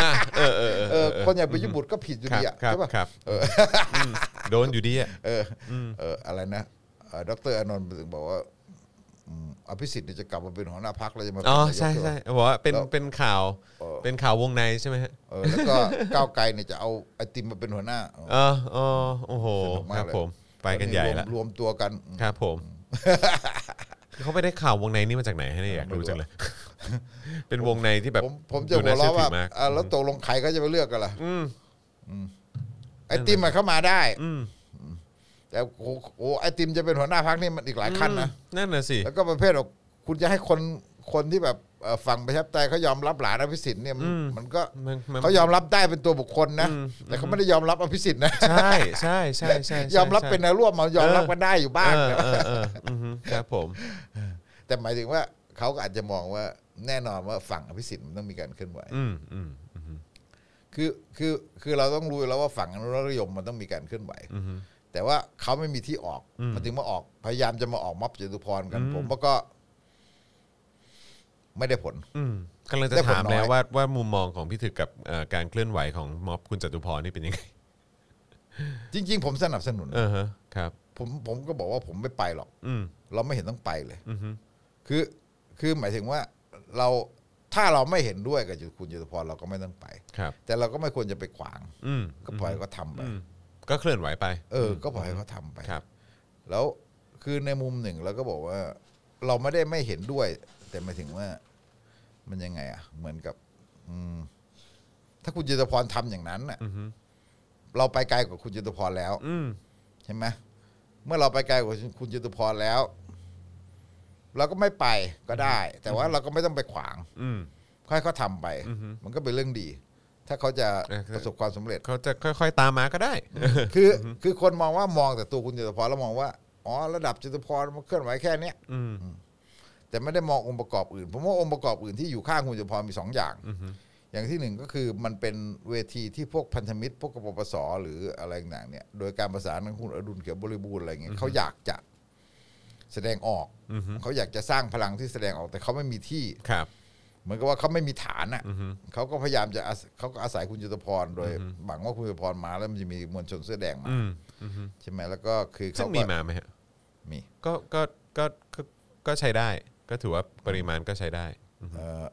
[SPEAKER 2] อ่ะเออเออเออ
[SPEAKER 3] เออคนอย่างประยุทธ์บุตรก็ผิดอยู่
[SPEAKER 2] ครั
[SPEAKER 3] ดี
[SPEAKER 2] บ
[SPEAKER 3] อ่ะ
[SPEAKER 2] ครับ
[SPEAKER 3] ใช่ป่ะ
[SPEAKER 2] ครับ
[SPEAKER 3] เออ
[SPEAKER 2] มโดนอยู่ดีอ่ะ
[SPEAKER 3] เอออเอออะไรนะดรอานนท์ถึงบอกว่าอืมอภิสิทธิ์เนี่ยจะกลับมาเป็นหัวหน้าพักเลยจะมาเป็น
[SPEAKER 2] อ๋อน
[SPEAKER 3] ายก
[SPEAKER 2] ใช่ใช่
[SPEAKER 3] ไหม
[SPEAKER 2] บอกว่าเป็น
[SPEAKER 3] แล้ว
[SPEAKER 2] เป็นข่าว
[SPEAKER 3] เออ
[SPEAKER 2] เป็นข่าววงในใช่ไหมฮะ
[SPEAKER 3] เออแล้วก็ ก้าวไกลเนี่ยจะเอาไอติมมาเป็นหัวหน้าเออ
[SPEAKER 2] เออเออโอ้โห
[SPEAKER 3] สนุกมา
[SPEAKER 2] ค
[SPEAKER 3] ก
[SPEAKER 2] รับ
[SPEAKER 3] เลย
[SPEAKER 2] ผม ไปกันใหญ่ละ
[SPEAKER 3] รวมรวมตัวกันอืม
[SPEAKER 2] ครับผม เขาไปได้ข่าววงในนี่มาจากไหนให้เนี่ยอยากรู้จังเลย เป็นวงในที่แบบ
[SPEAKER 3] ผมผมจะ
[SPEAKER 2] ดู
[SPEAKER 3] หั
[SPEAKER 2] น่
[SPEAKER 3] ว
[SPEAKER 2] ชื่
[SPEAKER 3] เราะ
[SPEAKER 2] อ
[SPEAKER 3] ว่า
[SPEAKER 2] ถือมก
[SPEAKER 3] อ่ะแล้วตกลงใครก็จะไปเลือกกันล่ะ
[SPEAKER 2] อืม
[SPEAKER 3] ไอติมมันเข้ามาได้
[SPEAKER 2] อืม
[SPEAKER 3] แต่โอ้โหไอติมจะเป็นหัวหน้าพักนี่มันอีกหลายขั้นนะ
[SPEAKER 2] นั่นน่ะสิ
[SPEAKER 3] แล้วก็ประเภทว่าคุณจะให้คนคนที่แบบเอ่อฝั่งประชาธิปไตยเขายอมรับหลานอภิสิทธิ์เนี่ยมันมันก็
[SPEAKER 2] มันมัน
[SPEAKER 3] เขายอมรับได้เป็นตัวบุคคลนะแต่เขาไม่ได้ยอมรับอภิสิทธิ์นะ
[SPEAKER 2] ใช่ใช่ใช่ใช่ใช่
[SPEAKER 3] ยอมรับเป็นแนวร่วมมายอมรับกันได้อยู่บ้าง
[SPEAKER 2] เออ
[SPEAKER 3] นะ
[SPEAKER 2] เออเอออือฮึครับผม
[SPEAKER 3] แต่หมายถึงว่าเขาก็อาจจะมองว่าแน่นอนว่าฝั่งอภิสิทธิ์มันต้องมีการเคลื่อนไหว
[SPEAKER 2] อืมอืมอืม
[SPEAKER 3] คือคือคือเราต้องรู้อยู่แล้วว่าฝั่งอนุรักษ์นิยมมันต้องมีการเคลื่อนไหว
[SPEAKER 2] อืม
[SPEAKER 3] แต่ว่าเขาไม่มีที่ออกมันถึงมาออก พยายามจะมาออกม็อบจตุพรกัน
[SPEAKER 2] อืม
[SPEAKER 3] ผมว่าก็ ไม่ได้ผล
[SPEAKER 2] อืมกำลังจะ
[SPEAKER 3] ได้ผล
[SPEAKER 2] ถาม
[SPEAKER 3] น้อย
[SPEAKER 2] แล้วว่าว่ามุมมองของพี่ถึกกับเอ่อการเคลื่อนไหวของม็อบคุณจตุพรนี่เป็นยังไง
[SPEAKER 3] จริง ๆ ผมสนับสนุน
[SPEAKER 2] เออฮะครับ
[SPEAKER 3] ผมผมก็บอกว่าผมไม่ไปหรอก
[SPEAKER 2] อืม
[SPEAKER 3] เราไม่เห็นต้องไปเลย
[SPEAKER 2] อือฮึ
[SPEAKER 3] คือ คือหมายถึงว่า เราถ้าเราไม่เห็นด้วยกับคุณจตุพรเราก็ไม่ต้องไป
[SPEAKER 2] ครับ
[SPEAKER 3] แต่เราก็ไม่ควรจะไปขวาง
[SPEAKER 2] อืม
[SPEAKER 3] ก็ปล่อยเขาทำไป
[SPEAKER 2] อืมก็เคลื่อนไหวไป
[SPEAKER 3] เออ ก็ปล่อยให้เขาทำไป
[SPEAKER 2] ครับ
[SPEAKER 3] แล้วคือในมุมหนึ่งเราก็บอกว่า เราไม่ได้ไม่เห็นด้วย แต่หมายถึงว่า มันยังไงอ่ะ เหมือนกับ อืม ถ้าคุณจตุพรทำอย่างนั้นน่ะ
[SPEAKER 2] อือฮึ
[SPEAKER 3] เราไปไกลกว่าคุณจตุพรแล้ว
[SPEAKER 2] อืม
[SPEAKER 3] ใช่ไหมเมื่อเราไปไกลกว่าคุณจตุพรแล้ว เราก็ไม่ไปก็ได้ แต่ว่าเราก็ไม่ต้องไปขวาง
[SPEAKER 2] อืม
[SPEAKER 3] ค่อยเขาทำไป
[SPEAKER 2] อือฮึ
[SPEAKER 3] มันก็เป็นเรื่องดี ถ้าเขาจะ
[SPEAKER 2] เออ
[SPEAKER 3] ประสบความสำเร็จ
[SPEAKER 2] เขาจะค่อยๆตามมาก็ได้
[SPEAKER 3] คือคือคนมองว่ามองแต่ตัวคุณจตุพรแล้วมองว่าอ๋อระดับจตุพรมันเคลื่อนไหวแค่เนี้ย
[SPEAKER 2] อืม
[SPEAKER 3] แต่ไม่ได้มององค์ประกอบอื่นผมว่าองค์ประกอบอื่นที่อยู่ข้างคุณจตุพรมีสองอย่าง
[SPEAKER 2] อือฮึ
[SPEAKER 3] อย่างที่หนึ่งก็คือมันเป็นเวทีที่พวกพันธมิตร พวกกปปสหรืออะไรต่างๆเนี่ยโดยการประสานของคุณอดุลเขียวบริบูรณ์อะไรเงี้ยเขาอยากจะแสดงออก
[SPEAKER 2] อือฮึ
[SPEAKER 3] เขาอยากจะสร้างพลังที่แสดงออกแต่เขาไม่มีที่
[SPEAKER 2] ครับ
[SPEAKER 3] เหมือนกับว่าเขาไม่มีฐานอ่ะ
[SPEAKER 2] อือฮึ
[SPEAKER 3] เขาก็พยายามจะอาศเขาก็อาศัยคุณจตุพรโดยหวังว่าคุณจตุพรมาแล้วมันจะมีมวลชนเสื้อแดงมา
[SPEAKER 2] อืมอือฮึ
[SPEAKER 3] ใช่ไหมแล้วก็คือ
[SPEAKER 2] ซึ่
[SPEAKER 3] เขา
[SPEAKER 2] ง
[SPEAKER 3] ก็
[SPEAKER 2] มีมาไหมฮะ
[SPEAKER 3] มี
[SPEAKER 2] ก็ก็ก็ก็ก็ใช้ได้ ก็ถือว่าปริมาณก็ใช้ได้
[SPEAKER 3] เอ่อ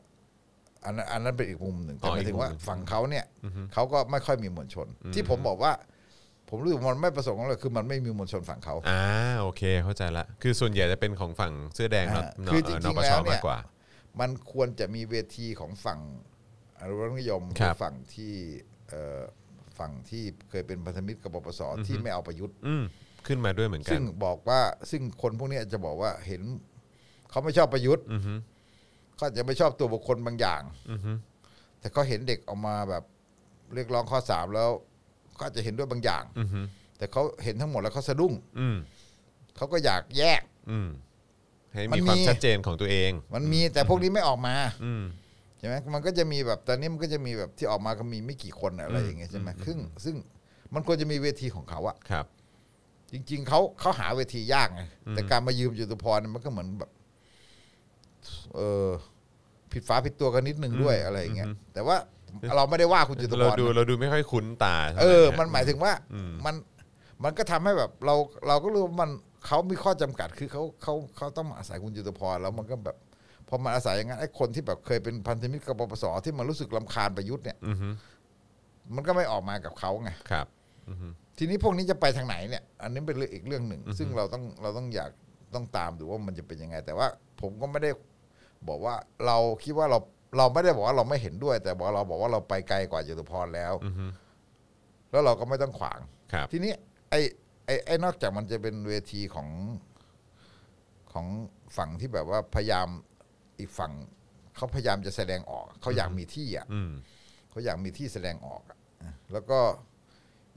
[SPEAKER 3] อันนั้นอันนั้นเป็นอีกมุมหนึ่งแต่หมายถึงว่า
[SPEAKER 2] อ๋ออีกมุมหนึ่ง
[SPEAKER 3] ฝั่งเขาเนี่ย เขาก็ไม่ค่อยมีมวลชน ที่ผมบอกว่า ผมรู้สึกว่ามันไม่ประสงค์ของเราคือมันไม่มีมวลชนฝั่งเขา
[SPEAKER 2] อ่าโอเคเข้าใจละคือส่วนใหญ่จะเป็นของฝั่งเสื้อแดงเนาะ
[SPEAKER 3] อ่า
[SPEAKER 2] เนาะ
[SPEAKER 3] คือจ
[SPEAKER 2] เอ่
[SPEAKER 3] ริ
[SPEAKER 2] อง
[SPEAKER 3] ๆ
[SPEAKER 2] นป
[SPEAKER 3] แล้
[SPEAKER 2] ช
[SPEAKER 3] วเนี่ย
[SPEAKER 2] มากกว่า
[SPEAKER 3] มันควรจะมีเวทีของฝั่งอนุรักษนิยมห
[SPEAKER 2] ครั
[SPEAKER 3] รื
[SPEAKER 2] บ
[SPEAKER 3] อฝั่งที่เอ่อฝั่งที่เคยเป็นพันธมิตรกับปปสที่ไม่เอาประยุทธ์
[SPEAKER 2] อืมขึ้นมาด้วยเหมือนกั
[SPEAKER 3] ซึ่
[SPEAKER 2] น
[SPEAKER 3] งบอกว่าซึ่งคนพวกเนี้ยจะบอกว่าเห็นเขาไม่ชอบประยุทธ์
[SPEAKER 2] อือฮึ
[SPEAKER 3] เขาอาจจะไม่ชอบตัวบุคคลบางอย่าง
[SPEAKER 2] อือฮึ
[SPEAKER 3] แต่เขาเห็นเด็กออกมาแบบเรียกร้องข้อสามแล้วเขาอาจจะเห็นด้วยบางอย่าง
[SPEAKER 2] อือฮึ
[SPEAKER 3] แต่เขาเห็นทั้งหมดแล้วเขาสะดุ้ง
[SPEAKER 2] อืม
[SPEAKER 3] เขาก็อยากแยก
[SPEAKER 2] อืมให้
[SPEAKER 3] มั
[SPEAKER 2] มี
[SPEAKER 3] นมี
[SPEAKER 2] ความชัดเจนของตัวเอง
[SPEAKER 3] มันมีแต่พวกนี้ไม่ออกมา
[SPEAKER 2] อืม
[SPEAKER 3] ใช่ไหมมันก็จะมีแบบตอนนี้มันก็จะมีแบบที่ออกมาก็มีไม่กี่คนอะไรอย่างเงี้ยใช่ไหมซึ่งซึ่งมันควรจะมีเวทีของเขาอะ
[SPEAKER 2] ครับ
[SPEAKER 3] จริง ๆเขาเขาหาเวทียากไงแต่การมายืมจตุพรเนี่ยมันก็เหมือนแบบ เออผิดฟ้าผิดตัวกันนิดนึงด้วยอะไรอย่างเงี้ยแต่ว่าเราไม่ได้ว่าคุณจตุพ
[SPEAKER 2] เรา
[SPEAKER 3] ร
[SPEAKER 2] ดู
[SPEAKER 3] นะ
[SPEAKER 2] เราดูไม่ค่อยคุ้นตาท่าไหร่
[SPEAKER 3] เออ
[SPEAKER 2] ะ
[SPEAKER 3] มันหมายถึงว่ามันมันก็ทำให้แบบ เราเราก็รู้ว่ามันเขามีข้อจำกัดคือเขาเขาเขาต้องมาอาศัยคุณจตุพรแล้วมันก็แบบพอมาอาศัยอย่างนั้นไอ้คนที่แบบเคยเป็นพันธมิตรกับปปสที่มันรู้สึกลำคาญประยุทธ์เนี่ย
[SPEAKER 2] อือฮึ
[SPEAKER 3] มันก็ไม่ออกมากับเขาไง
[SPEAKER 2] ครับ อือฮึ
[SPEAKER 3] ทีนี้พวกนี้จะไปทางไหนเนี่ย อันนี้เป็นเรื่องอีกเรื่องหนึ่ง ซึ่งเราต้องเราต้องอยากต้องตามดูว่ามันจะเป็นยังไง แต่ว่าผมก็ไม่ได้บอกว่าเราคิดว่าเราเราไม่ได้บอกว่าเราไม่เห็นด้วย แต่บอกเราบอกว่าเราไปไกลกว่าจตุพรแล้ว
[SPEAKER 2] อือฮึ
[SPEAKER 3] แล้วเราก็ไม่ต้องขวาง
[SPEAKER 2] ครับ
[SPEAKER 3] ทีนี้ไอ้ไอ้ไอ้นอกจากมันจะเป็นเวทีของของฝั่งที่แบบว่าพยายามอีกฝั่งเขาพยายามจะแสดงออก เขาอยากมีที่อ่ะ
[SPEAKER 2] อืม
[SPEAKER 3] เขาอยากมีที่แสดงออกอะแล้วก็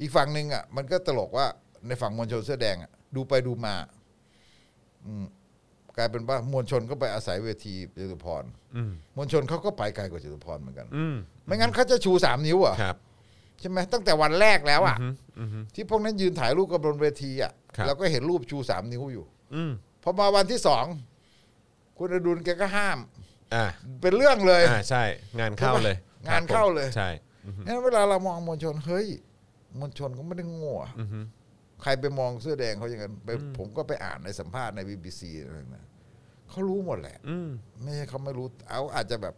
[SPEAKER 3] อีกฝั่งหนึ่งอ่ะ มันก็ตลกว่าในฝั่งมวลชนเสื้อแดงอ่ะดูไปดูมา อืมกลายเป็นว่ามวลชนก็ไปอาศัยเวทีจตุพร
[SPEAKER 2] อืม
[SPEAKER 3] มวลชนเขาก็ไปไกลกว่าจตุพรเหมือนกัน
[SPEAKER 2] อืม
[SPEAKER 3] ไม่งั้นเขาจะชูสามนิ้วเหรอ่ะ
[SPEAKER 2] ครับ
[SPEAKER 3] ใช่ไหมตั้งแต่วันแรกแล้วอ่ะ
[SPEAKER 2] อืมอือฮึ
[SPEAKER 3] ที่พวกนั้นยืนถ่ายรูปกับบนเวทีอ่ะ
[SPEAKER 2] ครับ
[SPEAKER 3] เราก็เห็นรูปชูสามนิ้วอยู่
[SPEAKER 2] อืม
[SPEAKER 3] พอมาวันที่สอง คุณอดุลแกก็ห้าม
[SPEAKER 2] อ่า
[SPEAKER 3] เป็นเรื่องเลย
[SPEAKER 2] อ่าใช่งานเข้าเลย
[SPEAKER 3] งานเข้าเลย
[SPEAKER 2] ใช่
[SPEAKER 3] งั้นเวลาเรามองมวลชนเฮ้ยมวลชนก็ไม่ได้โง่อะ
[SPEAKER 2] อือฮึ
[SPEAKER 3] ใครไปมองเสื้อแดงเขาอย่างนั้นไปผมก็ไปอ่านในสัมภาษณ์ในบีบีซีอะไรนะเขารู้หมดแหละ
[SPEAKER 2] อืม
[SPEAKER 3] ไม่ใช่เขาไม่รู้เอาอาจจะแบบ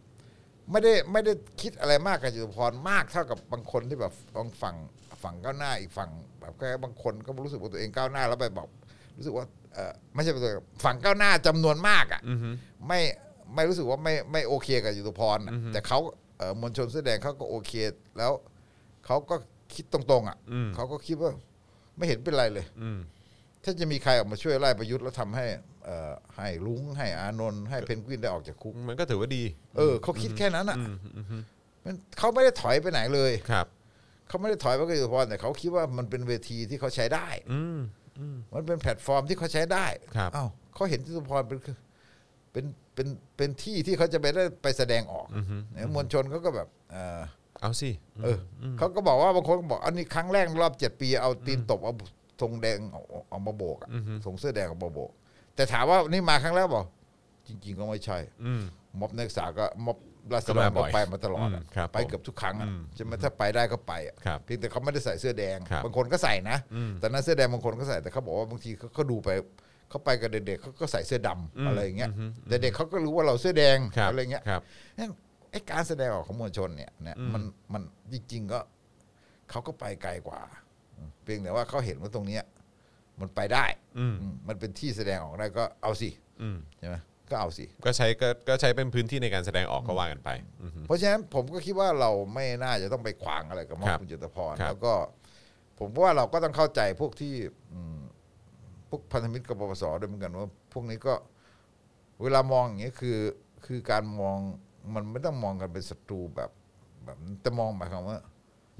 [SPEAKER 3] ไม่ได้ไม่ได้คิดอะไรมากกับจิตรพรมากเท่ากับบางคนที่แบบบางฝั่งฝั่งก้าวหน้าอีกฝั่งแบบแค่บางคนก็รู้สึกว่าตัวเองก้าวหน้าแล้วไปบอกรู้สึกว่าเออไม่ใช่ตัวเองฝั่งก้าวหน้าจำนวนมากอ่ะ
[SPEAKER 2] อือฮึ
[SPEAKER 3] ไม่ไม่รู้สึกว่าไม่ไม่โอเคกับจิตรพรน่ะแต่เขาเอ่อมวลชนแสอแดงเขาก็โอเค แล้วเขาก็คิดตรงๆ อ่ะ
[SPEAKER 2] อืม
[SPEAKER 3] เขาก็คิดว่าไม่เห็นเป็นไรเลย
[SPEAKER 2] อืม
[SPEAKER 3] ถ้าจะมีใครออกมาช่วยไล่ประยุทธ์แล้วทำให้เอ่อให้ลุงให้อานนท์ให้เพนกวินได้ออกจากคุก
[SPEAKER 2] มันก็ถือว่าดี
[SPEAKER 3] เออเขาคิดแค่นั้นอ่ะ
[SPEAKER 2] อืมอือฮึ
[SPEAKER 3] มันเขาไม่ได้ถอยไปไหนเลย
[SPEAKER 2] ครับ
[SPEAKER 3] เขาไม่ได้ถอยไปกับยุทธพรแต่เขาคิดว่ามันเป็นเวทีที่เขาใช้ได้
[SPEAKER 2] อืมอืม
[SPEAKER 3] มันเป็นแพลตฟอร์มที่เขาใช้ได้
[SPEAKER 2] ครับ
[SPEAKER 3] อ้าวเขาเห็นยุทธพรเป็นคือเป็นเป็นเป็นที่ที่เขาจะไปได้ไปแสดงออกเนี่ยมวลชนเขาก็แบบเออ
[SPEAKER 2] เอาสิ
[SPEAKER 3] เอออเขาก็บอกว่าบางคนก็บอกอันนี้ครั้งแรกในรอบเจ็ดปีเอาตีนตบเอาธงแดงเอาเอาเอามาโบกอะธงเสื้อแดงเอามาโบก แต่ถามว่านี่มาครั้งแรกบอก จริง ๆ ก็ไม่ใช่
[SPEAKER 2] อืม
[SPEAKER 3] ม็อบนักศึกษาก็ม็อบราษ
[SPEAKER 2] ก็
[SPEAKER 3] ฎร
[SPEAKER 2] มาบ่อ
[SPEAKER 3] ก็
[SPEAKER 2] ย
[SPEAKER 3] ไปมาตลอดอะ
[SPEAKER 2] อืมครับ
[SPEAKER 3] ไปเกือบทุกครั้งอะ
[SPEAKER 2] อืม
[SPEAKER 3] ใช่ไหมถ้าไปได้ก็ไปอะ
[SPEAKER 2] ครับ
[SPEAKER 3] เพียงแต่เขาไม่ได้ใส่เสื้อแดง
[SPEAKER 2] ครับ
[SPEAKER 3] บางคนก็ใส่นะ
[SPEAKER 2] อืม
[SPEAKER 3] แต่นั้นเสื้อแดงบางคนก็ใส่แต่เขาบอกว่าบางทีเขาก็ดูไปเขาไปกับเด็กๆเขาก็ใส่เสื้อดำ
[SPEAKER 2] อืม
[SPEAKER 3] อะไรอย่างเงี้ย
[SPEAKER 2] อืม
[SPEAKER 3] แต่เด็กเขาก็รู้ว่าเราเสื้อแดง
[SPEAKER 2] ครับ
[SPEAKER 3] อะไรเงี้ย
[SPEAKER 2] ครับ
[SPEAKER 3] นั่นไอ้การแสดงออกของมวลชนเนี่ยนะ
[SPEAKER 2] อืม
[SPEAKER 3] มันมันจริงๆก็เขาก็ไปไกลกว่าเพียงแต่ว่าเขาเห็นว่าตรงเนี้ยมันไปได้
[SPEAKER 2] อืม
[SPEAKER 3] อืมมันเป็นที่แสดงออกได้ก็เอาสิ
[SPEAKER 2] อืม
[SPEAKER 3] ใช่ไหมก็เอาสิ
[SPEAKER 2] ก็ใช้ก็ก็ใช้เป็นพื้นที่ในการแสดงออกก็ว่ากันไปอือฮึ
[SPEAKER 3] เพราะฉะนั้นผมก็คิดว่าเราไม่น่าจะต้องไปขวางอะไรกับม็อ
[SPEAKER 2] ครับ บ
[SPEAKER 3] คุณจตุพร
[SPEAKER 2] ครับ
[SPEAKER 3] แล้วก็ ผมว่าเราก็ต้องเข้าใจพวกที่อืมพวกพันธมิตรกับปปสด้วยเหมือนกันว่า พวกนี้ก็ เวลามองอย่างเงี้ยคือ คือการมองมันไม่ต้องมองกันเป็นศัตรูแบบแบบแต่มองหมายความว่า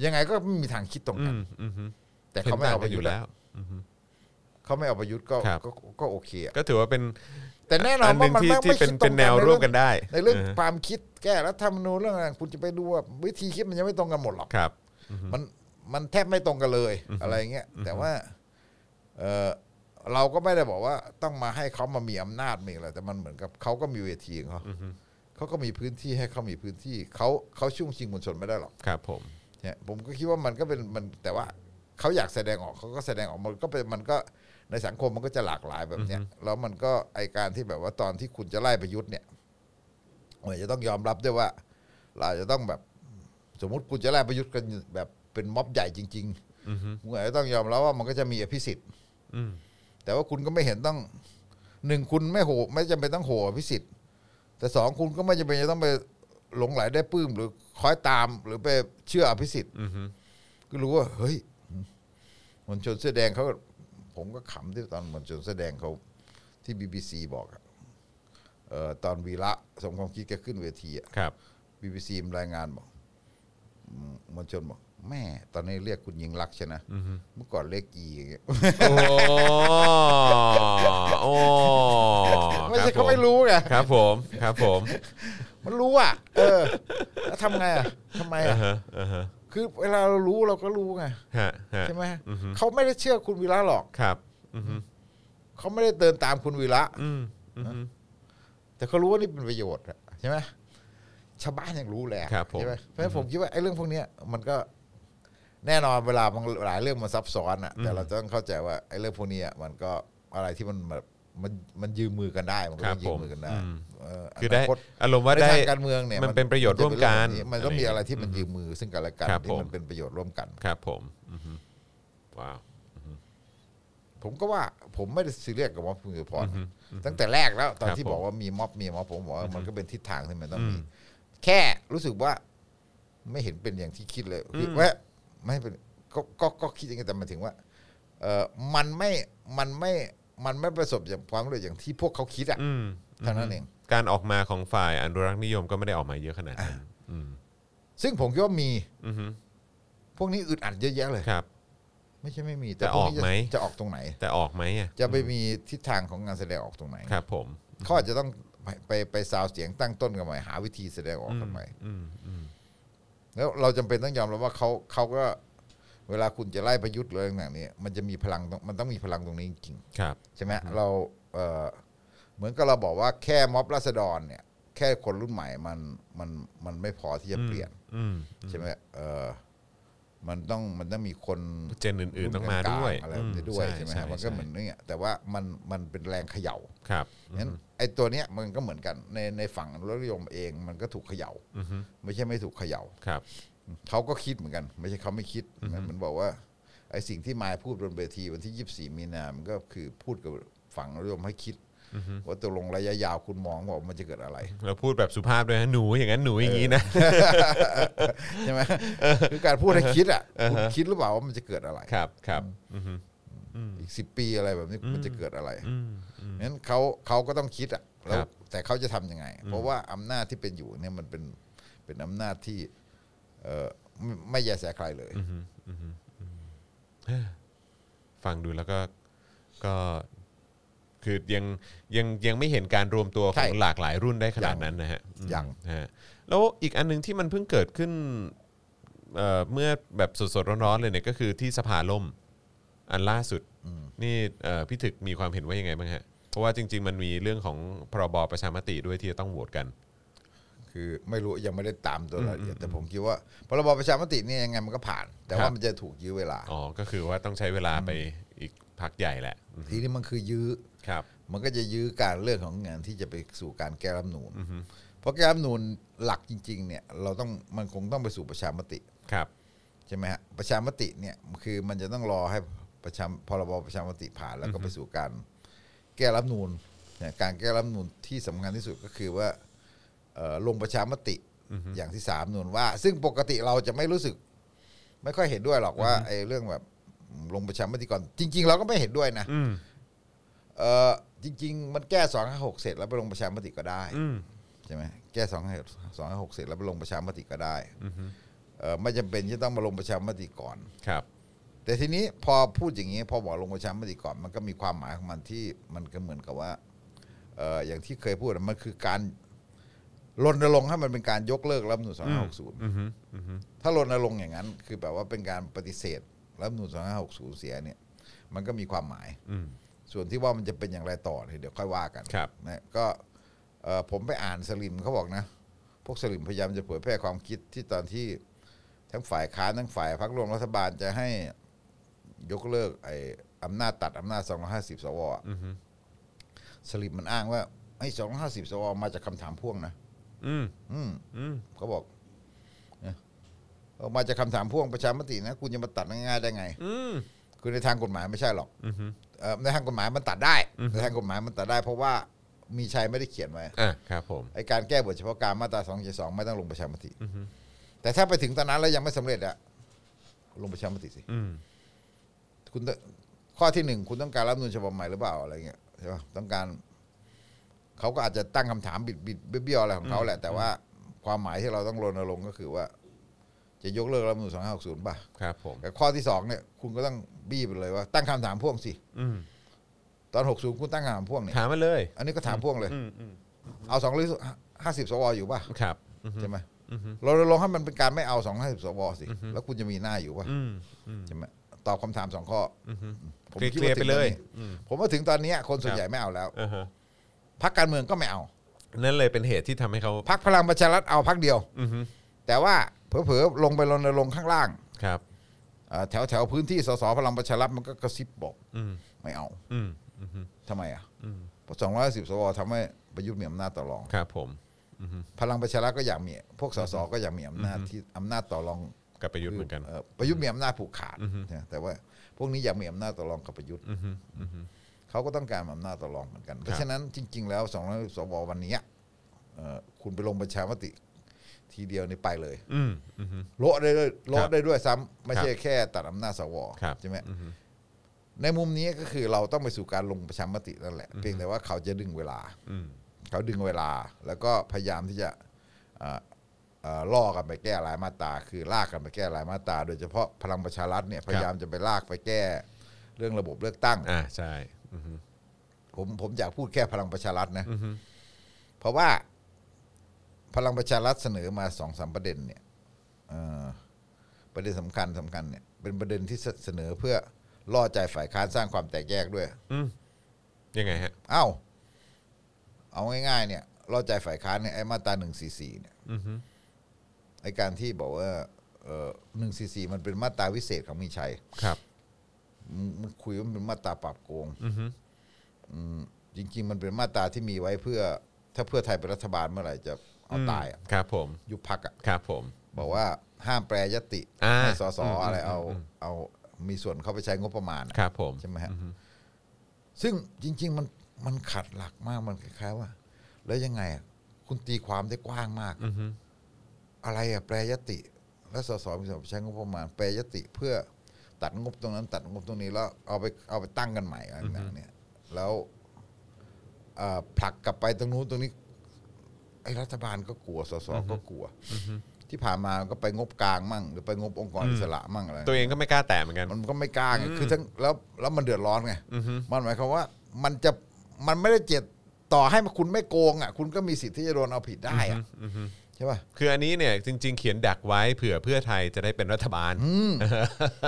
[SPEAKER 3] ยังไงก็ไม่มีทางคิดตรง
[SPEAKER 2] อื
[SPEAKER 3] กัน
[SPEAKER 2] มอือฮึ
[SPEAKER 3] แต่เขาไม่เอาประ
[SPEAKER 2] ห็นต่งกัน
[SPEAKER 3] ยุทธ์แล้ว
[SPEAKER 2] อือฮึ
[SPEAKER 3] เขาไม่เอาประยุทธ์ก็
[SPEAKER 2] ครับ
[SPEAKER 3] ก็ก็ก็โอเคอะ
[SPEAKER 2] ก็ถือว่าเป็น
[SPEAKER 3] แต่แน่นอน
[SPEAKER 2] ห
[SPEAKER 3] ว่า
[SPEAKER 2] นึ่ง
[SPEAKER 3] มัน
[SPEAKER 2] ที่
[SPEAKER 3] ไม่
[SPEAKER 2] ที่
[SPEAKER 3] ไม่
[SPEAKER 2] เป็
[SPEAKER 3] คิ
[SPEAKER 2] น
[SPEAKER 3] ดต
[SPEAKER 2] เป็
[SPEAKER 3] ร
[SPEAKER 2] น
[SPEAKER 3] ง
[SPEAKER 2] แน
[SPEAKER 3] กั
[SPEAKER 2] วนร่วมกันได้
[SPEAKER 3] ในเรื่อง
[SPEAKER 2] อฮึ
[SPEAKER 3] ความคิดแก้รัฐธรรมนูญเรื่องอะไรคุณจะไปดูว่าวิธีคิดมันยังไม่ตรงกันหมดหรอก
[SPEAKER 2] ครับ
[SPEAKER 3] มันมันแทบไม่ตรงกันเลยอะไรเงี้ยแต่ว่าเออเราก็ไม่ได้บอกว่าต้องมาให้เขามามีอำนาจมีอะไรแต่มันเหมือนกับเขาก็มีเวทีของเขาเขาก็มีพื้นที่ให้เขามีพื้นที่เขาเขาชุ่มชิงมวลชนไม่ได้หรอก
[SPEAKER 2] ครับผม
[SPEAKER 3] เนี่ยผมก็คิดว่ามันก็เป็นมันแต่ว่าเขาอยากแสดงออกเขาก็แสดงออกมันก็เป็นมันก็ในสังคมมันก็จะหลากหลายแบบเนี้ยแล้วมันก็ไอการที่แบบว่าตอนที่คุณจะไล่ประยุทธ์เนี่ยมันจะต้องยอมรับด้วยว่า เราอาจจะต้องแบบ สมมติคุณจะไล่ประยุทธ์กันแบบเป็นม็อบใหญ่จริง
[SPEAKER 2] อือฮึ
[SPEAKER 3] ๆคุณอาจจะต้องยอมรับว่ามันก็จะมีอภิสิทธิ์
[SPEAKER 2] อืม
[SPEAKER 3] แต่ว่าคุณก็ไม่เห็นต้องหนึ่งคุณไม่โหไม่จำเป็นต้องโหอภิสิทธิ์ แต่สองคุณก็ไม่จำเป็นจะต้องไปหลงไหลได้ปลื้มหรือคอยตามหรือไปเชื่ออภิสิทธิ์
[SPEAKER 2] อือฮึ
[SPEAKER 3] ก็รู้ว่าเฮ้ยมวลชนเสื้อแดงเขาผมก็ขำที่ตอนมวลชนเสื้อแดงเขาที่บีบีซีบอกอะเอ่อตอนวีระสมความคิดแกขึ้นเวทีอะ <laughs>
[SPEAKER 2] ครับ
[SPEAKER 3] บีบีซีรายงานบอกอืมมวลชนบอก แม่ ตอนนี้เรียกคุณยิงลักษณ์ใช่นะเมื่อก่อนเรียกอี <laughs> อย่างเงี้ย
[SPEAKER 2] โอ้โอ้
[SPEAKER 3] ไม่ใช่
[SPEAKER 2] คบ
[SPEAKER 3] เขา
[SPEAKER 2] ผ
[SPEAKER 3] ไม่รู้ไง
[SPEAKER 2] ครับผมครับผม
[SPEAKER 3] มันรู้อ่ะ เออ แล้วทำไงอ่ะทำไมอ่ะ
[SPEAKER 2] ฮะอ่าฮะ
[SPEAKER 3] คือเวลาเรารู้เราก็รู้ไง
[SPEAKER 2] ฮะฮะ
[SPEAKER 3] ใช่ไหมเขาไม่ได้เชื่อคุณวีระหรอก
[SPEAKER 2] ครับอือฮึ
[SPEAKER 3] เขาไม่ได้เดินตามคุณวีระ
[SPEAKER 2] อืมอือฮึ
[SPEAKER 3] แต่เขารู้ว่านี่เป็นประโยชน์อะใช่ไหมชาวบ้านยังรู้แหละ
[SPEAKER 2] ครับผม
[SPEAKER 3] ใช่ไหมเพราะฉะนั้นผมคิดว่าไอ้เรื่องพวกเนี้ยมันก็ แน่นอนเวลามันหลายเรื่องมันซับซ้อนอ่ะแต่เราต้องเข้าใจว่าไอ้เรื่องพวกเนี้ยมันก็อะไรที่มันแบบมันมันยืมมือกันได้มันก็
[SPEAKER 2] ครั
[SPEAKER 3] ต้
[SPEAKER 2] บ
[SPEAKER 3] องยืมมือกันได้
[SPEAKER 2] ผมอืม
[SPEAKER 3] เออ
[SPEAKER 2] คือได้
[SPEAKER 3] นาต
[SPEAKER 2] อารมณ์ว่า
[SPEAKER 3] ใน
[SPEAKER 2] ได้
[SPEAKER 3] ทางการเมืองเนี่ย
[SPEAKER 2] มันเป็นประโยชน์ร่วมกัน
[SPEAKER 3] เป็เองมันต้องมีอะไรที่มันยืมมือซึ่งกันและกัน
[SPEAKER 2] ครับ
[SPEAKER 3] ที่
[SPEAKER 2] ผ
[SPEAKER 3] มั
[SPEAKER 2] ม
[SPEAKER 3] นเป็นประโยชน์ร่วมกัน
[SPEAKER 2] ครับผมอือฮึว้าว
[SPEAKER 3] ผมก็ว่าผมไม่ได้ซีเรียสกับม็อบคุณสุพรตั้งแต่แรกแล้ว ตอน
[SPEAKER 2] ครับ
[SPEAKER 3] ที่
[SPEAKER 2] ผม
[SPEAKER 3] บอกว่ามีม็อบมีม็อบผมบอกว่ามันก็เป็นทิศทางที่มันต้องมี แค่รู้สึกว่าไม่เห็นเป็นอย่างที่คิดเลยคือว่าไม่เป็นก็ก็ก็คิดอย่างนี้แต่หมายถึงว่าเออมันไม่มันไม่มันไม่ประสบอย่างความสำเร็จอย่างที่พวกเขาคิดอ่ะ
[SPEAKER 2] อืม
[SPEAKER 3] เท่านั้นเอง
[SPEAKER 2] การออกมาของฝ่ายอนุรักษ์นิยมก็ไม่ได้ออกมาเยอะขนาดนั้นอืม
[SPEAKER 3] ซึ่งผมคิดว่ามี
[SPEAKER 2] อือฮึ
[SPEAKER 3] พวกนี้อึดอัดเยอะแยะเลย
[SPEAKER 2] ครับ
[SPEAKER 3] ไม่ใช่ไม่มี
[SPEAKER 2] จะ
[SPEAKER 3] พวนี้
[SPEAKER 2] ออกไหม
[SPEAKER 3] จะออกตรงไหน
[SPEAKER 2] แต่ออกไหมอ่ะ
[SPEAKER 3] จะไปมีทิศทางของงานแสดงออกตรงไหน
[SPEAKER 2] ครับผม
[SPEAKER 3] เขาอาจจะต้องไปไปไปซาวเสียงตั้งต้นกันใหม่หาวิธีแสดงออกกันใหม่
[SPEAKER 2] อืมอืม
[SPEAKER 3] แล้วเราจำเป็นต้องยอมรับว่าเขาเขาก็เวลาคุณจะไล่ประยุทธ์เลยต่างๆเนี่ยมันจะมีพลังตรงมันต้องมีพลังตรงนี้จริง
[SPEAKER 2] ครับ
[SPEAKER 3] ๆใช่ไหมเราเอ่อ เหมือนกับเราบอกว่าแค่ม็อบราษฎรเนี่ย แค่คนรุ่นใหม่มันมันมันไม่พอที่จะเปลี่ยน
[SPEAKER 2] อืม
[SPEAKER 3] ใช่ไหมเออมันต้องมันต้องมีคน
[SPEAKER 2] เจนอื่นๆต้องมาด้วย
[SPEAKER 3] อะไรแบบนี้ด้วยใช่ไหมฮะมันก็เหมือน
[SPEAKER 2] ใช่
[SPEAKER 3] เนี่ยแต่ว่ามันมันเป็นแรงเขย่า
[SPEAKER 2] ครับ
[SPEAKER 3] งั้นไอ้ตัวเนี้ยมันก็เหมือนกันในในฝั่งอนุรักษนิยมเองมันก็ถูกเขย่า
[SPEAKER 2] อือฮึ
[SPEAKER 3] ไม่ใช่ไม่ถูกเขย่า
[SPEAKER 2] ครับ
[SPEAKER 3] เขาก็คิดเหมือนกัน ไม่ใช่เขาไม่คิดนะมันบอกว่าไอ้สิ่งที่มายพูดบนเวทีวันที่ 24 มีนามันก็คือพูดกับฝั่งอนุรักษนิยมให้คิดว่าตกลงระยะยาวคุณมองว่ามันจะเกิด <laughs> อะไร
[SPEAKER 2] เราพูดแบบสุภาพด้วยนะหนูอย่างนั้นหนูอย่างนี้นะ
[SPEAKER 3] ใช่ไหม <laughs> คือการพูดให้คิดอ่ะคุณคิดหรือเปล่าว่ามันจะเกิดอะไร
[SPEAKER 2] ครับครับอือฮึ
[SPEAKER 3] อีกสิบปีอะไรแบบนี้มันจะเกิดอะไร
[SPEAKER 2] อืมอืม
[SPEAKER 3] นั้นเขาเขาก็ต้องคิดอ่ะแล้ว
[SPEAKER 2] ครับ
[SPEAKER 3] แต่เขาจะทำยังไง เพราะว่าอำนาจที่เป็นอยู่เนี่ยมันเป็นเป็นอำนาจที่เออไม่ไม่แยแสใครเลย
[SPEAKER 2] ฟังดูแล้วก็ก็คือยังยังยังไม่เห็นการรวมตัวข
[SPEAKER 3] ใช่
[SPEAKER 2] องหลากหลายรุ่นได้ขนาดนั้นนะฮะ
[SPEAKER 3] ยัง
[SPEAKER 2] อืมฮะแล้วอีกอันหนึงที่มันเพิ่งเกิดขึ้นเอ่อเมื่อแบบสดๆร้อนๆเลยเนี่ยก็คือที่สภาล่มอันล่าสุดนี่เอ่อพี่ถึกมีความเห็นว่ายังไงบ้างฮะ เพราะว่าจริง ๆ มันมีเรื่องของพรบประชามติด้วยที่จะต้องโหวตกัน
[SPEAKER 3] คือไม่รู้ยังไม่ได้ตามตัวรายละเอียดแต่ผมคิดว่าพรบประชามติเนี่ยยังไงมันก็ผ่าน แต่
[SPEAKER 2] ครั
[SPEAKER 3] ว่า
[SPEAKER 2] บ
[SPEAKER 3] มันจะถูกยื้อเวลา
[SPEAKER 2] อ๋อก็คือว่าต้องใช้เวลาไปอีกพักใหญ่แหละอืม
[SPEAKER 3] ทีนี้มันคือยื้อ
[SPEAKER 2] ครับ
[SPEAKER 3] มันก็จะยื้อการเรื่องของงานที่จะไปสู่การแก้รัฐธรรมนูนเพราะแก้รัฐธรรมนูนหลักจริง ๆ เนี่ย เราต้องมันคงต้องไปสู่ประชามติ
[SPEAKER 2] ครับ
[SPEAKER 3] ใช่ไหมฮะประชามติเนี่ยคือมันจะต้องรอให้ประชามพรบประชามติผ่านแล้วก็ไปสู่การแก้รัฐธรรมนูนเนี่ยการแก้รัฐธรรมนูนที่สำคัญที่สุดก็คือว่าเอ่อลงประชามติอย่างที่สามนูนว่า ซึ่งปกติเราจะไม่รู้สึก ไม่ค่อยเห็นด้วยหรอกว่าไอ้เรื่องแบบลงประชามติก่อน จริง ๆ เราก็ไม่เห็นด้วยนะ
[SPEAKER 2] อืม
[SPEAKER 3] เออจริง ๆ มันแก้สองห้าหกเสร็จแล้วไปลงประชามติก็ได้
[SPEAKER 2] อืม
[SPEAKER 3] ใช่ไหมแก้สองห้าสองห้าหกเสร็จแล้วไปลงประชามติก็ได้
[SPEAKER 2] อือฮึ
[SPEAKER 3] เออไม่จำเป็นที่ต้องมาลงประชามติก่อน
[SPEAKER 2] ครับ
[SPEAKER 3] แต่ทีนี้พอพูดอย่างนี้พอบอกลงประชามติก่อนมันก็มีความหมายของมันที่มันก็เหมือนกับว่าเอ่ออย่างที่เคยพูดอะมันคือการรณรงค์ให้มันเป็นการยกเลิกรัฐธรรมนูญ2560
[SPEAKER 2] อือฮึอือฮึ
[SPEAKER 3] ถ้ารณรงค์อย่างนั้น คือแบบว่าเป็นการปฏิเสธรัฐธรรมนูญ2560 เสียเนี่ย มันก็มีความหมาย
[SPEAKER 2] อืม
[SPEAKER 3] ส่วนที่ว่ามันจะเป็นอย่างไรต่อเนี่ยเดี๋ยวค่อยว่ากัน
[SPEAKER 2] ครับ
[SPEAKER 3] นะก็เอ่อผมไปอ่านสลิมเขาบอกนะ พวกสลิมพยายามจะเผยแพร่ความคิดที่ตอนที่ทั้งฝ่ายค้านทั้งฝ่ายพรรครวมรัฐบาลจะให้ยกเลิกไอ้อำนาจตัดอำนาจ 250 สวอะ
[SPEAKER 2] อือฮึ
[SPEAKER 3] สลิมมันอ้างว่าไอ้250 สว มาจากคำถามพ่วงนะ
[SPEAKER 2] อืม
[SPEAKER 3] อืม
[SPEAKER 2] อืม
[SPEAKER 3] เขาบอกนะเอามาจากคำถามพ่วงประชามตินะคุณจะมาตัดง่ายๆได้ไง
[SPEAKER 2] อืม
[SPEAKER 3] คือในทางกฎหมายไม่ใช่หรอก
[SPEAKER 2] อือฮึ
[SPEAKER 3] เอ่อในทางกฎหมายมันตัดได้ในทางกฎหมายมันตัดได้ เพราะว่ามีชัยไม่ได้เขียนไว้
[SPEAKER 2] อ่ะครับผม
[SPEAKER 3] ไอการแก้บทเฉพาะการมาตราสองเจ็ดสองไม่ต้องลงประชามติ
[SPEAKER 2] อือฮึ
[SPEAKER 3] แต่ถ้าไปถึงตอนนั้นแล้วยังไม่สำเร็จอะลงประชามติสิ
[SPEAKER 2] อืม
[SPEAKER 3] คุณต้องข้อที่หนึ่งคุณต้องการรับนูนฉบับใหม่หรือเปล่าอะไรเงี้ยใช่ปะต้องการเขาก็อาจจะตั้งคำถามบิดบิดเบี้ยวๆอะไรของเขาแหละ แต่ว่าความหมายที่เราต้องรณรงค์ก็คือว่า จะยกเลิกรัฐธรรมนูนสองห้าหกศูนย์ป่ะ
[SPEAKER 2] ครับผม
[SPEAKER 3] แต่ข้อที่สองเนี่ย คุณก็ต้องบี้ไปเลยว่า ตั้งคำถามพ่วงสิ
[SPEAKER 2] อืม
[SPEAKER 3] ตอนหกศูนย์คุณตั้งคำถามพ่วงเนี่ย
[SPEAKER 2] ถามมาเลย
[SPEAKER 3] อันนี้ก็ถามพ่วงเลย
[SPEAKER 2] อืมอืม
[SPEAKER 3] เอาสองร้อยห้าสิบสวอยู่ป่ะ
[SPEAKER 2] ครับ อืม
[SPEAKER 3] ใช่ไหม
[SPEAKER 2] อืม
[SPEAKER 3] เราลงให้มันเป็นการไม่เอาสองห้าสิบสวสิ แล้วคุณจะมีหน้าอยู่ป่ะ
[SPEAKER 2] อืมอืม
[SPEAKER 3] ใช่ไหมตอบคำถามสองข้ออผม
[SPEAKER 2] เคลียร์เคลียร์
[SPEAKER 3] คิดว่า
[SPEAKER 2] ไปเลย
[SPEAKER 3] ถึงตอนนี้ผมว่าถึงตอนเนี้ยคนส่ว
[SPEAKER 2] ครั
[SPEAKER 3] น
[SPEAKER 2] บ
[SPEAKER 3] ใหญ่ไม่เอาแล้ว
[SPEAKER 2] อ่าฮะ
[SPEAKER 3] พรรคการเมืองก็ไม่เอา
[SPEAKER 2] นั่นเลยเป็นเหตุที่ทำให้เขา
[SPEAKER 3] พรรคพลังประชารัฐเอาพรรคเดียว
[SPEAKER 2] อือฮึ
[SPEAKER 3] แต่ว่าเผลอๆลงไปรณรงค์ข้างล่าง
[SPEAKER 2] ครับ
[SPEAKER 3] เอ่อแถวแถวพื้นที่สสพลังประชารัฐมันก็กระซิบบอก
[SPEAKER 2] อืม
[SPEAKER 3] ไม่เอา
[SPEAKER 2] อืมอืม
[SPEAKER 3] ทำไมอ่ะเพราะสองร้อยสิบสวทำให้ประยุทธ์มีอำนาจต่อรอง
[SPEAKER 2] ครับผม
[SPEAKER 3] พลังประชารัฐก็อยากมี พวกสสก็อยากมีอำนาจที่อำนาจต่อรอง
[SPEAKER 2] กับประยุทธ์เหมือนกัน
[SPEAKER 3] ประยุทธ์มีอำนาจผูกขาดนะแต่ว่าพวกนี้อยากมีอำนาจต่อรองกับประยุทธ์
[SPEAKER 2] อือฮึอือฮึ
[SPEAKER 3] เขาก็ต้องการอำนาจต่อรองเหมือนกัน เพราะฉะนั้นจริง ๆ แล้วสองร้อยสววันนี้เอ่อคุณไปลงประชามติ ทีเดียวนี่ไปเลย
[SPEAKER 2] อืมอือฮึ
[SPEAKER 3] โละได้ด้วยโละได้ด้วยซ้ำไม่ใช่
[SPEAKER 2] ครับ
[SPEAKER 3] แค่ตัดอำนาจสว
[SPEAKER 2] ครับ
[SPEAKER 3] ใช่ไหม
[SPEAKER 2] อือฮึ
[SPEAKER 3] ในมุมนี้ก็คือเราต้องไปสู่การลงประชามตินั่นแหละ เพียงแต่ว่าเขาจะดึงเวลา
[SPEAKER 2] อืม
[SPEAKER 3] เขาดึงเวลา แล้วก็พยายามที่จะเอ่อเอ่อล่อกันไปแก้รายมาตราคือลากกันไปแก้รายมาตราโดยเฉพาะพลังประชารัฐเนี่ยพยายามจะไปลากไปแก้เรื่องระบบเลือกตั้ง
[SPEAKER 2] อ่าใช่อือฮึ
[SPEAKER 3] ผมผมอยากพูดแค่พลังประชารัฐนะ
[SPEAKER 2] อือฮึ
[SPEAKER 3] เพราะว่าพลังประชารัฐเสนอมาสองสามประเด็นเนี่ยเอ่อประเด็นสำคัญสำคัญเนี่ยเป็นประเด็นที่เสนอเพื่อล่อใจฝ่ายค้านสร้างความแตกแยกด้วย
[SPEAKER 2] อืมยังไงฮะ
[SPEAKER 3] เอ้า เอาง่ายๆเนี่ยเราใจฝ่ายค้านเนี่ยไอ้มาตราหนึ่งสี่สี่เนี่ย
[SPEAKER 2] อือฮึ
[SPEAKER 3] ไอ้การที่บอกว่าหนึ่งสี่สี่มันเป็นมาตราวิเศษของมีชัย
[SPEAKER 2] ครับ
[SPEAKER 3] มึงมึงคุยว่ามันเป็นมาตราปราบโกง
[SPEAKER 2] อือฮึ
[SPEAKER 3] อืมจริง ๆ มันเป็นมาตราที่มีไว้เพื่อ ถ้าเพื่อไทยเป็นรัฐบาลเมื่อไหร่จะเอาตายอะ
[SPEAKER 2] ครับผม
[SPEAKER 3] ยุบพักอะ
[SPEAKER 2] ครับผม
[SPEAKER 3] บอกว่าห้ามแปรยติ
[SPEAKER 2] อ่า
[SPEAKER 3] ให้สส
[SPEAKER 2] อืมอืม
[SPEAKER 3] อะไรเอา
[SPEAKER 2] อืม
[SPEAKER 3] เอามีส่วนเข้าไปใช้งบประมาณอะ
[SPEAKER 2] ครับผม
[SPEAKER 3] ใช่ไหมฮะ
[SPEAKER 2] อือฮึ
[SPEAKER 3] ซึ่งจริง ๆ มันมันขัดหลักมากมันคล้ายๆว่า แล้วยังไงอะคุณตีความได้กว้างมาก
[SPEAKER 2] อือฮึ
[SPEAKER 3] อะไรอะแปรยติ และสสมีส่วนใช้งบประมาณ แปรยติเพื่อตัดงบตรงนั้น ตัดงบตรงนี้แล้วเอาไปเอาไปตั้งกันใหม่อะไรต่างๆเนี่ยแล้วเอ่อผลักกลับไปตรงนู้นตรงนี้ ไอ้รัฐบาลก็กลัวสสก็กลัว ที่ผ่านมาก็ไปงบกลางมั่ง หรือไปงบองค์กรอิสระมั่งอะไร
[SPEAKER 2] ตัวเองก็ไม่กล้าแตะเหมือนกัน
[SPEAKER 3] มันก็ไม่กล้าไงคือทั้งแล้วแล้วมันเดือดร้อนไง
[SPEAKER 2] อือฮึ
[SPEAKER 3] มันหมายความว่ามันจะมันไม่ได้เจตต่อให้คุณไม่โกงอ่ะ คุณก็มีสิทธิ์ที่จะโดนเอาผิดได้อ่ะ
[SPEAKER 2] อือฮึ
[SPEAKER 3] ใช่ป่ะ
[SPEAKER 2] คืออันนี้เนี่ยจริง ๆ เขียนดักไว้เผื่อเพื่อไทยจะได้เป็นรัฐบาล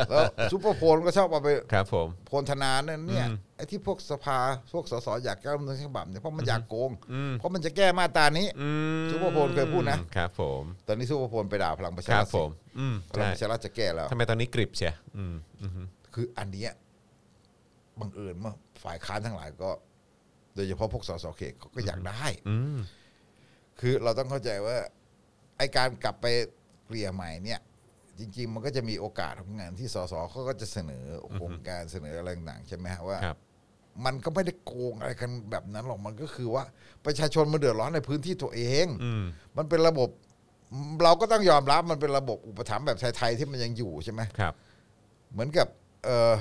[SPEAKER 3] แล้วซูเปอร์โพลก็ชอบเอาไป
[SPEAKER 2] ครับผม
[SPEAKER 3] โพลธนาเนี่ยเนี่ยไอ้ที่พวกสภาพวกสสอยากแก้รัฐธรรมนูญฉบับเนี่ยเพราะมันอยากโกง
[SPEAKER 2] อืม
[SPEAKER 3] เพราะมันจะแก้มาตรานี้
[SPEAKER 2] อืม
[SPEAKER 3] ซูเปอร์โพลเคยพูดนะ
[SPEAKER 2] ครับผม
[SPEAKER 3] ตอนนี้ซูเปอร์โพลไปด่าพลังประ
[SPEAKER 2] ค
[SPEAKER 3] ชา
[SPEAKER 2] รั
[SPEAKER 3] รับ ฐ
[SPEAKER 2] ผม อืม
[SPEAKER 3] พลัง
[SPEAKER 2] ใช่
[SPEAKER 3] ประชารัฐจะแก้แล้ว
[SPEAKER 2] ทำไมตอนนี้กริบเชียอืมอือฮึ
[SPEAKER 3] คืออันเนี้ยบังเอิญว่าฝ่ายค้านทั้งหลายก็ โดยเฉพาะพวกสสเขตเขาก็อยากได้
[SPEAKER 2] อืม
[SPEAKER 3] คือเราต้องเข้าใจว่าไอการกลับไปเกลี่ยใหม่เนี่ย จริง ๆ มันก็จะมีโอกาสของงานที่สสเขาก็จะเสนอโครงการเสนออะไรต่างๆใช่ไหมฮะว่า
[SPEAKER 2] ครับ
[SPEAKER 3] มันก็ไม่ได้โกงอะไรกันแบบนั้นหรอกมันก็คือว่าประชาชนมันเดือดร้อนในพื้นที่ตัวเอง
[SPEAKER 2] อืม
[SPEAKER 3] มันเป็นระบบ เราก็ต้องยอมรับมันเป็นระบบอุปถัมภ์แบบไทยๆที่มันยังอยู่ใช่ไหม
[SPEAKER 2] ครับ
[SPEAKER 3] เหมือนกับเออ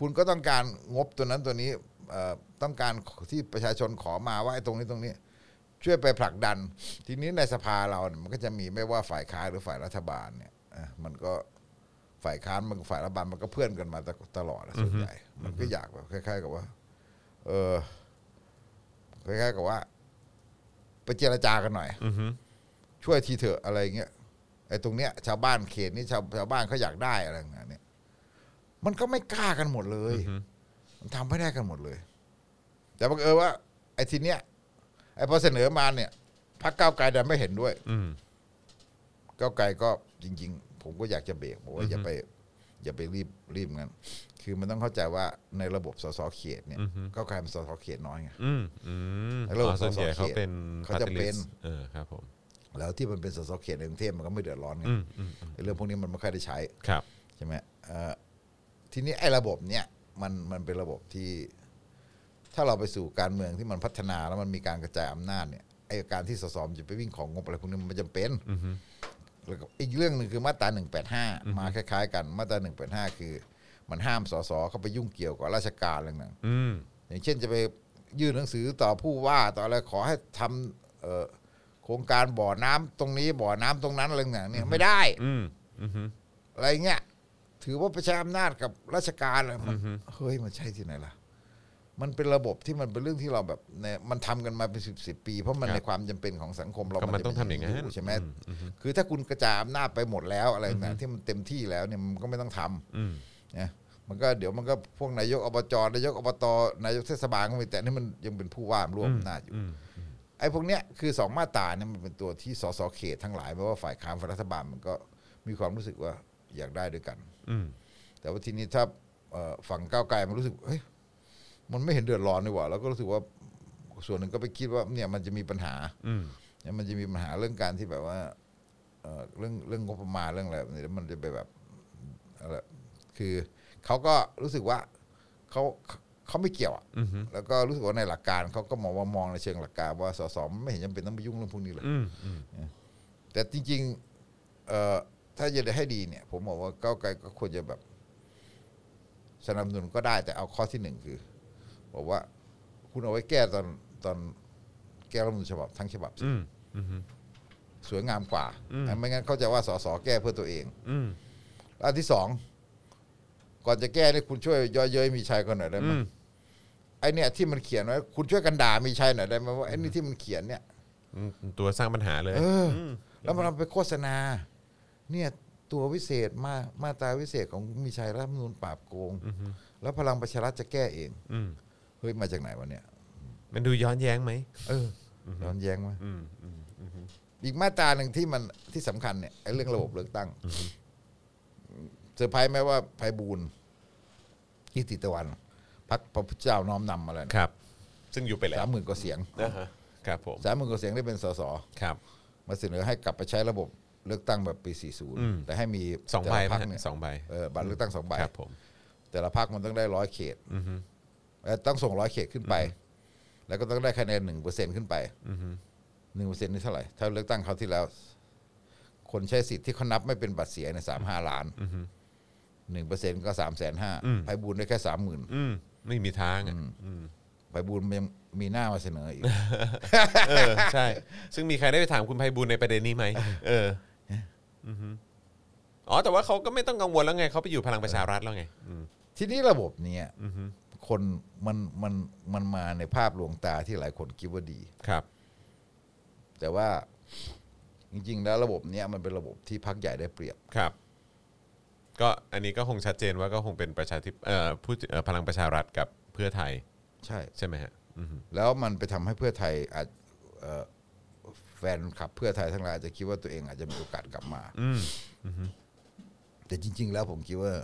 [SPEAKER 3] คุณก็ต้องการงบตัวนั้นตัวนี้เอ่อต้องการที่ประชาชนขอมาว่าไอ้ตรงนี้ตรงนี้ ช่วยไปผลักดัน ทีนี้ในสภาเราเนี่ยมันก็จะมีไม่ว่าฝ่ายค้านหรือฝ่ายรัฐบาลเนี่ยเอ่อมันก็ฝ่ายค้านมันกับฝ่ายรัฐบาลมันก็เพื่อนกันมาตตลอดอะส่วนใหญ่มันก็อยากแบบคล้าย ๆ กับว่า เออคล้ายๆกับว่า ไปเจรจากันหน่อย
[SPEAKER 2] อือฮึ
[SPEAKER 3] ช่วยทีเถอะอะไรเงี้ยไอ้ตรงเนี้ย ชาวบ้านเขตนี่ชาวชาวบ้านเขาอยากได้อะไรเงี้ยเนี่ยมันก็ไม่กล้ากันหมดเลย มันทำไม่ได้กันหมดเลย แต่บังเอิญว่าไอ้ทีเนี้ยไอ้พอเสนอมาเนี่ยพรรคก้าวไกลดันไม่เห็นด้วย
[SPEAKER 2] อืม
[SPEAKER 3] ก้าวไกลก็จริง ๆ ผมก็อยากจะเบรกบอกว่าอย่าไป อย่าไปรีบรีบงั้น คือมันต้องเข้าใจว่าในระบบสสเขตเนี่ยก้าวไกลเป็นสสเขตน้อยไง
[SPEAKER 2] อืมอืม
[SPEAKER 3] แล้วระบบ
[SPEAKER 2] อ๋อส่วนใหญ่
[SPEAKER 3] สสเขต
[SPEAKER 2] เขาเป็น
[SPEAKER 3] เขาจะเป็น
[SPEAKER 2] เออครับผม
[SPEAKER 3] แล้วที่มันเป็นสสเขตในกรุงเทพมันก็ไม่เดือดร้อนไง
[SPEAKER 2] อืมอืมอืม
[SPEAKER 3] ไอ้เรื่องพวกนี้มันไม่ค่อยได้ใช้
[SPEAKER 2] ครับ
[SPEAKER 3] ใช่ไหมเอ่อทีนี้ไอ้ระบบเนี่ยมันมันเป็นระบบที่ ถ้าเราไปสู่การเมืองที่มันพัฒนาแล้วมันมีการกระจายอำนาจเนี่ยไอ้การที่สสมนจะไปวิ่งของงบอะไรพวกนี้มันจำเป็น
[SPEAKER 2] อือฮึ
[SPEAKER 3] แล้วก็อีกเรื่องหนึ่งคือมาตรา185 มาคล้ายๆ กันมาตรา185 คือ มันห้ามสสเข้าไปยุ่งเกี่ยวกับราชการอะไรต่าง
[SPEAKER 2] อืม
[SPEAKER 3] ๆอย่างเช่นจะไปยื่นหนังสือต่อผู้ว่าต่ออะไรขอให้ทำเอ่อโครงการบ่อน้ำตรงนี้บ่อน้ำตรงนั้นอะไรต่างๆเนี่ยไม่ได้
[SPEAKER 2] อืมอืม
[SPEAKER 3] อะไรเงี้ยถือว่าประชาอำนาจกับราชการเลยมันเฮ้ยมันใช่ที่ไหนล่ะ มันเป็นระบบที่มันเป็นเรื่องที่เราแบบเนี่ยมันทำกันมาเป็นสิบสิบปี เพราะมันในความจำเป็นของสังคมเรา
[SPEAKER 2] ก็มัน
[SPEAKER 3] จะ
[SPEAKER 2] ต้องทำอย่างนั้น
[SPEAKER 3] ใช่ไหม
[SPEAKER 2] อืม
[SPEAKER 3] คือถ้าคุณกระจายอำนาจไปหมดแล้วอะไรนะที่มันเต็มที่แล้วเนี่ยมันก็ไม่ต้องทำ
[SPEAKER 2] อืม
[SPEAKER 3] นะมันก็เดี๋ยวมันก็พวกนายกอบจนายกอบตนายกเทศบาลก็มีแต่นี่มันยังเป็นผู้ว่าร่วมอำนาจอยู่
[SPEAKER 2] อืม
[SPEAKER 3] ไอ้พวกเนี้ยคือสองมาตราเนี่ยมันเป็นตัวที่สสเขตทั้งหลายไม่ว่าฝ่ายค้านฝ่ายรัฐบาลมันก็มีความรู้สึกว่าอยากได้ด้วยกัน
[SPEAKER 2] อืม
[SPEAKER 3] แต่ว่าทีนี้ถ้าเอ่อฝั่งก้าวไกลมันรู้สึกเอ้ยมันไม่เห็นเดือดร้อนดีกว่า แล้วก็รู้สึกว่าส่วนหนึ่งก็ไปคิดว่าเนี่ยมันจะมีปัญหา
[SPEAKER 2] อืม
[SPEAKER 3] เนี่ยมันจะมีปัญหาเรื่องการที่แบบว่าเอ่อเรื่องเรื่องงบประมาณเรื่องอะไรแบบนี้แล้วมันจะไปแบบอะไรคือเขาก็รู้สึกว่าเขาเขาไม่เกี่ยวอะ
[SPEAKER 2] อืม
[SPEAKER 3] แล้วก็รู้สึกว่าในหลักการเขาก็มองว่ามองในเชิงหลักการว่าสสไม่เห็นจำเป็นต้องไปยุ่งเรื่องพวกนี้เลย
[SPEAKER 2] อืมอืม
[SPEAKER 3] แต่จริงๆเอ่อถ้าจะได้ให้ดีเนี่ย ผมบอกว่าก้าวไกลก็ควรจะแบบ สนับสนุนก็ได้ แต่เอาข้อที่หนึ่งคือ บอกว่า คุณเอาไว้แก้ตอนตอนแก้รัฐธรรมนูญฉบับทั้งฉบับสิ
[SPEAKER 2] อืมอืม
[SPEAKER 3] สวยงามกว่า
[SPEAKER 2] อืม
[SPEAKER 3] ไม่งั้นเขาจะว่าสสแก้เพื่อตัวเอง
[SPEAKER 2] อืม
[SPEAKER 3] แล้วอันที่สองก่อนจะแก้เนี่ยคุณช่วยย่อเย้ยมีชัยก่อนหน่อยได้ไหม
[SPEAKER 2] อืม
[SPEAKER 3] ไอเนี่ยที่มันเขียนไว้คุณช่วยกันด่ามีชัยหน่อยได้ไหมว่าไอนี่ที่มันเขียนเนี่ย
[SPEAKER 2] อืมตัวสร้างปัญหาเลย
[SPEAKER 3] เอออแล้วมันเอาไปโฆษณา เนี่ยตัววิเศษมามาตราวิเศษของมีชัยรัฐธรรมนูญปราบโกง แล้วพลังประชารัฐจะแก้เอง
[SPEAKER 2] อืม
[SPEAKER 3] เฮ้ยมาจากไหนวะเนี่ย
[SPEAKER 2] มันดูย้อนแย้งไหม
[SPEAKER 3] เออย้อนแย้งมาก
[SPEAKER 2] อืมอืมอืม
[SPEAKER 3] อีกมาตราหนึ่งที่มันที่สำคัญเนี่ยไอ้เรื่องระบบเลือกตั้งเซอร์ไพรส์ไหมว่าไพบูลย์กิติตะวันพักพระพุทธเจ้าน้อมนำอะไร
[SPEAKER 2] ครับ ซึ่งอยู่ไปแล้
[SPEAKER 3] สาว มหมื่นกว่าเสียง
[SPEAKER 2] นะฮะครับผม
[SPEAKER 3] สามหมื่นกว่าเสียงได้เป็นสส
[SPEAKER 2] ครับ
[SPEAKER 3] มาเสนอให้กลับไปใช้ระบบเลือกตั้งแบบปี
[SPEAKER 2] อืม
[SPEAKER 3] 40 แต่ให้มี
[SPEAKER 2] สองใบ
[SPEAKER 3] แต่ละ
[SPEAKER 2] นะ
[SPEAKER 3] พรรค
[SPEAKER 2] ฮะ
[SPEAKER 3] เนี่ย
[SPEAKER 2] สองใบ
[SPEAKER 3] เออบัตรเลือกตั้งสองใบ
[SPEAKER 2] ครับผม
[SPEAKER 3] แต่ละพักมันต้องได้ร้อยเขตเอ่อต้องส่งร้อยเขตขึ้นไป แล้วก็ต้องได้คะแนนหนึ่งเปอร์เซ็นขึ้นไปหนึ่งเปอร์เซ็นนี่เท่าไหร่ ถ้าเลือกตั้งคราวที่แล้ว คนใช้สิทธิ์ที่เขานับไม่เป็นบัตรเสียเนี่ยสามห้าล้านหนึ่งเปอร์เซ็นก็สามแสนห้า
[SPEAKER 2] อืม
[SPEAKER 3] ไพบูลย์ได้แค่สามหมื่น
[SPEAKER 2] อืมไม่มีทางอ่ะอืม
[SPEAKER 3] ไพบูลย์มันยังมีหน้ามาเสนออีก
[SPEAKER 2] เออใช่ ซึ่งมีใครได้ไปถามคุณไพบูลย์ในประเด็นนี้ไหมเอออือฮึอ๋อแต่ว่าเขาก็ไม่ต้องกังวลแล้วไงเขาไปอยู่พลังประชารัฐแล้วไงอืม
[SPEAKER 3] ทีนี้ระบบเนี่ยคนมันมันมันมาในภาพลวงตาที่หลายคนคิดว่าดี
[SPEAKER 2] ครับ
[SPEAKER 3] แต่ว่าจริง ๆ แล้วระบบเนี้ยมันเป็นระบบที่พักใหญ่ได้เปรียบ
[SPEAKER 2] ครับ ก็อันนี้ก็คงชัดเจนว่าก็คงเป็นประชาธิปเอ่อผู้เอ่อพลังประชารัฐกับเพื่อไทย
[SPEAKER 3] ใช่
[SPEAKER 2] ใช่ไหมฮะอือฮึ
[SPEAKER 3] แล้วมันไปทำให้เพื่อไทยอาจเอ่อแฟนคลับเพื่อไทยทั้งหลายอาจจะคิดว่าตัวเองอาจจะมีโอกาสกลับมา
[SPEAKER 2] อืม
[SPEAKER 3] แต่จริง ๆ แล้วผมคิดว่า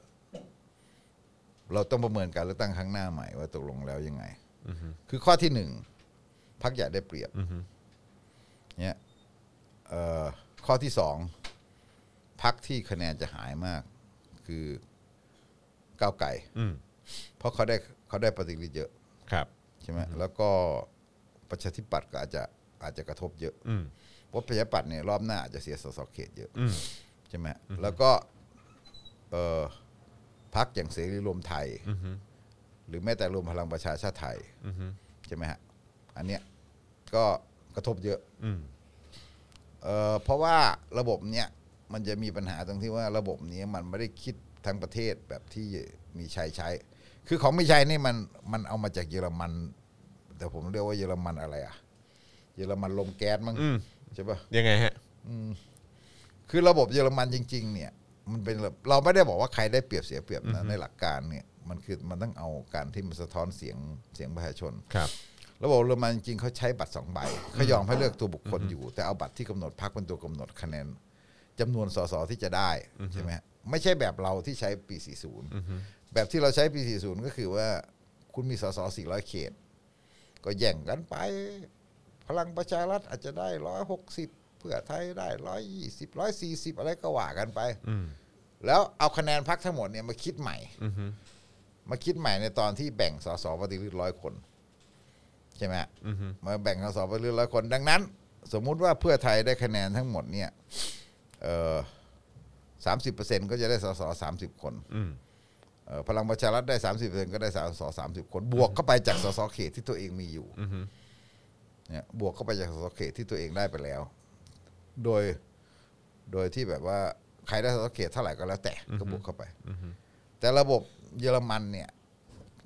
[SPEAKER 3] เราต้องประเมินการเลือกตั้งครั้งหน้าใหม่ว่าตกลงแล้วยังไงคือข้อที่หนึ่งพักใหญ่ได้เปรียบเนี่ยเอ่อข้อที่สองพักที่คะแนนจะหายมาก คือก้าวไก่
[SPEAKER 2] อืม
[SPEAKER 3] เพราะเขาได้เขาได้ปฏิกิริยาเยอะ
[SPEAKER 2] ครับ
[SPEAKER 3] ใช่ไหมแล้วก็ประชาธิปัตย์ก็อาจจะอาจจะกระทบเยอะ
[SPEAKER 2] อืม
[SPEAKER 3] เพราะประชาธิปัตย์เนี่ยรอบหน้าอาจจะเสียสสเขตเยอะ
[SPEAKER 2] อืม
[SPEAKER 3] ใช่ไหมฮะแล้วก็เออพักอย่างเสรีรวมไทย
[SPEAKER 2] อือฮึ
[SPEAKER 3] หรือแม้แต่รวมพลังประชาชาติไทย
[SPEAKER 2] อือฮึ
[SPEAKER 3] ใช่ไหมฮะอันเนี้ยก็กระทบเยอะ
[SPEAKER 2] อืม
[SPEAKER 3] เออเพราะว่าระบบเนี้ยมันจะมีปัญหาตรงที่ว่าระบบเนี้ยมันไม่ได้คิดทั้งประเทศแบบที่มีชัยใช้ คือของมีชัยนี่มันมันเอามาจากเยอรมัน แต่ผมเรียกว่าเยอรมันอะไรอะเยอรมันลมแก๊สมั้ง
[SPEAKER 2] อืม
[SPEAKER 3] ใช่ปะ
[SPEAKER 2] ยังไงฮะ
[SPEAKER 3] คือระบบเยอรมันจริง ๆ เนี่ย มันเป็นระบบเราไม่ได้บอกว่าใครได้เปรียบเสียเปรียบนะในหลักการเนี่ยมันคือมันต้องเอาการที่มันสะท้อนเสียงเสียงประชาชน
[SPEAKER 2] ครับ
[SPEAKER 3] ระบบเยอรมันจริงๆเขาใช้บัตรสองใบเขายอมให้เลือกตัวบุคคลอยู่ แต่เอาบัตรที่กำหนดพรรคเป็นตัวกำหนดคะแนนจำนวนสสที่จะได้ใช่ไหมฮะไม่ใช่แบบเราที่ใช้ปี 40 แบบที่เราใช้ปี 40 ก็คือว่าคุณมีสส400 เขต ก็แย่งกันไป พลังประชารัฐอาจจะได้ 160 เพื่อไทยได้ 120 140 อะไรก็ว่ากันไป
[SPEAKER 2] อืม
[SPEAKER 3] แล้วเอาคะแนนพรรคทั้งหมดเนี่ยมาคิดใหม่
[SPEAKER 2] อือฮึ
[SPEAKER 3] มาคิดใหม่ในตอนที่แบ่งสสปฏิรูปร้อยคนใช่ไหมฮะ
[SPEAKER 2] อือฮึ
[SPEAKER 3] มาแบ่งกันสอบไปเรื่อยๆคน ดังนั้น สมมุติว่าเพื่อไทยได้คะแนนทั้งหมดเนี่ยเออสามสิบเปอร์เซ็นก็จะได้สสสามสิบคน
[SPEAKER 2] อืม
[SPEAKER 3] เอ่อพลังประชารัฐได้สามสิบเปอร์เซ็นก็ได้สสสามสิบคน บวกเข้าไปจากสสเขตที่ตัวเองมีอยู่
[SPEAKER 2] อือฮึ
[SPEAKER 3] เนี่ยบวกเข้าไปจากสสเขตที่ตัวเองได้ไปแล้ว โดยโดยที่แบบว่าใครได้สสเขตเท่าไหร่ก็แล้วแต่ก็บวกเข้าไป
[SPEAKER 2] อือฮึ
[SPEAKER 3] แต่ระบบเยอรมันเนี่ย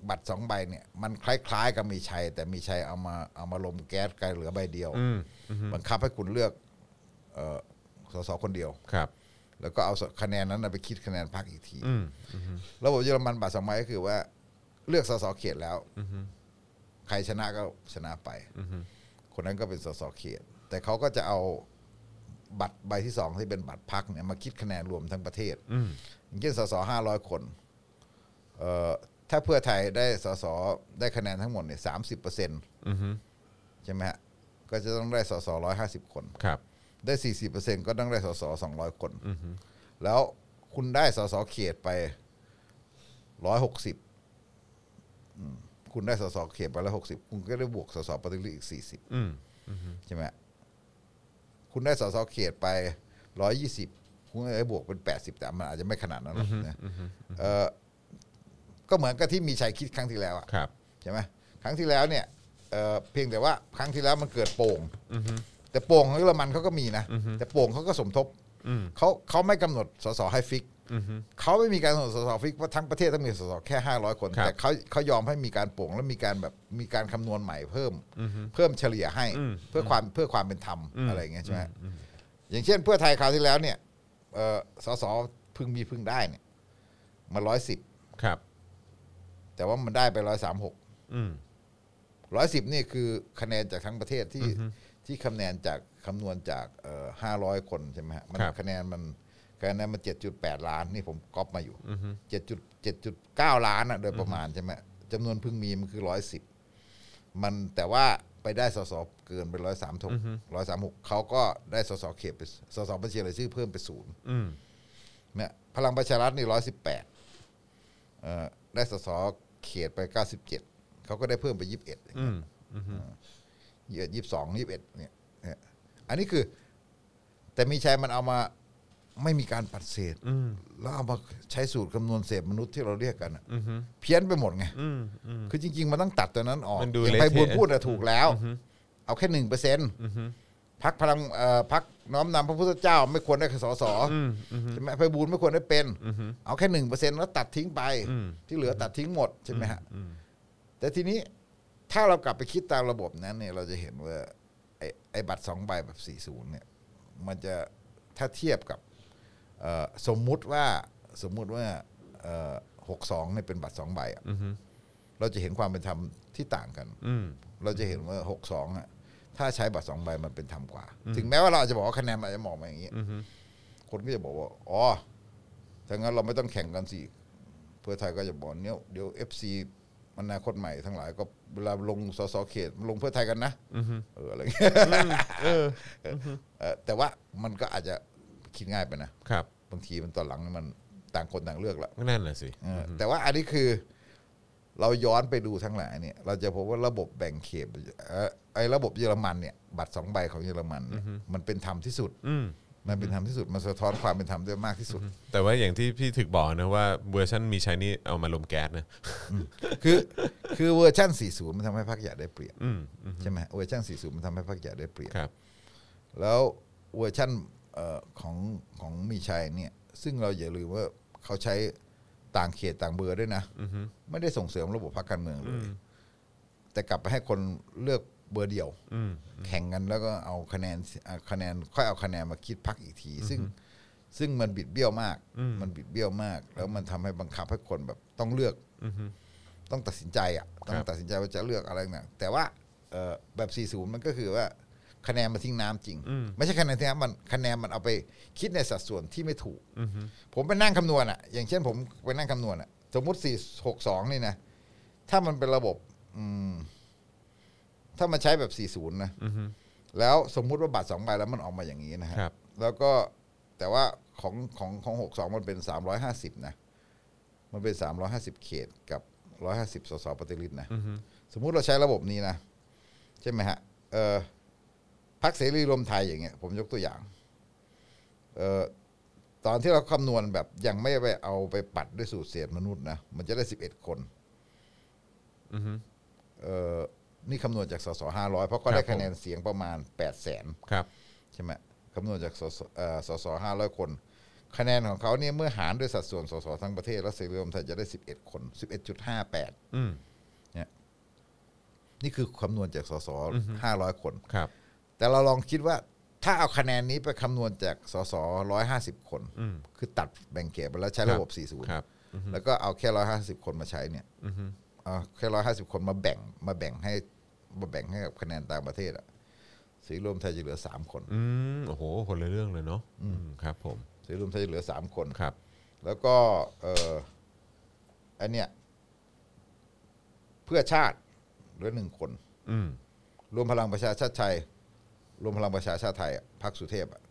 [SPEAKER 3] บัตรสองใบเนี่ยมันคล้าย ๆ กับมีชัย แต่มีชัยเอามาเอามาลมแก๊สกันเหลือใบเดียว
[SPEAKER 2] อืมอือฮึ
[SPEAKER 3] บังคับให้คุณเลือกเอ่อสสคนเดียว
[SPEAKER 2] ครับ
[SPEAKER 3] แล้วก็เอาคะแนนนั้นนะไปคิดคะแนนพรรคอีกที
[SPEAKER 2] อืมอือฮึ
[SPEAKER 3] ระบบเยอรมันบัตรสองใบก็คือว่า เลือกสสเขตแล้ว
[SPEAKER 2] อือฮึ
[SPEAKER 3] ใครชนะก็ชนะไป
[SPEAKER 2] อือฮึ
[SPEAKER 3] คนนั้นก็เป็นสสเขต แต่เขาก็จะเอาบัตรใบที่สองที่เป็นบัตรพรรคเนี่ยมาคิดคะแนนรวมทั้งประเทศ
[SPEAKER 2] อืม
[SPEAKER 3] อย่างเช่นสสห้าร้อยคนเอ่อถ้าเพื่อไทยได้สสได้คะแนนทั้งหมดเนี่ยสามสิบเปอร์เซ็นต์
[SPEAKER 2] อือฮึ
[SPEAKER 3] ใช่ไหมฮะก็จะต้องได้สสร้อยห้าสิบคน
[SPEAKER 2] ครับ
[SPEAKER 3] ได้สี่สิบเปอร์เซ็นต์ก็ต้องได้สสสองร้อยคน
[SPEAKER 2] อือฮึ
[SPEAKER 3] แล้วคุณได้สสเขตไปร้อยหกสิบคุณได้สสเขตไปร้อยหกสิบคุณก็ได้บวกสสปฏิรูปอีกสี่สิบ
[SPEAKER 2] อืม
[SPEAKER 3] ใช่ไหมฮะคุณได้สสเขตไปร้อยยี่สิบคุณก็ได้บวกเป็นแปดสิบแต่มันอาจจะไม่ขนาดนั้นหรอกนะเอ่อก็เหมือนกับที่มีชัยคิดครั้งที่แล้วอะ
[SPEAKER 2] ครับ
[SPEAKER 3] ใช่ไหมครั้งที่แล้วเนี่ยเอ่อเพียงแต่ว่าครั้งที่แล้วมันเกิดโป่ง
[SPEAKER 2] อือฮึ
[SPEAKER 3] แต่โป่งของเยอรมันเขาก็มีนะ แต่โป่งเขาก็สมทบ
[SPEAKER 2] อืม
[SPEAKER 3] เขาเขาไม่กำหนดสสให้ฟิก
[SPEAKER 2] อือฮึ
[SPEAKER 3] เขาไม่มีการกำหนดสสฟิกว่าทั้งประเทศต้องมีสสแค่ 500 คน
[SPEAKER 2] ครับ
[SPEAKER 3] แต่เขาเขายอมให้มีการโป่งและมีการแบบมีการคำนวณใหม่เพิ่ม
[SPEAKER 2] อือฮึ
[SPEAKER 3] เพิ่มเฉลี่ยให้
[SPEAKER 2] อืม
[SPEAKER 3] เพื่อความเพื่อความเป็นธรรม
[SPEAKER 2] อืม
[SPEAKER 3] อะไรอย่างเงี้ยใช่ไหมอย่างเช่น เพื่อไทยคราวที่แล้วเนี่ยเอ่อสสพึงมีพึงได้เนี่ยมาร้อยสิบ
[SPEAKER 2] ครับ
[SPEAKER 3] แต่ว่ามันได้ไปร้อยสามหก
[SPEAKER 2] อืม
[SPEAKER 3] ร้อยสิบนี่คือคะแนนจากทั้งประเทศที่ที่คะแนนจากคำนวณจากห้าร้อยคนใช่ไหมฮะมัน
[SPEAKER 2] ครับ
[SPEAKER 3] คะแนนมันคะแนนมันเจ็ดจุดแปดล้านนี่ผมก๊อปมาอยู่เจ็ดจุดเจ็ดจุดเก้าล้านอะโดยประมาณใช่ไหมจำนวนเพึ่งมีมันคือร้อยสิบมันแต่ว่าไปได้สสเกินไปร้อยสามหกร้อยสามหกเขาก็ได้สสเขตไปสสบัญชีรายชื่อเพิ่มไปศูนย์
[SPEAKER 2] อืม
[SPEAKER 3] เนี่ยพลังประชารัฐนี่ร้อยสิบแปดได้สสเขตไปเก้าสิบเจ็ดเขาก็ได้เพิ่มไปยี่สิบเอ็ด
[SPEAKER 2] อืม
[SPEAKER 3] ยี่สิบสองยี่สิบเอ็ดเนี่ยเนี่ยอันนี้คือ แต่มีชัยมันเอามาไม่มีการปัดเศษแล้วเอามาใช้สูตรคำนวณเศษมนุษย์ที่เราเรียกกันอะเพี้ยนไปหมดไงคือจริง ๆ มันต้องตัดตัวนั้นออก
[SPEAKER 2] มันดู
[SPEAKER 3] อย่าง
[SPEAKER 2] เละ
[SPEAKER 3] ไป
[SPEAKER 2] เทะ
[SPEAKER 3] บุญพูดอะถูกแล้ว เอาแค่หนึ่งเปอร์เซ็นต์พักพลังเอ่อพักน้อมนำพระพุทธเจ้า ไม่ควรได้สอสออใช่ไหมไพบูลย์ไม่ควรได้เป็น เอาแค่หนึ่งเปอร์เซ็นต์แล้วตัดทิ้งไป ที่เหลือตัดทิ้งหมดใช่ไหมฮะแต่ทีนี้ถ้าเรากลับไปคิดตามระบบนั้นเนี่ย เราจะเห็นว่า ไอ้ไอ้บัตรสองใบแบบสี่ศูนย์เนี่ย มันจะถ้าเทียบกับเอ่อสมมุติว่าสมมุติว่าหกสองเนี่ยเป็นบัตรสองใบอะเราจะเห็นความเป็นธรรมที่ต่างกัน
[SPEAKER 2] อืม
[SPEAKER 3] เราจะเห็นว่าหกสองอ่ะ ถ้าใช้บัตรสองใบมันเป็นธรรมกว่า ถึงแม้ว่าเราอาจจะบอกว่าคะแนนมันอาจจะมองมาอย่างนี้คนก็จะบอกว่า อ๋อถ้างั้นเราไม่ต้องแข่งกันสิเพื่อไทยก็จะบอกเนี่ยเดี๋ยวเอฟซีอนาคตใหม่ทั้งหลายก็เวลาลงสสเขตลงเพื่อไทยกันนะเอออะไรเงี้ยเออแต่ว่ามันก็อาจจะคิดง่ายไปนะครับ บางทีมันตอนหลังมันต่างคนต่างเลือกละ
[SPEAKER 2] นั่นแหละสิ
[SPEAKER 3] เออแต่ว่าอันนี้คือ เราย้อนไปดูทั้งหลายเนี่ย เราจะพบว่าระบบแบ่งเขตเอ่อไอ้ระบบเยอรมันเนี่ย บัตรสองใบของเยอรมันเนี่ยมันเป็นธรรมที่สุด
[SPEAKER 2] อืม
[SPEAKER 3] มันเป็นธรรมที่สุดมันสะท้อนความเป็นธรรมได้มากที่สุด
[SPEAKER 2] แต่ว่าอย่างที่พี่ถึกบอกนะว่าเวอร์ชันมีชัยนี่เอามาลมแก๊สนะ <laughs>
[SPEAKER 3] คือ คือเวอร์ชั่น 40 มันทำให้พรรคใหญ่ได้เปรียบ
[SPEAKER 2] อืมอืม
[SPEAKER 3] ใช่ไหมเวอร์ชัน 40 มันทำให้พรรคใหญ่ได้เปรียบ
[SPEAKER 2] ครับ
[SPEAKER 3] แล้วเวอร์ชั่นเอ่อของของมีชัยเนี่ย ซึ่งเราอย่าลืมว่าเขาใช้ต่างเขตต่างเบอร์ด้วยนะไม่ได้ส่งเสริมระบบพรรคการเมืองเลย แต่กลับไปให้คนเลือกเบอร์เดียวแข่งกันแล้วก็เอาคะแนนอ่าคะแนนค่อยเอาคะแนนมาคิดพักอีกที ซึ่งซึ่งมันบิดเบี้ยวมาก มันบิดเบี้ยวมาก แล้วมันทำให้บังคับให้คนแบบต้องเลือกต้องตัดสินใจอ่ะต้
[SPEAKER 2] ค
[SPEAKER 3] อง
[SPEAKER 2] รับ
[SPEAKER 3] ตัดสินใจว่าจะเลือกอะไรต่างแต่ว่าเอ่อแบบ 40 มันก็คือว่าคะแนนมันทิ้งน้ำจริง ไม่ใช่คะแนนทิ้งน้ำมันคะแนนมันเอาไปคิดในสัดส่วนที่ไม่ถูก ผมไปนั่งคำนวณอ่ะ อย่างเช่นผมไปนั่งคำนวณอ่ะ สมมติ462 นี่นะ ถ้ามันเป็นระบบ อืม ถ้ามันใช้แบบ 40 นะ แล้วสมมุติว่าบัตรสองใบแล้วมันออกมาอย่างนี้นะฮะ
[SPEAKER 2] ครับ
[SPEAKER 3] แล้วก็แต่ว่าของของของ 62 มันเป็น 350 นะ มันเป็น 350 เขตกับ 150 สสปฏิริษนะ สมมุติเราใช้ระบบนี้นะ ใช่ไหมฮะ เออพักเสรีรวมไทยอย่างเงี้ย ผมยกตัวอย่าง เออตอนที่เราคำนวณแบบยังไม่ไปเอาไปปัดด้วยสูตรเศษมนุษย์นะ มันจะได้ 11 คน
[SPEAKER 2] อือฮึ
[SPEAKER 3] เออนี่คำนวณจากสสห้าร้อยเพราะ
[SPEAKER 2] ค
[SPEAKER 3] ก็
[SPEAKER 2] รับ
[SPEAKER 3] ได้คะแนนเสียงประมาณแปดแสน
[SPEAKER 2] ครับ
[SPEAKER 3] ใช่ไหมคำนวณจากสสเอ่อสสห้าร้อยคน คะแนนของเขาเนี่ยเมื่อหารด้วยสัดส่วนสสทั้งประเทศ แล้วเสรีรวมไทยจะได้สิบเอ็ดคนสิบเอ็ดจุดห้าแปด
[SPEAKER 2] อืม
[SPEAKER 3] นี่คือคำนวณจากสสห้าร้อยคน
[SPEAKER 2] ครับ
[SPEAKER 3] แต่เราลองคิดว่าถ้าเอาคะแนนนี้ไปคำนวณจากสสร้อยห้าสิบคน
[SPEAKER 2] อืม
[SPEAKER 3] คือตัดแบ่งเขตไปแล้วใช้ระบบสี่ศูนย์
[SPEAKER 2] ครับ
[SPEAKER 3] แล้วก็เอาแค่ร้อยห้าสิบคนมาใช้เนี่ย
[SPEAKER 2] อือฮึ
[SPEAKER 3] เอาแค่ร้อยห้าสิบคนมาแบ่งมาแบ่งให้มาแบ่งให้กับคะแนนต่างประเทศอะสีรวมไทยจะเหลือสามคน
[SPEAKER 2] อืมโอ้โห คนละเรื่องเลยเนาะอืมครับ ผม
[SPEAKER 3] สีรวมไทยจะเหลือสามคน
[SPEAKER 2] ครับ
[SPEAKER 3] แล้วก็เอออันเนี้ยเพื่อชาติเหลือหนึ่งคน
[SPEAKER 2] อืม
[SPEAKER 3] รวมพลังประชาชาติไทยรวมพลังประชาชาติไทยอะพรรคสุเทพอะ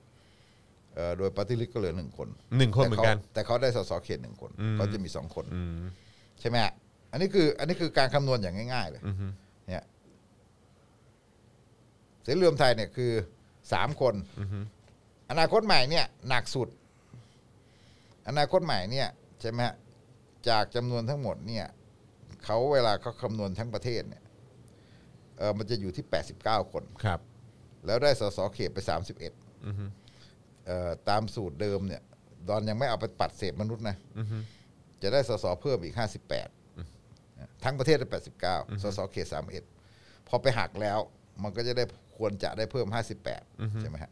[SPEAKER 3] เอ่อโดยปฏิริษก็เหลือหนึ่งคน
[SPEAKER 2] หนึ่งคนเหมือนกัน
[SPEAKER 3] แต่เขาแต่เขาได้สสเขตหนึ่งคน
[SPEAKER 2] อืม
[SPEAKER 3] ก็จะมีสองคน
[SPEAKER 2] อืม
[SPEAKER 3] ใช่ไหมฮะอันนี้คือ อันนี้คือการคำนวณอย่างง่าย ๆ เลย
[SPEAKER 2] อือฮึ
[SPEAKER 3] เนี่ยเสรีรวมไทยเนี่ยคือสามคน อนาคตใหม่เนี่ย หนักสุด อนาคตใหม่เนี่ยใช่ไหมฮะจากจำนวนทั้งหมดเนี่ยเขาเวลาเขาคำนวณทั้งประเทศเนี่ยเออมันจะอยู่ที่แปดสิบเก้าคน
[SPEAKER 2] ครับ
[SPEAKER 3] แล้วได้สสเขตไปสามสิบเอ็ด
[SPEAKER 2] อือฮึ
[SPEAKER 3] ตามสูตรเดิมเนี่ย ตอนยังไม่เอาไปปัดเศษมนุษย์นะ
[SPEAKER 2] อือฮึ
[SPEAKER 3] จะได้สสเพิ่มอีกห้าสิบแปดทั้งประเทศได้แปดสิบเก้าสสเขตสามเอ็ดพอไปหักแล้ว มันก็จะได้ควรจะได้เพิ่มห้าสิบแปดใช่ไหมฮะ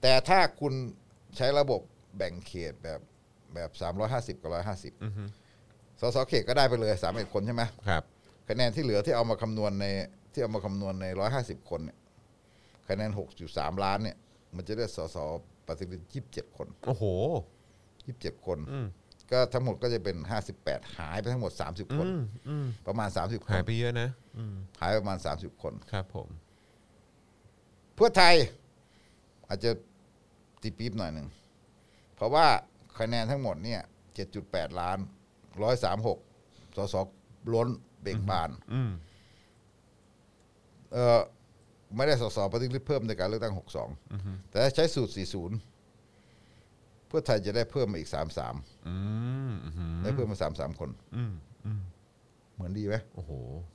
[SPEAKER 3] แต่ถ้าคุณใช้ระบบแบ่งเขตแบบแบบสามร้อยห้าสิบกับร้อยห้าสิบสสเขตก็ได้ไปเลยสามเอ็ดคนใช่ไหม
[SPEAKER 2] ครับ
[SPEAKER 3] คะแนนที่เหลือที่เอามาคำนวณในที่เอามาคำนวณในร้อยห้าสิบคนเนี่ยคะแนนหกจุดสามล้านเนี่ย มันจะได้สสปฏิริษียี่สิบเจ็ดคน
[SPEAKER 2] โอ้โห
[SPEAKER 3] ยี่สิบเจ็ดคน
[SPEAKER 2] อืม
[SPEAKER 3] ก็ทั้งหมดก็จะเป็นห้าสิบแปดหายไปทั้งหมดสามสิบคน
[SPEAKER 2] อืมอืม
[SPEAKER 3] ประมาณสามสิบค
[SPEAKER 2] หาย
[SPEAKER 3] น
[SPEAKER 2] ไปเยอะนะอืม
[SPEAKER 3] หายประมาณสามสิบคน
[SPEAKER 2] ครับผม
[SPEAKER 3] เพื่อไทยอาจจะติดปี๊บหน่อยหนึ่ง เพราะว่าคะแนนทั้งหมดเนี่ยเจ็ดจุดแปดล้านร้อยสามหกสสล้นเบ่งบาน
[SPEAKER 2] อืม
[SPEAKER 3] เออไม่ได้สสปฏิริษีเพิ่มในการเลือกตั้งหกสองแต่ถ้าใช้สูตรสี่ศูนย์เพื่อไทยจะได้เพิ่มมาอีกสามสาม
[SPEAKER 2] อืมอืม
[SPEAKER 3] ได้เพิ่มมาสามสามคน
[SPEAKER 2] อืมอืม
[SPEAKER 3] เหมือนดีไหม
[SPEAKER 2] โอ้โห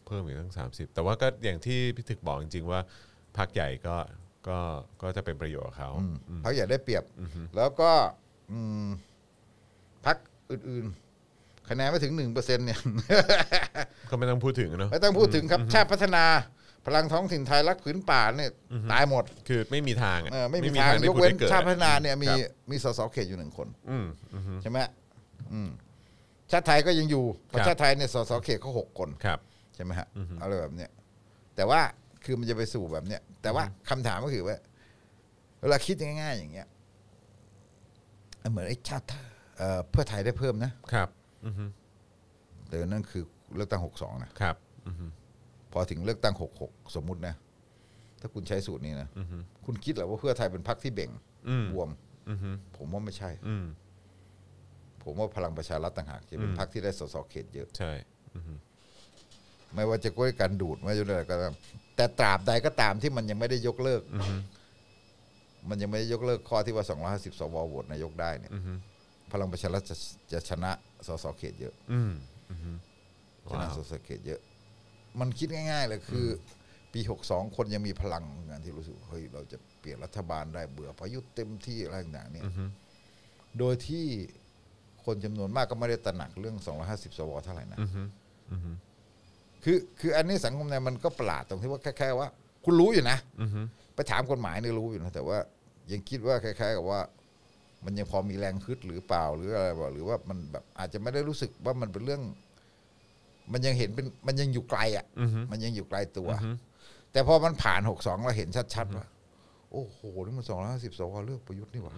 [SPEAKER 2] เพิ่มอีกตั้ง 30 แต่ว่าก็อย่างที่พี่ถึกบอกจริงๆว่าพักใหญ่ก็ก็ก็จะเป็นประโยชน์กับเขา
[SPEAKER 3] อืมพรรคใหญ่ได้เปรียบ แล้วก็อืมพรรคอื่นๆ คะแนนไม่ถึงหนึ่งเปอร์เซ็นเนี่ย <laughs>
[SPEAKER 2] ก็ไม่ต้องพูดถึงเนอะ
[SPEAKER 3] ไม่ต้องพูดถึงครับชาติพัฒนา พลังท้องถิ่นไทยรักผืนป่าเนี่ยตายหมด
[SPEAKER 2] คือไม่มีทางอะ
[SPEAKER 3] เออไม่มีทางย
[SPEAKER 2] ที่
[SPEAKER 3] กเว้น
[SPEAKER 2] คุณจะกิด
[SPEAKER 3] ชาติพัฒนาเนี่ยมี
[SPEAKER 2] ครับ
[SPEAKER 3] มีสสเขตอยู่หนึ่งคน
[SPEAKER 2] อืมอืม
[SPEAKER 3] ใช่ไหมอืมชาติไทยก็ยังอยู่เพราะ
[SPEAKER 2] ครับ
[SPEAKER 3] ชาติไทยเนี่ยสสเขตเขาหกคน
[SPEAKER 2] ครับ
[SPEAKER 3] ใช่ไหมฮะอะไรแบบเนี้ยแต่ว่าคือมันจะไปสู่แบบเนี้ยแต่ว่าคำถามก็คือว่าเวลาคิดง่ายๆอย่างเงี้ยเหมือนไอ้ชาติเอ่อเพื่อไทยได้เพิ่มนะครับ
[SPEAKER 2] อืม
[SPEAKER 3] แต่นั่นคือเลือกตั้งหกสองนะครับ
[SPEAKER 2] อืม
[SPEAKER 3] พอถึงเลือกตั้งหกหกสมมุตินะ ถ้าคุณใช้สูตรนี้นะ
[SPEAKER 2] อืม
[SPEAKER 3] คุณคิดเหรอว่าเพื่อไทยเป็นพรรคที่เบ่ง
[SPEAKER 2] อืม
[SPEAKER 3] บวม
[SPEAKER 2] อืม
[SPEAKER 3] ผมว่าไม่ใช่
[SPEAKER 2] อืม
[SPEAKER 3] ผมว่าพลังประชารัฐต่างหากจะเป็นพรรคที่ได้สสเขตเยอะ
[SPEAKER 2] ใช่อืม
[SPEAKER 3] ไม่ว่าจะก้วยการดูดไม่ว่าจะอะไรก็ตามแต่ตราบใดก็ตามที่มันยังไม่ได้ยกเลิก
[SPEAKER 2] อืม
[SPEAKER 3] มันยังไม่ได้ยกเลิกข้อที่ว่า 250 สวโหวตนายกได้เนี่ย
[SPEAKER 2] อืม
[SPEAKER 3] พลังประชารัฐจะจะชนะสสเขตเยอะ
[SPEAKER 2] อืมอืม
[SPEAKER 3] ชนะ
[SPEAKER 2] ว้าว
[SPEAKER 3] สสเขตเยอะ มันคิดง่าย ๆ เลยคือ ปี 62 คนยังมีพลังงานที่รู้สึกเฮ้ยเราจะเปลี่ยนรัฐบาลได้เบื่อพยุทธ์เต็มที่อะไรต่างๆเนี่ย
[SPEAKER 2] อืม
[SPEAKER 3] โดยที่คนจำนวนมากก็ไม่ได้ตระหนักเรื่อง 250 สวเท่าไหร่นะ
[SPEAKER 2] อืมอืม
[SPEAKER 3] คือคืออันนี้สังคมเนี่ยมันก็ประหลาดตรงที่ว่าแค่ๆว่า คุณรู้อยู่นะ
[SPEAKER 2] อืม
[SPEAKER 3] ไปถามกฎหมายเนี่ยรู้อยู่นะ แต่ว่ายังคิดว่าคล้ายๆกับว่า มันยังพอมีแรงคึดหรือเปล่าหรืออะไรแบบหรือว่ามันแบบอาจจะไม่ได้รู้สึกว่ามันเป็นเรื่อง มันยังเห็นเป็นมันยังอยู่ไกลอ่ะ
[SPEAKER 2] อืม
[SPEAKER 3] มันยังอยู่ไกลตัว
[SPEAKER 2] อือฮึ
[SPEAKER 3] แต่พอมันผ่านหกสองเราเห็นชัดๆว่าโอ้โหนี่มันสองร้อยห้าสิบสวเลือกประยุทธ์นี่หว่า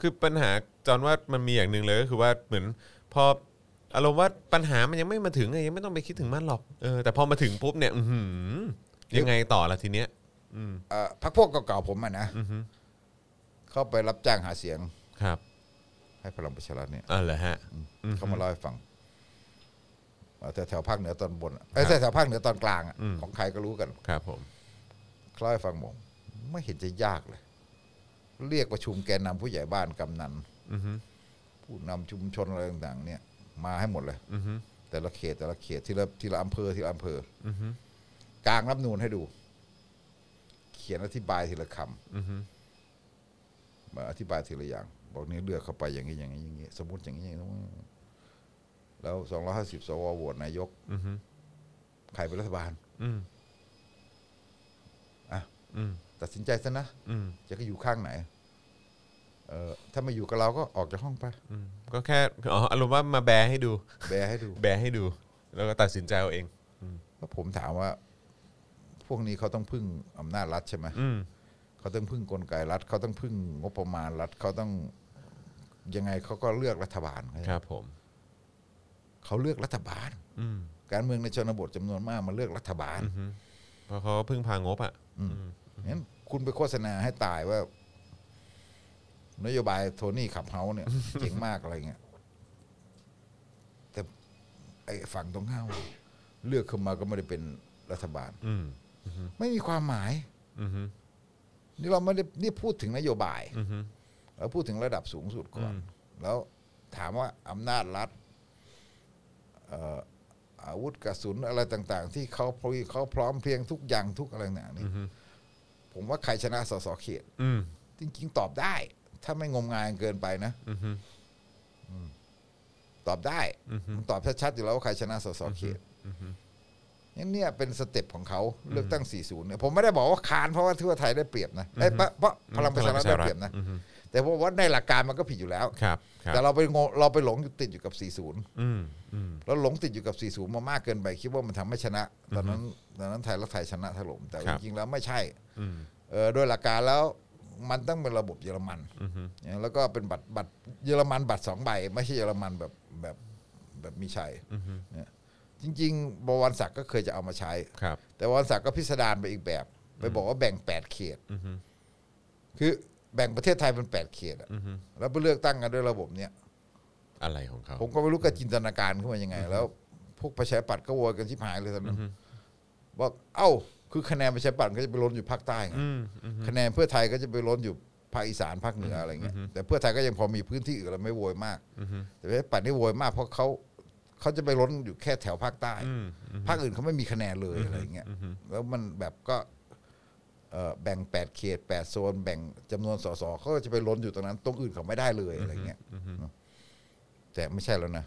[SPEAKER 2] คือปัญหาจอนว่ามันมีอย่างหนึ่งเลยก็คือว่าเหมือนพออารมณ์ว่าปัญหามันยังไม่มาถึงไงยังไม่ต้องไปคิดถึงมันหรอกเออแต่พอมาถึงปุ๊บเนี่ยอื้อหือยังไงต่อละทีเนี้ย อืม
[SPEAKER 3] เอ่อพักพวกเก่าๆผมอะนะ
[SPEAKER 2] อือฮึ
[SPEAKER 3] เข้าไปรับจ้างหาเสียง
[SPEAKER 2] ครับ
[SPEAKER 3] ให้พลังประชารัฐเนี่ย
[SPEAKER 2] อ่าเหรอฮะ
[SPEAKER 3] เขามาเล่าให้ฟังแต่แถวภาคเหนือตอนบนอะเอ้ยแต่แถวภาคเหนือตอนกลางอะ
[SPEAKER 2] อืม
[SPEAKER 3] ของใครก็รู้กัน
[SPEAKER 2] ครับผม
[SPEAKER 3] เล่าให้ฟังบอกไม่เห็นจะยากเลย เรียกประชุมแกนนำผู้ใหญ่บ้านกำนัน
[SPEAKER 2] อือฮึ
[SPEAKER 3] ผู้นำชุมชนอะไรต่างๆ เนี่ย มาให้หมดเลย
[SPEAKER 2] อือฮึ
[SPEAKER 3] แต่ละเขตแต่ละเขตทีละทีละอำเภอทีละอำเภอ
[SPEAKER 2] อือฮึ
[SPEAKER 3] กลางรับนูนให้ดู เขียนอธิบายทีละคำ
[SPEAKER 2] อือฮึ
[SPEAKER 3] มาอธิบายทีละอย่าง บอกนี่เลือกเข้าไปอย่างนี้อย่างนี้อย่างนี้สมมติอย่างนี้อย่างนี้แล้วสองร้อยห้าสิบสวโหวตนายก
[SPEAKER 2] อือฮึ
[SPEAKER 3] ใครเป็นรัฐบาล
[SPEAKER 2] อืม
[SPEAKER 3] อ่ะ
[SPEAKER 2] อืม
[SPEAKER 3] ตัดสินใจซะนะ
[SPEAKER 2] อืม
[SPEAKER 3] จะก็อยู่ข้างไหน เออถ้าไมาอยู่กับเราก็ออกจากห้องไป
[SPEAKER 2] อืมก็แค่อ๋ออารมณ์ว่ามาแบร์ให้ดู
[SPEAKER 3] แบให้ดู
[SPEAKER 2] แบร์ให้ดู แล้วก็ตัดสินใจเอาเอง
[SPEAKER 3] แล้วผมถามว่า พวกนี้เขาต้องพึ่งอำนาจรัฐใช่ไหม
[SPEAKER 2] อืม
[SPEAKER 3] เขาต้องพึ่งกลไกรัฐเขาต้องพึ่งงบประมาณรัฐเขาต้องยังไงเขาก็เลือกรัฐบาล
[SPEAKER 2] ครับผม
[SPEAKER 3] เขาเลือกรัฐบาล
[SPEAKER 2] อืม
[SPEAKER 3] การเมืองในชนบทจำนวนมากมาเลือกรัฐบาล
[SPEAKER 2] อือฮึเพราะเขาก็เพึ่งพางบอ่ะ
[SPEAKER 3] อืมงั้นคุณไปโฆษณาให้ตายว่า นโยบายโทนี่ขับเฮา <laughs> ส์เนี่ย เจ๋งมากอะไรเงี้ยแต่ไอ้ฝั่งตรงข้ามเลือกขึ้นมาก็ไม่ได้เป็นรัฐบาล
[SPEAKER 2] อืม
[SPEAKER 3] ไม่มีความหมาย
[SPEAKER 2] อือฮึ
[SPEAKER 3] นี่เราไม่ได้นี่พูดถึงนโยบาย
[SPEAKER 2] อือฮึ
[SPEAKER 3] เราพูดถึงระดับสูงสุดก่อน
[SPEAKER 2] อืม
[SPEAKER 3] แล้วถามว่าอำนาจรัฐเอ่ออาวุธกระสุนอะไรต่าง ๆ ที่เขาพรีเขาพร้อมเพรียงทุกอย่างทุกอะไรเนี่ยนี่
[SPEAKER 2] อือฮึ
[SPEAKER 3] ผมว่าใครชนะสสเขต
[SPEAKER 2] อืม
[SPEAKER 3] จริงๆตอบได้ ถ้าไม่งมงายเกินไปนะ
[SPEAKER 2] อือฮึ
[SPEAKER 3] ตอบได้
[SPEAKER 2] อือฮึ
[SPEAKER 3] มันตอบชัดๆอยู่แล้วว่าใครชนะสสเขตงั้นเนี่ยเป็นสเต็ปของเขาเลือกตั้ง 40เนี่ยผมไม่ได้บอกว่าคานเพราะว่าทั่วไทยได้เปรียบนะเอ้ยเพราะเพราะพลังประชารัฐได้เปรียบนะ
[SPEAKER 2] อือฮึ
[SPEAKER 3] แต่ว่าว่าในหลักการมันก็ผิดอยู่แล้ว
[SPEAKER 2] ครับครับ
[SPEAKER 3] แต่เราไปงงเราไปหลงอยู่ติดอยู่กับ 40
[SPEAKER 2] อืมอืม
[SPEAKER 3] แล้วหลงติดอยู่กับ 40 มามากเกินไป คิดว่ามันทำให้ชนะ ตอนนั้นตอนนั้นไทยรักไทยชนะถล่มแต่
[SPEAKER 2] ครั
[SPEAKER 3] จ
[SPEAKER 2] บ
[SPEAKER 3] ริงๆแล้วไม่ใช่
[SPEAKER 2] อืม
[SPEAKER 3] เออโดยหลักการแล้วมันต้องเป็นระบบเยอรมัน
[SPEAKER 2] อืม
[SPEAKER 3] เนี่ยแล้วก็เป็นบัตรบัตรเยอรมันบัตรสองใบ ไม่ใช่เยอรมันแบบแบบแบบมีชัย
[SPEAKER 2] อืม
[SPEAKER 3] เนี่ยจริง ๆ บวรศักดิ์ก็เคยจะเอามาใช้
[SPEAKER 2] ครับ
[SPEAKER 3] แต่บวรศักดิ์ก็พิสดารไปอีกแบบ ไปบอกว่าแบ่ง 8 เขต
[SPEAKER 2] อืม
[SPEAKER 3] คือแบ่งประเทศไทยเป็น 8 เขตอะ
[SPEAKER 2] อืม
[SPEAKER 3] แล้วไปเลือกตั้งกันด้วยระบบเนี่ย
[SPEAKER 2] อะไรของเขา
[SPEAKER 3] ผมก็ไม่รู้กับจินตนาการขึ้นมายังไง แล้ว พวกประชาธิปัตย์ก็โวยกันชิบหายเลยตอนนั้นบอกเอ้า คือคะแนนประชาธิปัตย์ก็จะไปล้นอยู่ภาคใต้ไง
[SPEAKER 2] อืมอืม
[SPEAKER 3] คะแนนเพื่อไทยก็จะไปล้นอยู่ภาคอีสานภาคเหนืออะไรเงี้ยแต่เพื่อไทยก็ยังพอมีพื้นที่อื่นเราไม่โวยมากแต่ประชาธิปัตย์นี่โวยมาก เพราะเขาเขาจะไปล้นอยู่แค่แถวภาคใต้
[SPEAKER 2] อืม
[SPEAKER 3] ภาคอื่นเขาไม่มีคะแนนเลยอะไรเงี้ยแล้วมันแบบก็เอ่อแบ่งแปดเขตแปดโซน แบ่งจำนวนสสเขาก็จะไปล้นอยู่ตรงนั้น ตรงอื่นเขาไม่ได้เลยอะไรเงี้ยแต่ไม่ใช่แล้วนะ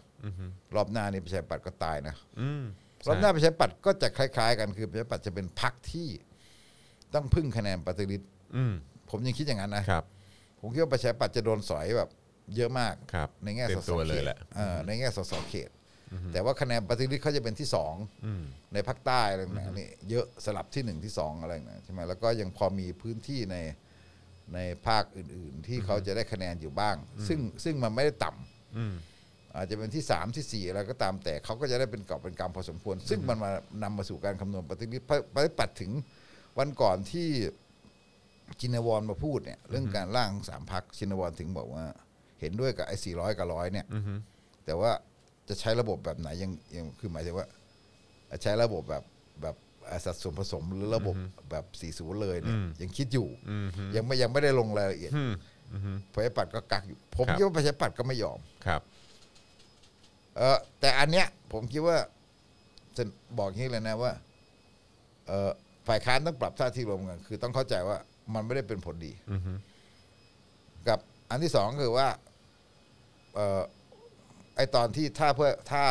[SPEAKER 3] รอบหน้านี่ประชาธิปัตย์ก็ตายนะ
[SPEAKER 2] อืม
[SPEAKER 3] รอบหน้าประชาธิปัตย์ก็จะคล้าย ๆ กันคือประชาธิปัตย์จะเป็นพรรคที่ต้องพึ่งคะแนนปฏิริษ
[SPEAKER 2] อืม
[SPEAKER 3] ผมยังคิดอย่างนั้นนะ
[SPEAKER 2] ครับ
[SPEAKER 3] ผมคิดว่าประชาธิปัตย์จะโดนสอยแบบ เยอะมาก
[SPEAKER 2] ครับ
[SPEAKER 3] ในแง่
[SPEAKER 2] เต็
[SPEAKER 3] ส
[SPEAKER 2] ม
[SPEAKER 3] ส
[SPEAKER 2] ตัว
[SPEAKER 3] เข
[SPEAKER 2] เลย
[SPEAKER 3] ต
[SPEAKER 2] แหละ
[SPEAKER 3] เออในแง่สสเขต แต่ว่าคะแนนปฏิริษีเขาจะเป็นที่สอง
[SPEAKER 2] อืม
[SPEAKER 3] ในภาคใต้อะไรแบบนี้นี่เยอะสลับที่หนึ่งที่สองอะไรนะใช่ไหมแล้วก็ยังพอมีพื้นที่ในในภาคอื่น ๆ ที่เขาจะได้คะแนนอยู่บ้าง ซึ่งซึ่งมันไม่ได้ต่ำ
[SPEAKER 2] อืม
[SPEAKER 3] อาจจะเป็นที่สามที่สี่อะไรก็ตามแต่เขาก็จะได้เป็นกอบเป็นกำพอสมควร ซึ่งมันมานำมาสู่การคำนวณปฏิริษีปฏิปัติถึงวันก่อนที่ ชินวรมาพูดเนี่ยเรื่องการร่างสามพักชินวรถึงบอกว่า เห็นด้วยกับไอ้สี่ร้อยกับร้อยเนี่ย
[SPEAKER 2] อืม
[SPEAKER 3] แต่ว่าจะใช้ระบบแบบไหนยังยังคือหมายถึงว่า ใช้ระบบแบบแบบอ่าสัดส่วนผสมหรือระบบแบบสี่ศูนย์เลยเนี่ยยังคิดอยู่
[SPEAKER 2] อืม
[SPEAKER 3] ยังไม่ยังไม่ได้ลงรายละเอียด
[SPEAKER 2] อืมอืม
[SPEAKER 3] ประชาธิปัตย์ก็กักอยู่ ผม
[SPEAKER 2] ครับ
[SPEAKER 3] คิดว่าประชาธิปัตย์ก็ไม่ยอม
[SPEAKER 2] ครับ
[SPEAKER 3] เออแต่อันเนี้ยผมคิดว่าจะบอกอย่างนี้เลยนะว่าเออฝ่ายค้านต้องปรับท่าทีรวมกันคือต้องเข้าใจว่ามันไม่ได้เป็นผลดี
[SPEAKER 2] อืม
[SPEAKER 3] กับอันที่สองคือว่าเออไอตอนที่ถ้าเพื่อถ้า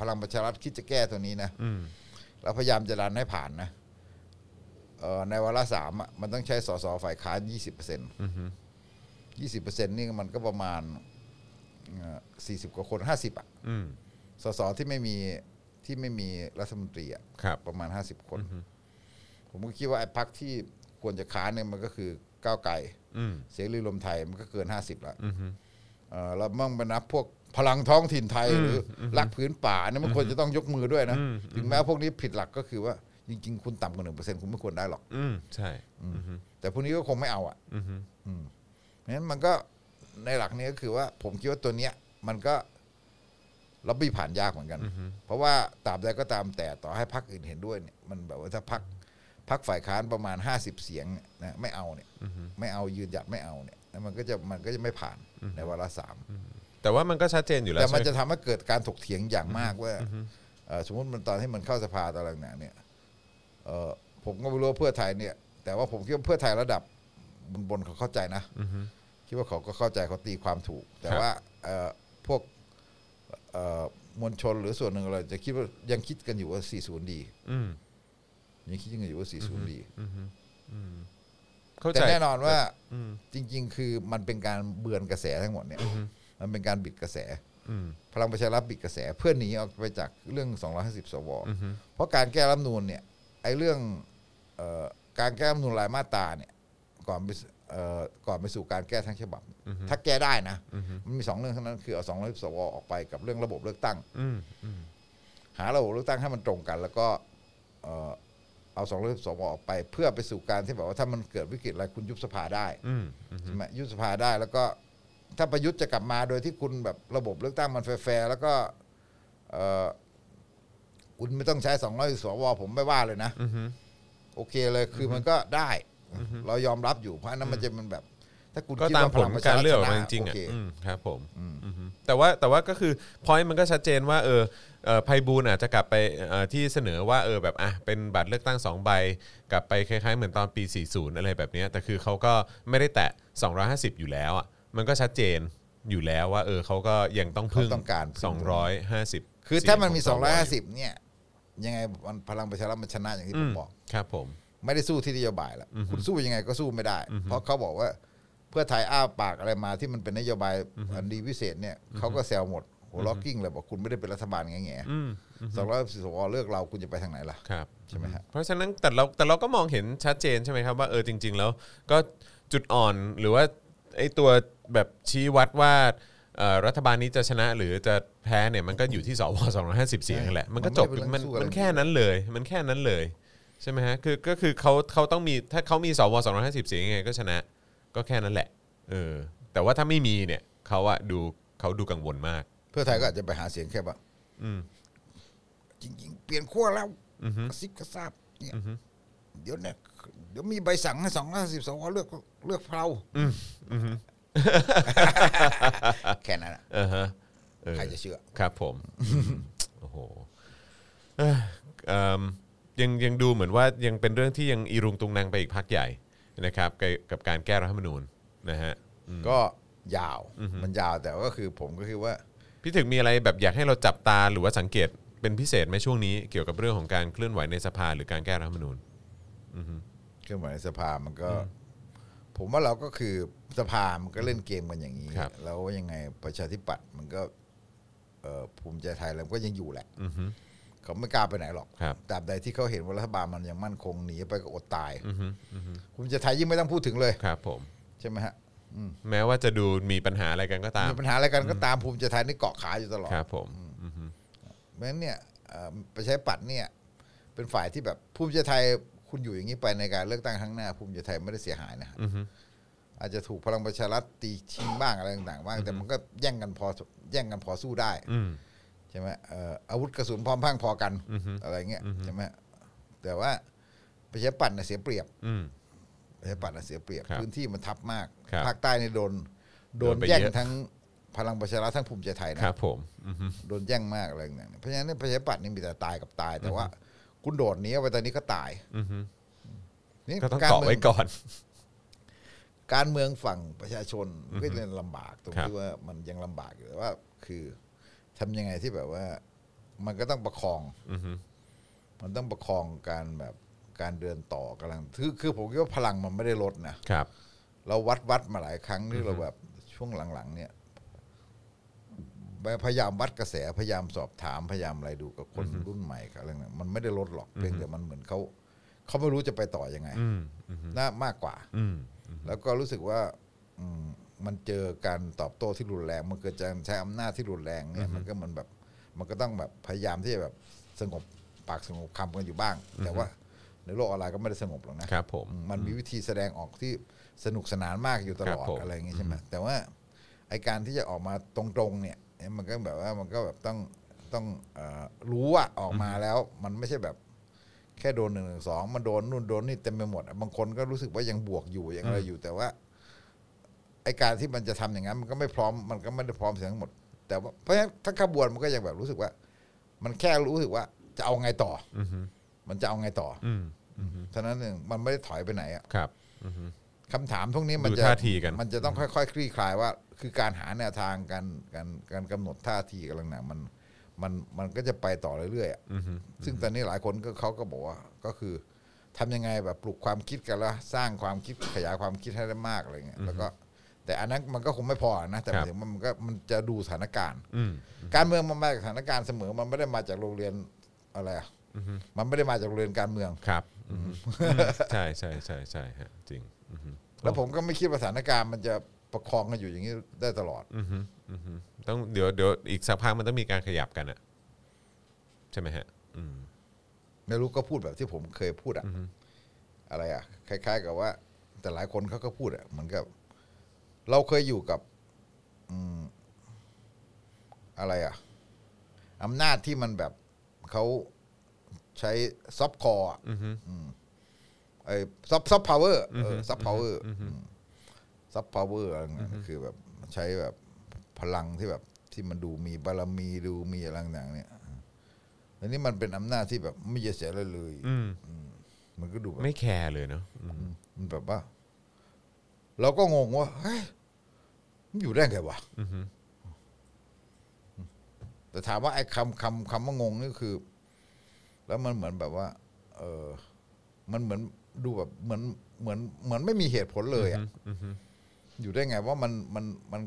[SPEAKER 3] พลังประชารัฐคิดจะแก้ตัวนี้นะ
[SPEAKER 2] อืม
[SPEAKER 3] แล้วพยายามจะดันให้ผ่านนะเออในวาระสามอะมันต้องใช้สสฝ่ายค้านยี่สิบเปอร์เซ็นต์
[SPEAKER 2] อืม
[SPEAKER 3] ยี่สิบเปอร์เซ็นต์นี่มันก็ประมาณสี่สิบกว่าคนห้าสิบอะ
[SPEAKER 2] อืม
[SPEAKER 3] สสที่ไม่มีที่ไม่มีรัฐมนตรีอะ
[SPEAKER 2] ครับ
[SPEAKER 3] ประมาณห้าสิบคน ผมก็คิดว่าไอ้พักที่ควรจะค้านเนี่ยมันก็คือก้าวไกล
[SPEAKER 2] อืม
[SPEAKER 3] เสรีรวมไทยมันก็เกินห้าสิบละ
[SPEAKER 2] อืม
[SPEAKER 3] เอ่อเรามั่งไปนับพวกพลังท้องถิ่นไทยหรืออรักพื้นป่าเนี่ยมันควรจะต้องยกมือด้วยนะ
[SPEAKER 2] อืม
[SPEAKER 3] ถึงแม้ว่าพวกนี้ผิดหลักก็คือว่า จริง ๆ คุณต่ำกว่าหนึ่งเปอร์เซ็นต์คุณไม่ควรได้หรอก
[SPEAKER 2] อืมใช่อืม
[SPEAKER 3] แต่พวกนี้ก็คงไม่เอาอ่ะ
[SPEAKER 2] อืม
[SPEAKER 3] เพราะฉะนั้นมันก็ในหลักนี้ก็คือว่า ผมคิดว่าตัวเนี้ย มันก็รับบีผ่านยากเหมือนกัน เพราะว่าตราบใดก็ตามแต่ต่อให้พักอื่นเห็นด้วยเนี่ยมันแบบว่าถ้าพักพักฝ่ายค้านประมาณห้าสิบเสียงเนี่ยนะไม่เอาเนี่ยไม่เอายืนหยัดไม่เอาเนี่ยแล้วมันก็จะมันก็จะไม่ผ่านในวาระสาม
[SPEAKER 2] แต่ว่ามันก็ชัดเจนอยู่แล้ว
[SPEAKER 3] แต่มัน
[SPEAKER 2] ใช่
[SPEAKER 3] จะ
[SPEAKER 2] ไห
[SPEAKER 3] ทำให้เกิดการถกเถียงอย่างมากว่าเอ่อสมมติมันตอนที่มันเข้าสภาตอนหลังๆเนี่ยเอ่อผมก็ไม่รู้ว่าเพื่อไทยเนี่ย แต่ว่าผมคิดว่าเพื่อไทยระดับบนบนๆเขาเข้าใจนะคิดว่าเขาก็เข้าใจเขาตีความถูก แต่ว่าเอ่อพวกเอ่อมวลชนหรือส่วนหนึ่งเราจะคิดว่ายังคิดกันอยู่ว่า 40 ดี
[SPEAKER 2] อืม
[SPEAKER 3] ยังคิดกันอยู่ว่า 40 ดี
[SPEAKER 2] เข้าใจ
[SPEAKER 3] แต่แน่นอนว่า
[SPEAKER 2] อืม
[SPEAKER 3] จริง ๆ คือมันเป็นการเบือนกระแสทั้งหมดเนี่ยมันเป็นการบิดกระแส
[SPEAKER 2] อืม
[SPEAKER 3] พลังประชารัฐบิดกระแสเพื่อหนีออกไปจากเรื่อง 250 สว เพราะการแก้รัฐธรรมนูนเนี่ยไอ้เรื่องเออการแก้รัฐธรรมนูนรายมาตราเนี่ยก่อนไปสเอ่อก่อนไปสู่การแก้ทั้งฉบับ ถ้าแก้ได้นะมันมีสองเรื่องเท่านั้นคือเอา250สวออกไปกับเรื่องระบบเลือกตั้ง
[SPEAKER 2] อืมอืม
[SPEAKER 3] หาระบบเลือกตั้งให้มันตรงกัน แล้วก็เอ่อเอา250สวออกไป เพื่อไปสู่การที่แบบว่าถ้ามันเกิดวิกฤตอะไรคุณยุบสภาได้
[SPEAKER 2] อืมอืม
[SPEAKER 3] ใช่ไหมยุบสภาได้แล้วก็ถ้าประยุทธ์จะกลับมาโดยที่คุณแบบระบบเลือกตั้งมันแฟร์ๆแล้วก็เอ่อคุณไม่ต้องใช้สองร้อยสวผมไม่ว่าเลยนะ
[SPEAKER 2] อืม
[SPEAKER 3] โอเคเลยคือมันก็ได้ เรายอมรับอยู่เพราะอันนั้นมันจะมันแบบ ถ้าคุณ
[SPEAKER 2] ก็
[SPEAKER 3] คิด
[SPEAKER 2] ตาม
[SPEAKER 3] ว่า
[SPEAKER 2] ผล
[SPEAKER 3] พงประช
[SPEAKER 2] การ
[SPEAKER 3] ฐ
[SPEAKER 2] เลือก
[SPEAKER 3] ช
[SPEAKER 2] มั
[SPEAKER 3] นะ
[SPEAKER 2] นจริงๆอ่ะ
[SPEAKER 3] โเค
[SPEAKER 2] อืมครับผมอือฮึแต่ว่าแต่ว่าก็คือพอยมันก็ชัดเจนว่าเออเอ่อไพบูลย์อาจจะกลับไปเอ่อที่เสนอว่าเออแบบอ่ะเป็นบัตรเลือกตั้ง 2 ใบ กลับไปคล้ายๆ เหมือนตอนปี 40 อะไรแบบเนี้ยแต่คือเขาก็ไม่ได้แตะ 250 อยู่แล้วอ่ะมันก็ชัดเจนอยู่แล้วว่าเออเขาก็ยังต้องพึ่ง
[SPEAKER 3] เขาต้องการพึ่ง
[SPEAKER 2] 250
[SPEAKER 3] คือถ้ามันมี
[SPEAKER 2] เยงขสว
[SPEAKER 3] 250 เนี่ย ยังไงมันพลังประชารัฐมันชนะอย่างที่ผมบอก
[SPEAKER 2] ครับผม
[SPEAKER 3] ไม่ได้สู้ที่นโยบายละคุณสู้ยังไงก็สู้ไม่ได้ เพราะเขาบอกว่า พื่อไทยอ้าปากอะไรมาที่มันเป็นนโยบายอันดีวิเศษเนี่ยเขาก็แซวหมดหัวล็อกกิ้งเลยบอกคุณไม่ได้เป็นรัฐบาลไงแง่
[SPEAKER 2] อืม
[SPEAKER 3] สองร้อยสิบสวเลือกเราคุณจะไปทางไหนล่ะ
[SPEAKER 2] ครับ
[SPEAKER 3] ใช่ไหมฮะ
[SPEAKER 2] เพราะฉะนั้นแต่เราแต่เราก็มองเห็นชัดเจนใช่ไหมครับว่าเออจริง ๆ แล้วก็จุดอ่อนหรือว่าไอ้ตัวแบบชี้วัดว่าเอ่อรัฐบาลนี้จะชนะหรือจะแพ้เนี่ยมันก็อยู่ที่สว250 เสียงนั่นแหละ มันก็จบ
[SPEAKER 3] มันไม่เป็น
[SPEAKER 2] มัน
[SPEAKER 3] เรื่องสู้อะไร
[SPEAKER 2] มันแค่นั้นเลย มันแค่นั้นเลยใช่ไหมฮะคือก็คือเขาเขาต้องมีถ้าเขามีสว250 เสียงยังไงก็ชนะ ก็แค่นั้นแหละเออแต่ว่าถ้าไม่มีเนี่ยเขาอะดูเขาดูกังวลมาก
[SPEAKER 3] เพื่อไทยก็อาจจะไปหาเสียงแค่ว่า
[SPEAKER 2] อืม
[SPEAKER 3] จริงๆ เปลี่ยนขั้วแล้ว
[SPEAKER 2] อือฮึ
[SPEAKER 3] กระซิบกระซาบเนี่ยเดี๋ยวเนี่ยเดี๋ยวมีใบสั่งให้สองร้อยสิบสวเลือกเลือกเรา
[SPEAKER 2] อือฮึ
[SPEAKER 3] แค่นั้นอะ
[SPEAKER 2] อ่าฮะเออ
[SPEAKER 3] ใครจะเชื่อ
[SPEAKER 2] ครับผม โอ้โหเอ้อเอิ่มยังยังดูเหมือนว่ายังเป็นเรื่องที่ยังอีรุงตุงนางไปอีกพักใหญ่นะครับกับกับการแก้รัฐธรรมนูญนะฮะอืม
[SPEAKER 3] ก็ยาวมันยาวแต่ก็คือผมก็คือว่า
[SPEAKER 2] พี่ถึงมีอะไรแบบอยากให้เราจับตาหรือว่าสังเกตเป็นพิเศษไหมช่วงนี้เกี่ยวกับเรื่องของการเคลื่อนไหวในสภาหรือการแก้รัฐธรรมนูญ
[SPEAKER 3] เครื่องหมายในสภามันก็ ผมว่าเราก็คือสภามันก็เล่นเกมกันอย่างนี้
[SPEAKER 2] ครับ
[SPEAKER 3] แล้วยังไงประชาธิปัตย์มันก็เอ่อภูมิใจไทยแล้วก็ยังอยู่แหละ
[SPEAKER 2] อือฮึ
[SPEAKER 3] เขาไม่กล้าไปไหนหรอก
[SPEAKER 2] ครับ
[SPEAKER 3] ตราบใดที่เขาเห็นว่ารัฐบาลมันยังมั่นคงหนีไปก็อดตาย
[SPEAKER 2] อือฮึอือฮึ
[SPEAKER 3] ภูมิใจไทยยิ่งไม่ต้องพูดถึงเลย
[SPEAKER 2] ครับผม
[SPEAKER 3] ใช่ไหมฮะอืม
[SPEAKER 2] แม้ว่าจะดูมีปัญหาอะไรกันก็ตาม
[SPEAKER 3] มีปัญหาอะไรกันก็ตามภูมิใจไทยนี่เกาะขาอยู่ตลอด
[SPEAKER 2] ครับผมอือฮึ
[SPEAKER 3] เพราะฉะนั้นเนี่ยเอ่อประชาธิปัตย์เนี่ย เป็นฝ่ายที่แบบภูมิใจไทยคุณอยู่อย่างนี้ไปในการเลือกตั้งครั้งหน้า ภูมิใจไทยไม่ได้เสียหายนะฮะ
[SPEAKER 2] อือฮึ
[SPEAKER 3] อาจจะถูกพลังประชารัฐตีชิงบ้างอะไรต่างๆบ้างแต่มันก็แย่งกันพอแย่งกันพอสู้ได้
[SPEAKER 2] อืม
[SPEAKER 3] ใช่ไหมเอ่ออาวุธกระสุนพร้อมพรังพอกัน
[SPEAKER 2] อือฮึ
[SPEAKER 3] อะไรเงี้ยใช่ไหมแต่ว่าประชาธิปัตย์เนี่ยเสียเปรียบ
[SPEAKER 2] อืม
[SPEAKER 3] ประชาธิปัตย์เนี่ยเสียเปรียบ
[SPEAKER 2] ครับ
[SPEAKER 3] พื้นที่มันทับมาก
[SPEAKER 2] ครับ
[SPEAKER 3] ภาคใต้เนี่ยโดนโดน
[SPEAKER 2] โดนไป
[SPEAKER 3] แย่ง
[SPEAKER 2] เยอะ
[SPEAKER 3] ทั้งพลังประชารัฐทั้งภูมิใจไทยนะ
[SPEAKER 2] ครับผมอือฮึ
[SPEAKER 3] โดนแย่งมากอะไรอย่างเงี้ยเพราะฉะนั้นเนี่ยประชาธิปัตย์นี่มีแต่ตายกับตาย แต่ว่า คุณโดดหนี้ไปตอนนี้ก็ตาย
[SPEAKER 2] อือฮึ
[SPEAKER 3] นี่
[SPEAKER 2] ก็ต้อง
[SPEAKER 3] การ
[SPEAKER 2] เกาะ
[SPEAKER 3] เมื
[SPEAKER 2] ไว้
[SPEAKER 3] อง
[SPEAKER 2] ก่อน
[SPEAKER 3] การเมืองฝั่งประชาชนก็ยังลำบากตรง
[SPEAKER 2] ครับ
[SPEAKER 3] ที่ว่ามันยังลำบากอยู่แต่ว่า คือทำยังไงที่แบบว่า มันก็ต้องประคอง
[SPEAKER 2] อือฮึ
[SPEAKER 3] มันต้องประคองการแบบการเดินต่อกำลังคือคือผมคิดว่าพลังมันไม่ได้ลดนะ
[SPEAKER 2] ครับ
[SPEAKER 3] เราวัดวัดมาหลายครั้งที่เราแบบช่วงหลังๆ เนี่ยพยายามวัดกระแสพยายามสอบถามพยายามอะไรดูกับคนรุ่นใหม่กับอะไรเนี่ยมันไม่ได้ลดหรอกเพียงแต่มันเหมือนเขาเขาไม่รู้จะไปต่อยังไง
[SPEAKER 2] อืมอืม
[SPEAKER 3] น่ามากกว่า
[SPEAKER 2] อืม
[SPEAKER 3] แล้วก็รู้สึกว่าอืมมันเจอการตอบโต้ที่รุนแรง มันเกิดจากใช้อำนาจที่รุนแรงเนี่ยมันก็เหมันแบบ มันก็ต้องแบบพยายามที่จะแบบสงบปากสงบคำกันอยู่บ้าง แต่ว่าในโลกออนไลน์ก็ไม่ได้สงบหรอกนะ
[SPEAKER 2] ครับผม
[SPEAKER 3] อืมมันมีวิธีแสดงออกที่สนุกสนานมากอยู่ตลอ
[SPEAKER 2] ครับ
[SPEAKER 3] ด
[SPEAKER 2] ผม
[SPEAKER 3] อะไรอย่างงี้ใช่ไหมแต่ว่าไอการที่จะออกมาตรงๆเนี่ยมันก็แบบว่ามันก็แบบต้องต้องเอ่อรู้ว่าออกมาแล้ว มันไม่ใช่แบบแค่โดนหนึ่งสองมันโดนนู่นโดนนี่เต็มไปหมดอะบางคนก็รู้สึกว่ายังบวกอยู่ยังอะไรอยู่แต่ว่าไอการที่มันจะทำอย่างนั้นมันก็ไม่พร้อมมันก็ไม่ได้พร้อมเสียทั้งหมด แต่ว่าเพราะฉะนั้นทั้งขบวนมันก็ยังแบบรู้สึกว่า มันแค่รู้สึกว่าจะเอาไงต่ออ
[SPEAKER 2] อฮึ
[SPEAKER 3] มันจะเอาไงต่ออ
[SPEAKER 2] อืม
[SPEAKER 3] เท่านั้นเองมันไม่ได้ถอยไปไหนอะ
[SPEAKER 2] ครับ อือฮึ
[SPEAKER 3] คำถามพวกนี้มัน
[SPEAKER 2] ดู
[SPEAKER 3] จะ
[SPEAKER 2] ท่าทีกัน
[SPEAKER 3] มันจะต้องค่อยๆ คลี่คลายว่า คือการหาแนวทางการการการกำหนดท่าทีกันหนังมันมันมันก็จะไปต่อเรื่อยๆอะ
[SPEAKER 2] อือฮึ
[SPEAKER 3] ซึ่งตอนนี้หลายคนก็เขาก็บอกว่าก็คือทำยังไงแบบปลุกความคิดกันแล้วสร้างความคิดขยายความคิดให้ได้มากอะไรเงี้ยแล้วก็แต่อันนั้นมันก็คงไม่พอนะแต่หมายถึงว่ามันก็มันจะดูสถานการณ์
[SPEAKER 2] อืม
[SPEAKER 3] การเมืองมันมาจากสถานการณ์เสมอ มันไม่ได้มาจากโรงเรียนอะไรอะมันไม่ได้มาจากโรงเรียนการเมือง
[SPEAKER 2] ครับอือฮึใช่ใช่ใช่ใช่ฮะจริง อือฮึ
[SPEAKER 3] แล้วผมก็ไม่คิดว่าสถานการณ์มันจะประคองกันอยู่อย่างนี้ได้ตลอด
[SPEAKER 2] อือฮึอือฮึต้องเดี๋ยวเดี๋ยวอีกสักพักมันต้องมีการขยับกันอะใช่ไหมฮะ อืม
[SPEAKER 3] ไม่รู้ก็พูดแบบที่ผมเคยพูดอะอะไรอะคล้าย ๆ กับว่า แต่หลายคนเขาก็พูดอะเหมือนกับ เราเคยอยู่กับ อืม อะไรอะอำนาจที่มันแบบเขาใช้ซอฟคอร์
[SPEAKER 2] อือฮึ
[SPEAKER 3] ไอ้ซอฟซอฟพาวเวอร์ซอฟพาวเวอร์ซอฟพาวเวอร์อะไรเงี้ยคือแบบใช้แบบพลังที่แบบ ที่มันดูมีบารมีดูมีอะไรต่างๆเนี่ยอันนี้มันเป็นอำนาจที่แบบไม่เยเสียอะไรเลย
[SPEAKER 2] อืม
[SPEAKER 3] มันก็ดูแบบ
[SPEAKER 2] ไม่แคร์เลยเนาะอืม
[SPEAKER 3] มันแบบว่า เราก็งงว่าเฮ้ยมันอยู่ได้ไงวะ
[SPEAKER 2] อือฮึ
[SPEAKER 3] แต่ถามว่าไอ้คำคำคำว่างงนี่คือ แล้วมันเหมือนแบบว่า เออ มันเหมือนดูแบบเหมือนเหมือนเหมือนไม่มีเหตุผลเลยอะ
[SPEAKER 2] อือฮึ
[SPEAKER 3] อยู่ได้ไงว่ามันมันมัน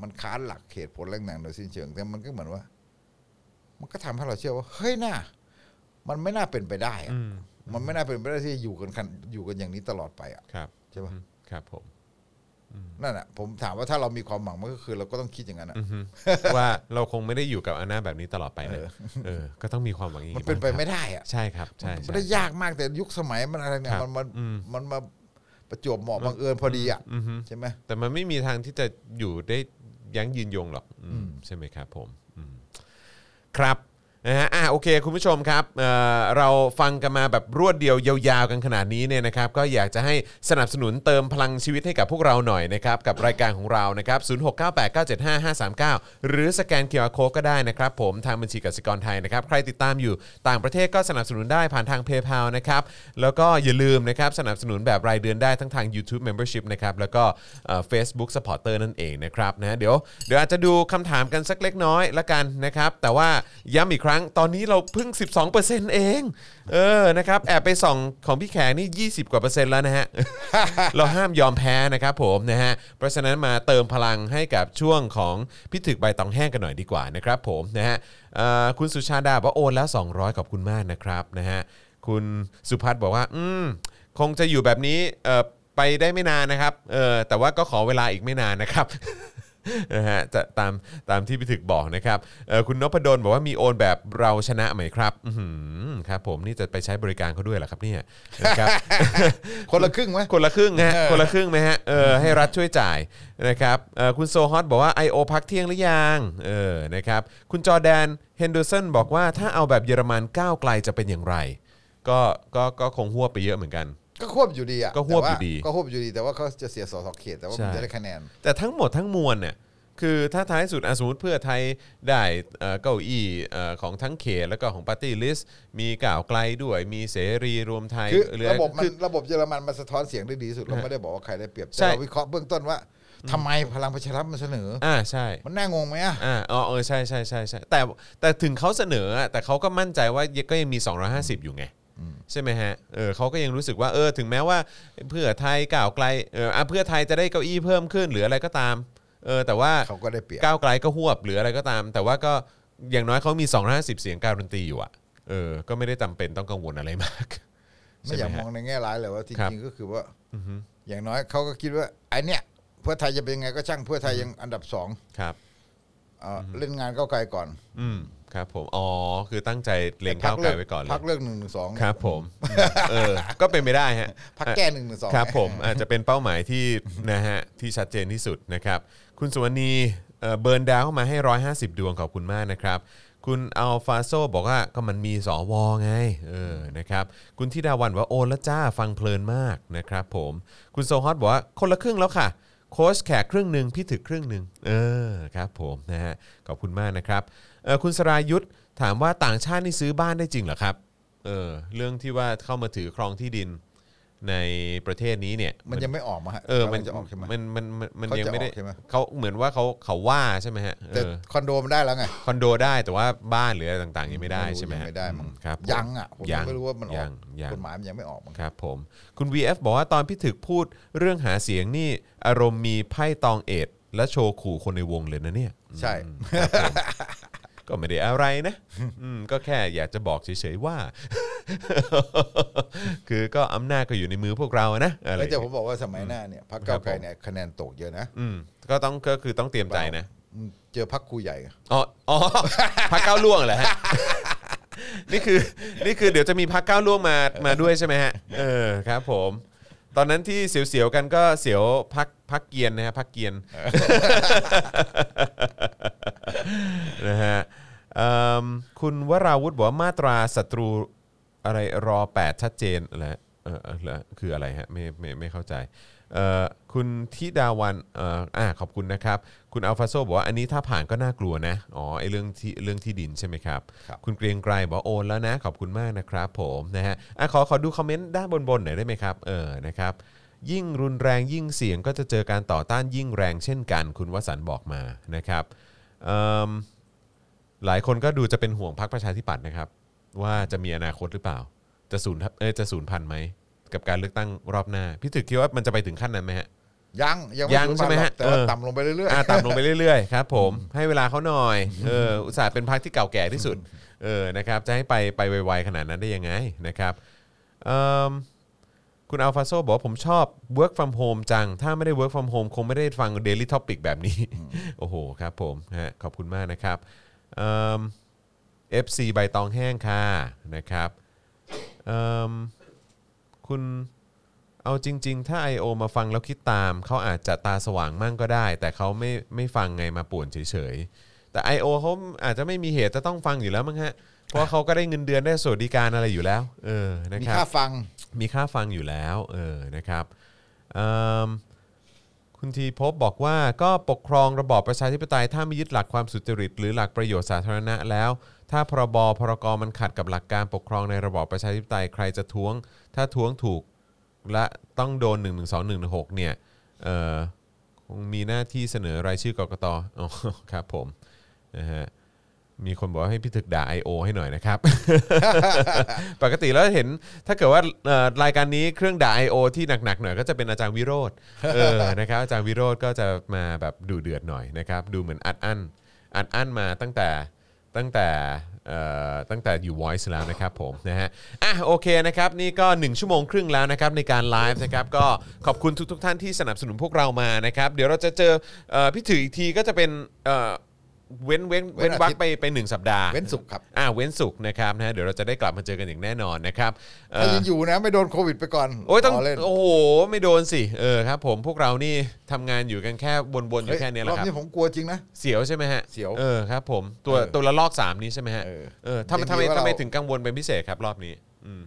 [SPEAKER 3] มันค้านหลักเหตุผลแรงหนังโดยสิ้นเชิง แต่มันก็เหมือนว่า มันก็ทำให้เราเชื่อว่า เฮ้ยน่ามันไม่น่าเป็นไปได้อะ
[SPEAKER 2] อืม
[SPEAKER 3] มันไม่น่าเป็นไปได้ที่อยู่กันคันอยู่กันอย่างนี้ตลอดไปอ่ะ
[SPEAKER 2] ครับ
[SPEAKER 3] ใช่ปะ
[SPEAKER 2] อืมครับผม
[SPEAKER 3] นั่นแหะผมถามว่าถ้าเรามีความหวังมันก็คือเราก็ต้องคิดอย่างนั้นอ่ะ
[SPEAKER 2] อือฮึว่าเราคงไม่ได้อยู่กับอาณาแบบนี้ตลอดไปนะ
[SPEAKER 3] เออ
[SPEAKER 2] เออ ก็ต้องมีความหวังอย่าง
[SPEAKER 3] มัน
[SPEAKER 2] งี้
[SPEAKER 3] เป็นไป
[SPEAKER 2] บ้าง
[SPEAKER 3] ไม่ได้อ่ะ
[SPEAKER 2] ครับใช่ครับ
[SPEAKER 3] มั
[SPEAKER 2] ใช่
[SPEAKER 3] น
[SPEAKER 2] ใช่
[SPEAKER 3] ไม่ได้ยากมากแต่ยุคสมัยมันอะไรเนี่ย
[SPEAKER 2] ครับ
[SPEAKER 3] มันมัน
[SPEAKER 2] อืม
[SPEAKER 3] มันมาประจวบเหมาะบังเอิญพอดีอ่ะ
[SPEAKER 2] อือฮึ
[SPEAKER 3] ใช่ไหม
[SPEAKER 2] แต่มันไม่มีทางที่จะอยู่ได้ยั้งยืนยงหรอกอืม
[SPEAKER 3] อืม
[SPEAKER 2] ใช่ไหมครับผมอืมครับนะฮะอ่ะโอเค คุณผู้ชมครับเอ่อเราฟังกันมาแบบรวดเดียวยาวๆกันขนาดนี้เนี่ยนะครับ ก็อยากจะให้สนับสนุนเติมพลังชีวิตให้กับพวกเราหน่อยนะครับ กับรายการของเรานะครับ 0698975539 หรือสแกน QR Code ก็ได้นะครับ ผมทางบัญชีกสิกรไทยนะครับ ใครติดตามอยู่ต่างประเทศก็สนับสนุนได้ผ่านทาง PayPal นะครับ แล้วก็อย่าลืมนะครับสนับสนุนแบบรายเดือนได้ทั้งทาง YouTube Membership นะครับแล้วก็เอ่อ Facebook Supporter นั่นเองนะครับนะเดี๋ยวเดี๋ยวอาจจะดูคำถามกันสักเล็กน้อยละกันนะครับ แต่ว่าย้ำอีกครั้งตอนนี้เราเพิ่ง 12%เองเออนะครับแอบไปส่องของพี่แขกนี่ 20 กว่าเปอร์เซ็นต์แล้วนะฮ <laughs> ะ เราห้ามยอมแพ้นะครับผมนะฮะเพราะฉะนั้นมาเติมพลังให้กับช่วงของพิถึกใบตองแห้งกันหน่อยดีกว่านะครับผมนะฮะเอ่อคุณสุชาดาบอกว่าโอนแล้ว 200 ขอบคุณมากนะครับนะฮะ คุณสุพัฒน์บอกว่า อืม คงจะอยู่แบบนี้เอ่อไปได้ไม่นานนะครับ เออแต่ว่าก็ขอเวลาอีกไม่นานนะครับ <laughs> นะฮะจะตามตามที่พิถึกบอกนะครับเอ่อคุณนพดลบอกว่ามีโอนแบบเราชนะไหมครับ อือหือครับ ผมนี่จะไปใช้บริการเขาด้วยเหรอครับเนี่ยนะครับ <laughs>
[SPEAKER 3] คนละครึ่งไหม
[SPEAKER 2] คนละครึ่งฮะ
[SPEAKER 3] เออ
[SPEAKER 2] คนละครึ่งไหมฮะเออให้รัฐช่วยจ่ายนะครับเอ่อคุณโซฮอตบอกว่า I.O. พักเที่ยงหรือยังเออนะครับคุณจอร์แดนเฮนเดอร์สันบอกว่าถ้าเอาแบบเยอรมันก้าวไกลจะเป็นอย่างไร ก็ก็ก็คงหัวบไปเยอะเหมือนกัน
[SPEAKER 3] ก็ควบอยู่ดีอ่ะ
[SPEAKER 2] ก็ควบอ
[SPEAKER 3] แต่า
[SPEAKER 2] ยู่ดี
[SPEAKER 3] ก็ควบอยู่ดีแต่ว่าเขาจะเสียสอสอเขตแต่ว่า
[SPEAKER 2] ใช่
[SPEAKER 3] มันจะได้คะแนน
[SPEAKER 2] แต่ทั้งหมดทั้งมวลเนี่ยคือถ้าท้ายสุดอะสมมติเพื่อไทยได้เอ่อเก้าอี้เอ่อของทั้งเขตแล้วก็ของปาร์ตี้ลิสต์มีก้าวไกลด้วยมีเสรีรวมไทย
[SPEAKER 3] คือ
[SPEAKER 2] หอ
[SPEAKER 3] ระบบมันระบบเยอรมันมันสะท้อนเสียงได้ดีที่สุดเราไม่ได้บอกว่าใครได้เปรียบ
[SPEAKER 2] ใช่
[SPEAKER 3] แต่เราวิเคราะห์เบื้องต้นว่าทำไมพลังประชารัฐมันเสนอ
[SPEAKER 2] อ่าใช่
[SPEAKER 3] มันน่างงไหมอ่ะ
[SPEAKER 2] อ่าอ๋อเออใช่ใช่ใช่ใช่แต่แต่ถึงเขาเสนออะแต่เขาก็มั่นใจว่ายังก็ยังมี 250 อยู่ไง ใช่ไหมฮะเออเขาก็ยังรู้สึกว่าเออถึงแม้ว่าเพื่อไทยก้าวไกลเอออ่ะเพื่อไทยจะได้เก้าอี้เพิ่มขึ้นหรืออะไรก็ตามเออแต่ว่า
[SPEAKER 3] เขาก็ได้เปรียบ
[SPEAKER 2] ก้าวไกลก็หวบหรืออะไรก็ตาม แต่ว่าก็อย่างน้อยเขามี 250 เสียงการันตีอยู่อะเออก็ไม่ได้จำเป็นต้องกังวลอะไรมาก <laughs>
[SPEAKER 3] ไม่อยา
[SPEAKER 2] ใช่
[SPEAKER 3] ก
[SPEAKER 2] ไหม
[SPEAKER 3] ม
[SPEAKER 2] ฮะ
[SPEAKER 3] องในแง่ร้ายเลยว่าที่
[SPEAKER 2] ครับ
[SPEAKER 3] จริงก็คือว่า
[SPEAKER 2] อือฮึ
[SPEAKER 3] อย่างน้อยเขาก็คิดว่าไอเนี้ยเพื่อไทยจะเป็นยังไงก็ช่างเพื่อไทยยังอันดับสอง
[SPEAKER 2] ครับ
[SPEAKER 3] เอ่ออเล่นงานก้าวไกลก่อน
[SPEAKER 2] อืมครับผมอ๋อคือตั้งใจเล็งก้าวไกลไว้ก่อนเล
[SPEAKER 3] พัก
[SPEAKER 2] ย
[SPEAKER 3] เลือกหนึ่งหนึ่งสอง
[SPEAKER 2] ครับผมอืมเออก็เป็นไม่ได้ฮะ
[SPEAKER 3] พักแก้หนึ่งหนึ่งสอง
[SPEAKER 2] ครับผมอาจจะเป็นเป้าหมายที่ นะฮะที่ชัดเจนที่สุดนะครับ คุณสุวรรณีเอ่อเบิร์นดาวเข้ามาให้ 150 ดวงขอบคุณมากนะครับ คุณอัลฟาโซบอกว่าก็มันมีสอวอไงเออนะครับคุณทิดาวันบอกว่าโอนและจ้าฟังเพลินมากนะครับผมคุณโซฮอตบอกว่าคนละครึ่งแล้วค่ะ โค้ชแขกครึ่งหนึ่งพี่ถึกครึ่งหนึ่งเออครับผมนะฮะขอบคุณมากนะครับเออคุณสรายุทธ์ถามว่าต่างชาตินี่ซื้อบ้านได้จริงเหรอครับเออเรื่องที่ว่าเข้ามาถือครองที่ดินในประเทศนี้เนี่ย
[SPEAKER 3] มันยังไม่ออกมาฮะ
[SPEAKER 2] เออ มัน
[SPEAKER 3] กำลังจะออกใช่ไหม
[SPEAKER 2] มันมันมันมัน
[SPEAKER 3] เขา
[SPEAKER 2] ยัง
[SPEAKER 3] จะ
[SPEAKER 2] ไม่ได้
[SPEAKER 3] ออกใช่ไหม
[SPEAKER 2] เขาเหมือนว่าเขาเขาว่าใช่ไหมฮะเอ
[SPEAKER 3] แต่
[SPEAKER 2] อ
[SPEAKER 3] คอนโดมันได้แล้วไง
[SPEAKER 2] คอนโดได้แต่ว่าบ้านหรืออะไรต่างๆยังไม่ได้ใช่ไหม
[SPEAKER 3] ยัง
[SPEAKER 2] ฮะ
[SPEAKER 3] ไม่ได้มั้ง
[SPEAKER 2] อืครับผม
[SPEAKER 3] ยังอ่ะผมยังไม่รู้ว่ามันออก
[SPEAKER 2] ยังยัง
[SPEAKER 3] กฎหมายมันยังไม่ออกมั้ง
[SPEAKER 2] ครับผมคุณ VF บอกว่าตอนพี่ถึกพูดเรื่องหาเสียงนี่ อารมณ์มีไพ่ตองเอ็ดและโชว์ขู่คนในวงเลยนะเนี่ย
[SPEAKER 3] ใช่
[SPEAKER 2] ก็ไม่ได้อะไร
[SPEAKER 3] <laughs>
[SPEAKER 2] นะอืมก็แค่อยากจะบอกเฉยๆว่า <laughs> คือก็อำนาจก็อยู่ในมือพวกเราอะนะอะไร
[SPEAKER 3] แล้วจะผมบอกว่าสมัยหน้าเนี่ยพรรคก้าวไกลเนี่ยคะแนนตกเยอะนะ
[SPEAKER 2] อืมก็ต้องก็คือต้องเตรียมใจนะ
[SPEAKER 3] อืมเจอพรรคครูใหญ่อะ
[SPEAKER 2] อ๋ออ๋อพักก้าวล่วงเหรอฮะ <laughs> นี่คือ นี่คือเดี๋ยวจะมีพักก้าวล่วงมา มาด้วยใช่ไหมฮะ เออ ครับผม ตอนนั้นที่เสียวๆกันก็เสียวพักพักเกียนนะฮะพักเกียน นะฮะเอิ่มคุณวราวุฒิบอกว่ามาตราศัตรูอะไรรอ 8 ชัดเจนแหละเออเออแล้วคืออะไรฮะไม่ไม่ไม่เข้าใจเอ่อคุณทิดาวันเอ่ออ่าขอบคุณนะครับ คุณอัลฟาโซบอกว่าอันนี้ถ้าผ่านก็น่ากลัวนะอ๋อไอเรื่องที่เรื่องที่ดินใช่ไหมครับ คุณเกรียงไกรบอกว่าโอนแล้วนะ ขอบคุณมากนะครับผมนะฮะอ่ะขอขอดูคอมเมนต์ด้านบนๆหน่อยได้ไหมครับเออนะครับ ยิ่งรุนแรงยิ่งเสี่ยงก็จะเจอการต่อต้านยิ่งแรงเช่นกัน คุณวสันต์บอกมานะครับเอิ่ม หลายคนก็ดูจะเป็นห่วงพรรคประชาธิปัตย์นะครับ ว่าจะมีอนาคตหรือเปล่า จะศูนย์ทับเอยจะศูนย์พันธุ์ไหม กับการเลือกตั้งรอบหน้า พี่ถึกคิดว่ามันจะไปถึงขั้นนั้นไหมฮะ
[SPEAKER 3] ยังยัง
[SPEAKER 2] ยัง
[SPEAKER 3] ถึ
[SPEAKER 2] ใช่ไหม
[SPEAKER 3] พันร
[SPEAKER 2] ฮะ
[SPEAKER 3] อกแต่ว่า
[SPEAKER 2] เออ
[SPEAKER 3] ต่ำลงไปเรื่อย
[SPEAKER 2] อ่าต่ำลงไปเรื่อยๆครับผมให้เวลาเขาหน่อยเอออุตส่าห์เป็นพักที่เก่าแก่ที่สุดเออนะครับจะให้ไปไปไวๆขนาดนั้นได้ยังไงนะครับเอิ่มคุณอัลฟาโซบอกว่าผมชอบ work from home จัง ถ้าไม่ได้ work from home คงไม่ได้ฟัง daily topic แบบนี้ <laughs> โอ้โหครับผมฮะขอบคุณมากนะครับเอิ่ม FC ใบตองแห้งค่ะนะครับเอิ่มคุณ เอาจริง ๆ ถ้า I.O. มาฟังแล้วคิดตาม เขาอาจจะตาสว่างมั่งก็ได้ แต่เขาไม่ไม่ฟังไงมาป่วนเฉยๆ แต่ I.O. เขาอาจจะไม่มีเหตุจะต้องฟังอยู่แล้วมั้งฮะ เพราะว่าเขาก็ได้เงินเดือนได้สวัสดิการอะไรอยู่แล้ว เออนะ
[SPEAKER 3] ๆมี
[SPEAKER 2] ครับ
[SPEAKER 3] ค่าฟัง
[SPEAKER 2] มีค่าฟังอยู่แล้วเออนะครับเอิ่มคุณทีพบบอกว่าก็ปกครองระบอบประชาธิปไตย ถ้าไม่ยึดหลักความสุจริต หรือหลักประโยชน์สาธารณะแล้ว ถ้าพรบพรกมันขัดกับหลักการปกครองในระบอบประชาธิปไตยใครจะท้วง ถ้าท้วงถูกและต้องโดน 1 1 2 1 6เนี่ยเอ่อคงมีหน้าที่เสนอรายชื่อกกต <laughs> อ๋อครับผมนะฮะมีคนบอกว่าให้พี่ถึกด่า I.O. ให้หน่อยนะครับ <laughs> ปกติแล้วเห็นถ้าเกิดว่าเอ่อรายการนี้เครื่องด่า I.O. ที่หนักๆหน่อยก็จะเป็นอาจารย์วิโรธเออ นะครับอาจารย์วิโรธก็จะมาแบบดูเดือดหน่อยนะครับดูเหมือนอัดอั้นอัดอั้นมาตั้งแต่ตั้งแต่เอ่อตั้งแต่อยู่ Voice แล้วนะครับผมนะฮะอ่ะโอเคนะครับนี่ก็ 1 ชั่วโมงครึ่งแล้วนะครับในการไลฟ์นะครับก็ขอบคุณทุกๆท่านที่สนับสนุนพวกเรามานะครับเดี๋ยวเราจะเจอเอ่อพี่ถืออีกทีก็จะเป็นเอ่อเว้นเว้นเว้นวักไปไปหนึ่งสัปดาห์
[SPEAKER 3] เว้นสุขครับ
[SPEAKER 2] อ่าเว้นสุกร์นะครับนะฮะเดี๋ยวเราจะได้กลับมาเจอกันอย่างแน่นอนนะครับเอ่
[SPEAKER 3] ถ้า
[SPEAKER 2] อ
[SPEAKER 3] ยังอยู่นะไม่โดนโควิดไปก่อน
[SPEAKER 2] โอ้ยต้อง
[SPEAKER 3] ขเล่น
[SPEAKER 2] โอ้โหไม่โดนสิเออครับผมพวกเรานี่ทำงานอยู่กันแค่วนๆอ
[SPEAKER 3] เฮ้
[SPEAKER 2] ยู่
[SPEAKER 3] ย
[SPEAKER 2] แค่เนี้ยแห
[SPEAKER 3] รอ
[SPEAKER 2] ละ
[SPEAKER 3] บ
[SPEAKER 2] ครับ
[SPEAKER 3] นี้ผมกลัวจริงนะ
[SPEAKER 2] เสียวใช่ไหมฮะ
[SPEAKER 3] เสียว
[SPEAKER 2] เออครับผมตัว
[SPEAKER 3] เออ
[SPEAKER 2] ตัวละลอกสามนี้ใช่ไหมฮะ
[SPEAKER 3] เออ
[SPEAKER 2] เออทำไม
[SPEAKER 3] ยั
[SPEAKER 2] ทำไม
[SPEAKER 3] งดีว่าเรา
[SPEAKER 2] ทำไมถึงกังวลเป็นพิเศษครับรอบนี้อืม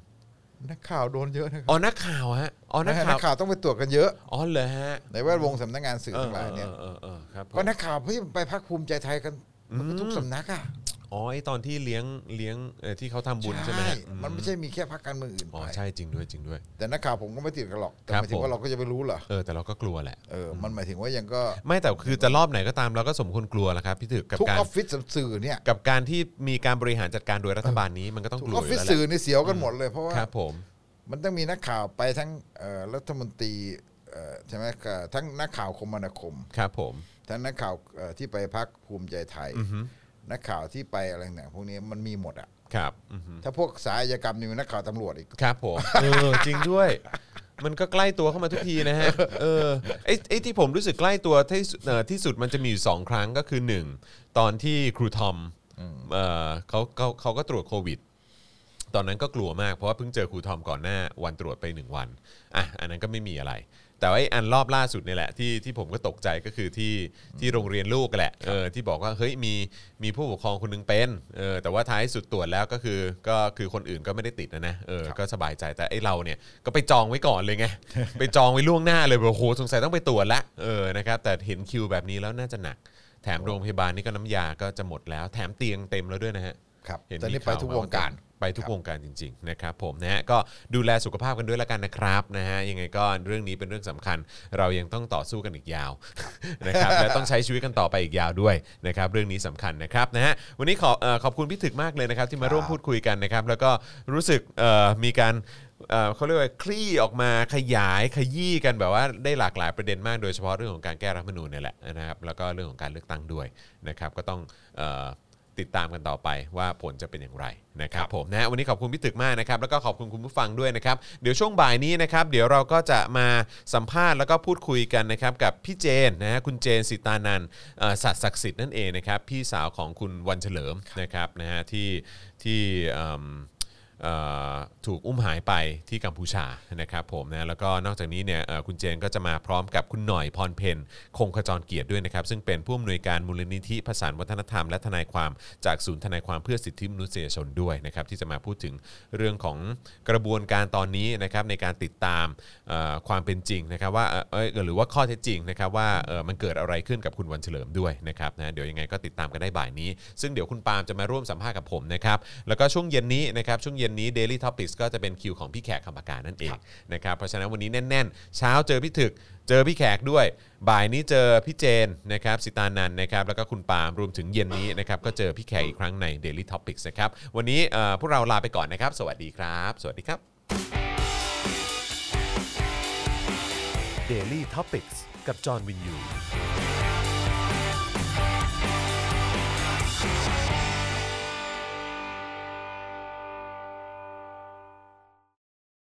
[SPEAKER 3] นักข่าวโดนเยอะนะครับ
[SPEAKER 2] อ๋อนักข่าวฮะอ๋อนักข่าว
[SPEAKER 3] นักข่าวต้องไปตรวจกันเยอะ
[SPEAKER 2] อ๋อเหรอฮะ
[SPEAKER 3] ในแวดวงสำนักงานสื่อ
[SPEAKER 2] เออ
[SPEAKER 3] ทั้งหลายเนี่ย
[SPEAKER 2] เออเออเออครับผม
[SPEAKER 3] ก็นักข่าวเพี่ไปพักภูมิใจไทยกันทุกสำนักอ่ะ
[SPEAKER 2] อ๋อไอตอนที่เลี้ยงเลี้ยงเอ่อที่เขาทำบุญใช่ไหมฮะ
[SPEAKER 3] มันไม่ใช่มีแค่พักการเมืองอื่น
[SPEAKER 2] อ๋อ
[SPEAKER 3] ไป
[SPEAKER 2] ใช่จริงด้วยจริงด้วย
[SPEAKER 3] แต่นักข่าวผมก็ไม่ติดกันหรอกแต่
[SPEAKER 2] ครับ
[SPEAKER 3] หมายถึ
[SPEAKER 2] ผ
[SPEAKER 3] ง
[SPEAKER 2] ม
[SPEAKER 3] ว่าเราก็จะไปรู้เหรอ
[SPEAKER 2] เออแต่เราก็กลัวแหละ
[SPEAKER 3] เออมันหมายถึงว่ายังก็
[SPEAKER 2] ไม่แต่คือจะรอบไหนก็ตามเราก็สมควรกลัวแหละครับพี่ถึกกับ
[SPEAKER 3] ทุก
[SPEAKER 2] การ
[SPEAKER 3] ออฟฟิศสื่อเนี่ย
[SPEAKER 2] กับการที่มีการบริหารจัดการโดยรัฐบาลนี้มันก็ต้อง
[SPEAKER 3] ทุก
[SPEAKER 2] ก
[SPEAKER 3] อ
[SPEAKER 2] ลัว
[SPEAKER 3] อฟ
[SPEAKER 2] อ
[SPEAKER 3] ฟิ
[SPEAKER 2] ยู่
[SPEAKER 3] ศ
[SPEAKER 2] แล้วแห
[SPEAKER 3] สื่อ
[SPEAKER 2] ละ
[SPEAKER 3] นี่เสียวกันหมดเลยเพราะว่า
[SPEAKER 2] ครับผม
[SPEAKER 3] มันต้องมีนักข่าวไปทั้งเอ่อรัฐมนตรีเอ่อใช่ไหมกับทั้งนักข่าวคมนาคม
[SPEAKER 2] ครับผม
[SPEAKER 3] ทั้งนักข่าวเอ่อที่ไปพักภูมิใจไทย นักข่าวที่ไปอะไรต่างๆพวกนี้มันมีหมดอ่ะ
[SPEAKER 2] ครับอือฮึ
[SPEAKER 3] ถ้าพวกสายอาชญากรรมนี่มีนักข่าวตำรวจอีก
[SPEAKER 2] ครับ <laughs> ผมเออจริงด้วย มันก็ใกล้ตัวเข้ามาทุกทีนะฮะเออไอ้ไอ้ที่ผมรู้สึกใกล้ตัวที่สุดเอ่อที่สุดมันจะมีอยู่สองครั้งก็คือหนึ่งตอนที่ครูทอมเออเขาเขาเขาก็ตรวจโควิด ตอนนั้นก็กลัวมากเพราะว่าเพิ่งเจอครูทอมก่อนหน้าวันตรวจไปหนึ่งวันอ่ะอันนั้นก็ไม่มีอะไร แต่ว่าไอ้อันรอบล่าสุดเนี่ยแหละที่ที่ผมก็ตกใจก็คือที่ที่โรงเรียนลูกแหละเออที่บอกว่าเฮ้ยมีมีผู้ปกครองคนหนึงเป็นเออแต่ว่าท้ายสุดตรวจแล้วก็คือก็คือคนอื่นก็ไม่ได้ติดนะนะเออก็สบายใจแต่ไอ้เราเนี่ยก็ไปจองไว้ก่อนเลยไง <laughs> ไปจองไว้ล่วงหน้าเลยแบบโอ้โหสงสัยต้องไปตรวจละเออนะครับแต่เห็นคิวแบบนี้แล้วน่าจะหนัก แถมโรงพยาบาลนี่ก็น้ำยาก็จะหมดแล้ว แถมเตียงเต็มแล้วด้วยนะฮะ
[SPEAKER 3] ครับ
[SPEAKER 2] เห็น
[SPEAKER 3] แต่
[SPEAKER 2] มี
[SPEAKER 3] นี่ไป
[SPEAKER 2] ข่าว
[SPEAKER 3] ทุก
[SPEAKER 2] ม
[SPEAKER 3] วงการ
[SPEAKER 2] ไปทุกวงการจริงๆนะครับผมนะฮะก็ดูแลสุขภาพกันด้วยละกันนะครับนะฮะยังไงก็เรื่องนี้เป็นเรื่องสำคัญ เรายังต้องต่อสู้กันอีกยาว <laughs> นะครับและต้องใช้ชีวิตกันต่อไปอีกยาวด้วยนะครับเรื่องนี้สำคัญนะครับนะฮะวันนี้ขอเอ่อขอบคุณพี่ถึกมากเลยนะครับที่มาร่วมพูดคุยกันนะครับแล้วก็รู้สึกเอ่อมีการเอ่อเขาเรียกว่าคลี่ออกมาขยายขยี้กันแบบว่าได้หลากหลายประเด็นมากโดยเฉพาะเรื่องของการแก้รัฐธรรมนูญเนี่ยแหละนะครับแล้วก็เรื่องของการเลือกตั้งด้วยนะครับก็ต้องเอ่อ ติดตามกันต่อไปว่าผลจะเป็นอย่างไรนะครับผมนะฮะวันนี้ขอบคุณพี่ตึกมากนะครับแล้วก็ขอบคุณคุณผู้ฟังด้วยนะครับเดี๋ยวช่วงบ่ายนี้นะครับเดี๋ยวเราก็จะมาสัมภาษณ์แล้วก็พูดคุยกันนะครับกับพี่เจนนะฮะคุณเจนสิตานันเอ่อสัตว์ศักดิ์สิทธิ์นั่นเองนะครับพี่สาวของคุณวันเฉลิมนะครับนะฮะที่ที่เอิ่ม เอ่อถูกอุ้มหายไปที่กัมพูชานะครับผมนะแล้วก็นอกจากนี้เนี่ยเอ่อคุณเจนก็จะมาพร้อมกับคุณหน่อยพรเพนคงขจรเกียรติด้วยนะครับซึ่งเป็นผู้อำนวยการมูลนิธิผสานวัฒนธรรมและทนายความจากศูนย์ทนายความเพื่อสิทธิมนุษยชนด้วยนะครับที่จะมาพูดถึงเรื่องของกระบวนการตอนนี้นะครับในการติดตามเอ่อความเป็นจริงนะครับว่าเอ่อเอ้ยหรือว่าข้อเท็จจริงนะครับว่าเอ่อมันเกิดอะไรขึ้นกับคุณวันเฉลิมด้วยนะครับนะเดี๋ยวยังไงก็ติดตามกันได้บ่ายนี้ ซึ่งเดี๋ยวคุณปาล์มจะมาร่วมสัมภาษณ์กับผมนะครับ แล้วก็ช่วงเย็นนี้นะครับช่วงเย็นนี้ Daily Topics ก็จะเป็นคิวของพี่แขกคำปากานั่นเองนะครับเพราะฉะนั้นวันนี้แน่น ๆ เช้าเจอพี่ถึก เจอพี่แขกด้วย บ่ายนี้เจอพี่เจนนะครับสิตานันนะครับแล้วก็คุณปาล์มรวมถึงเย็นนี้นะครับก็เจอพี่แขกอีกครั้งใน Daily Topics นะครับวันนี้เอ่อพวกเราลาไปก่อนนะครับ สวัสดีครับ สวัสดีครับ
[SPEAKER 1] Daily t o p i c กกับจอห์นวินยู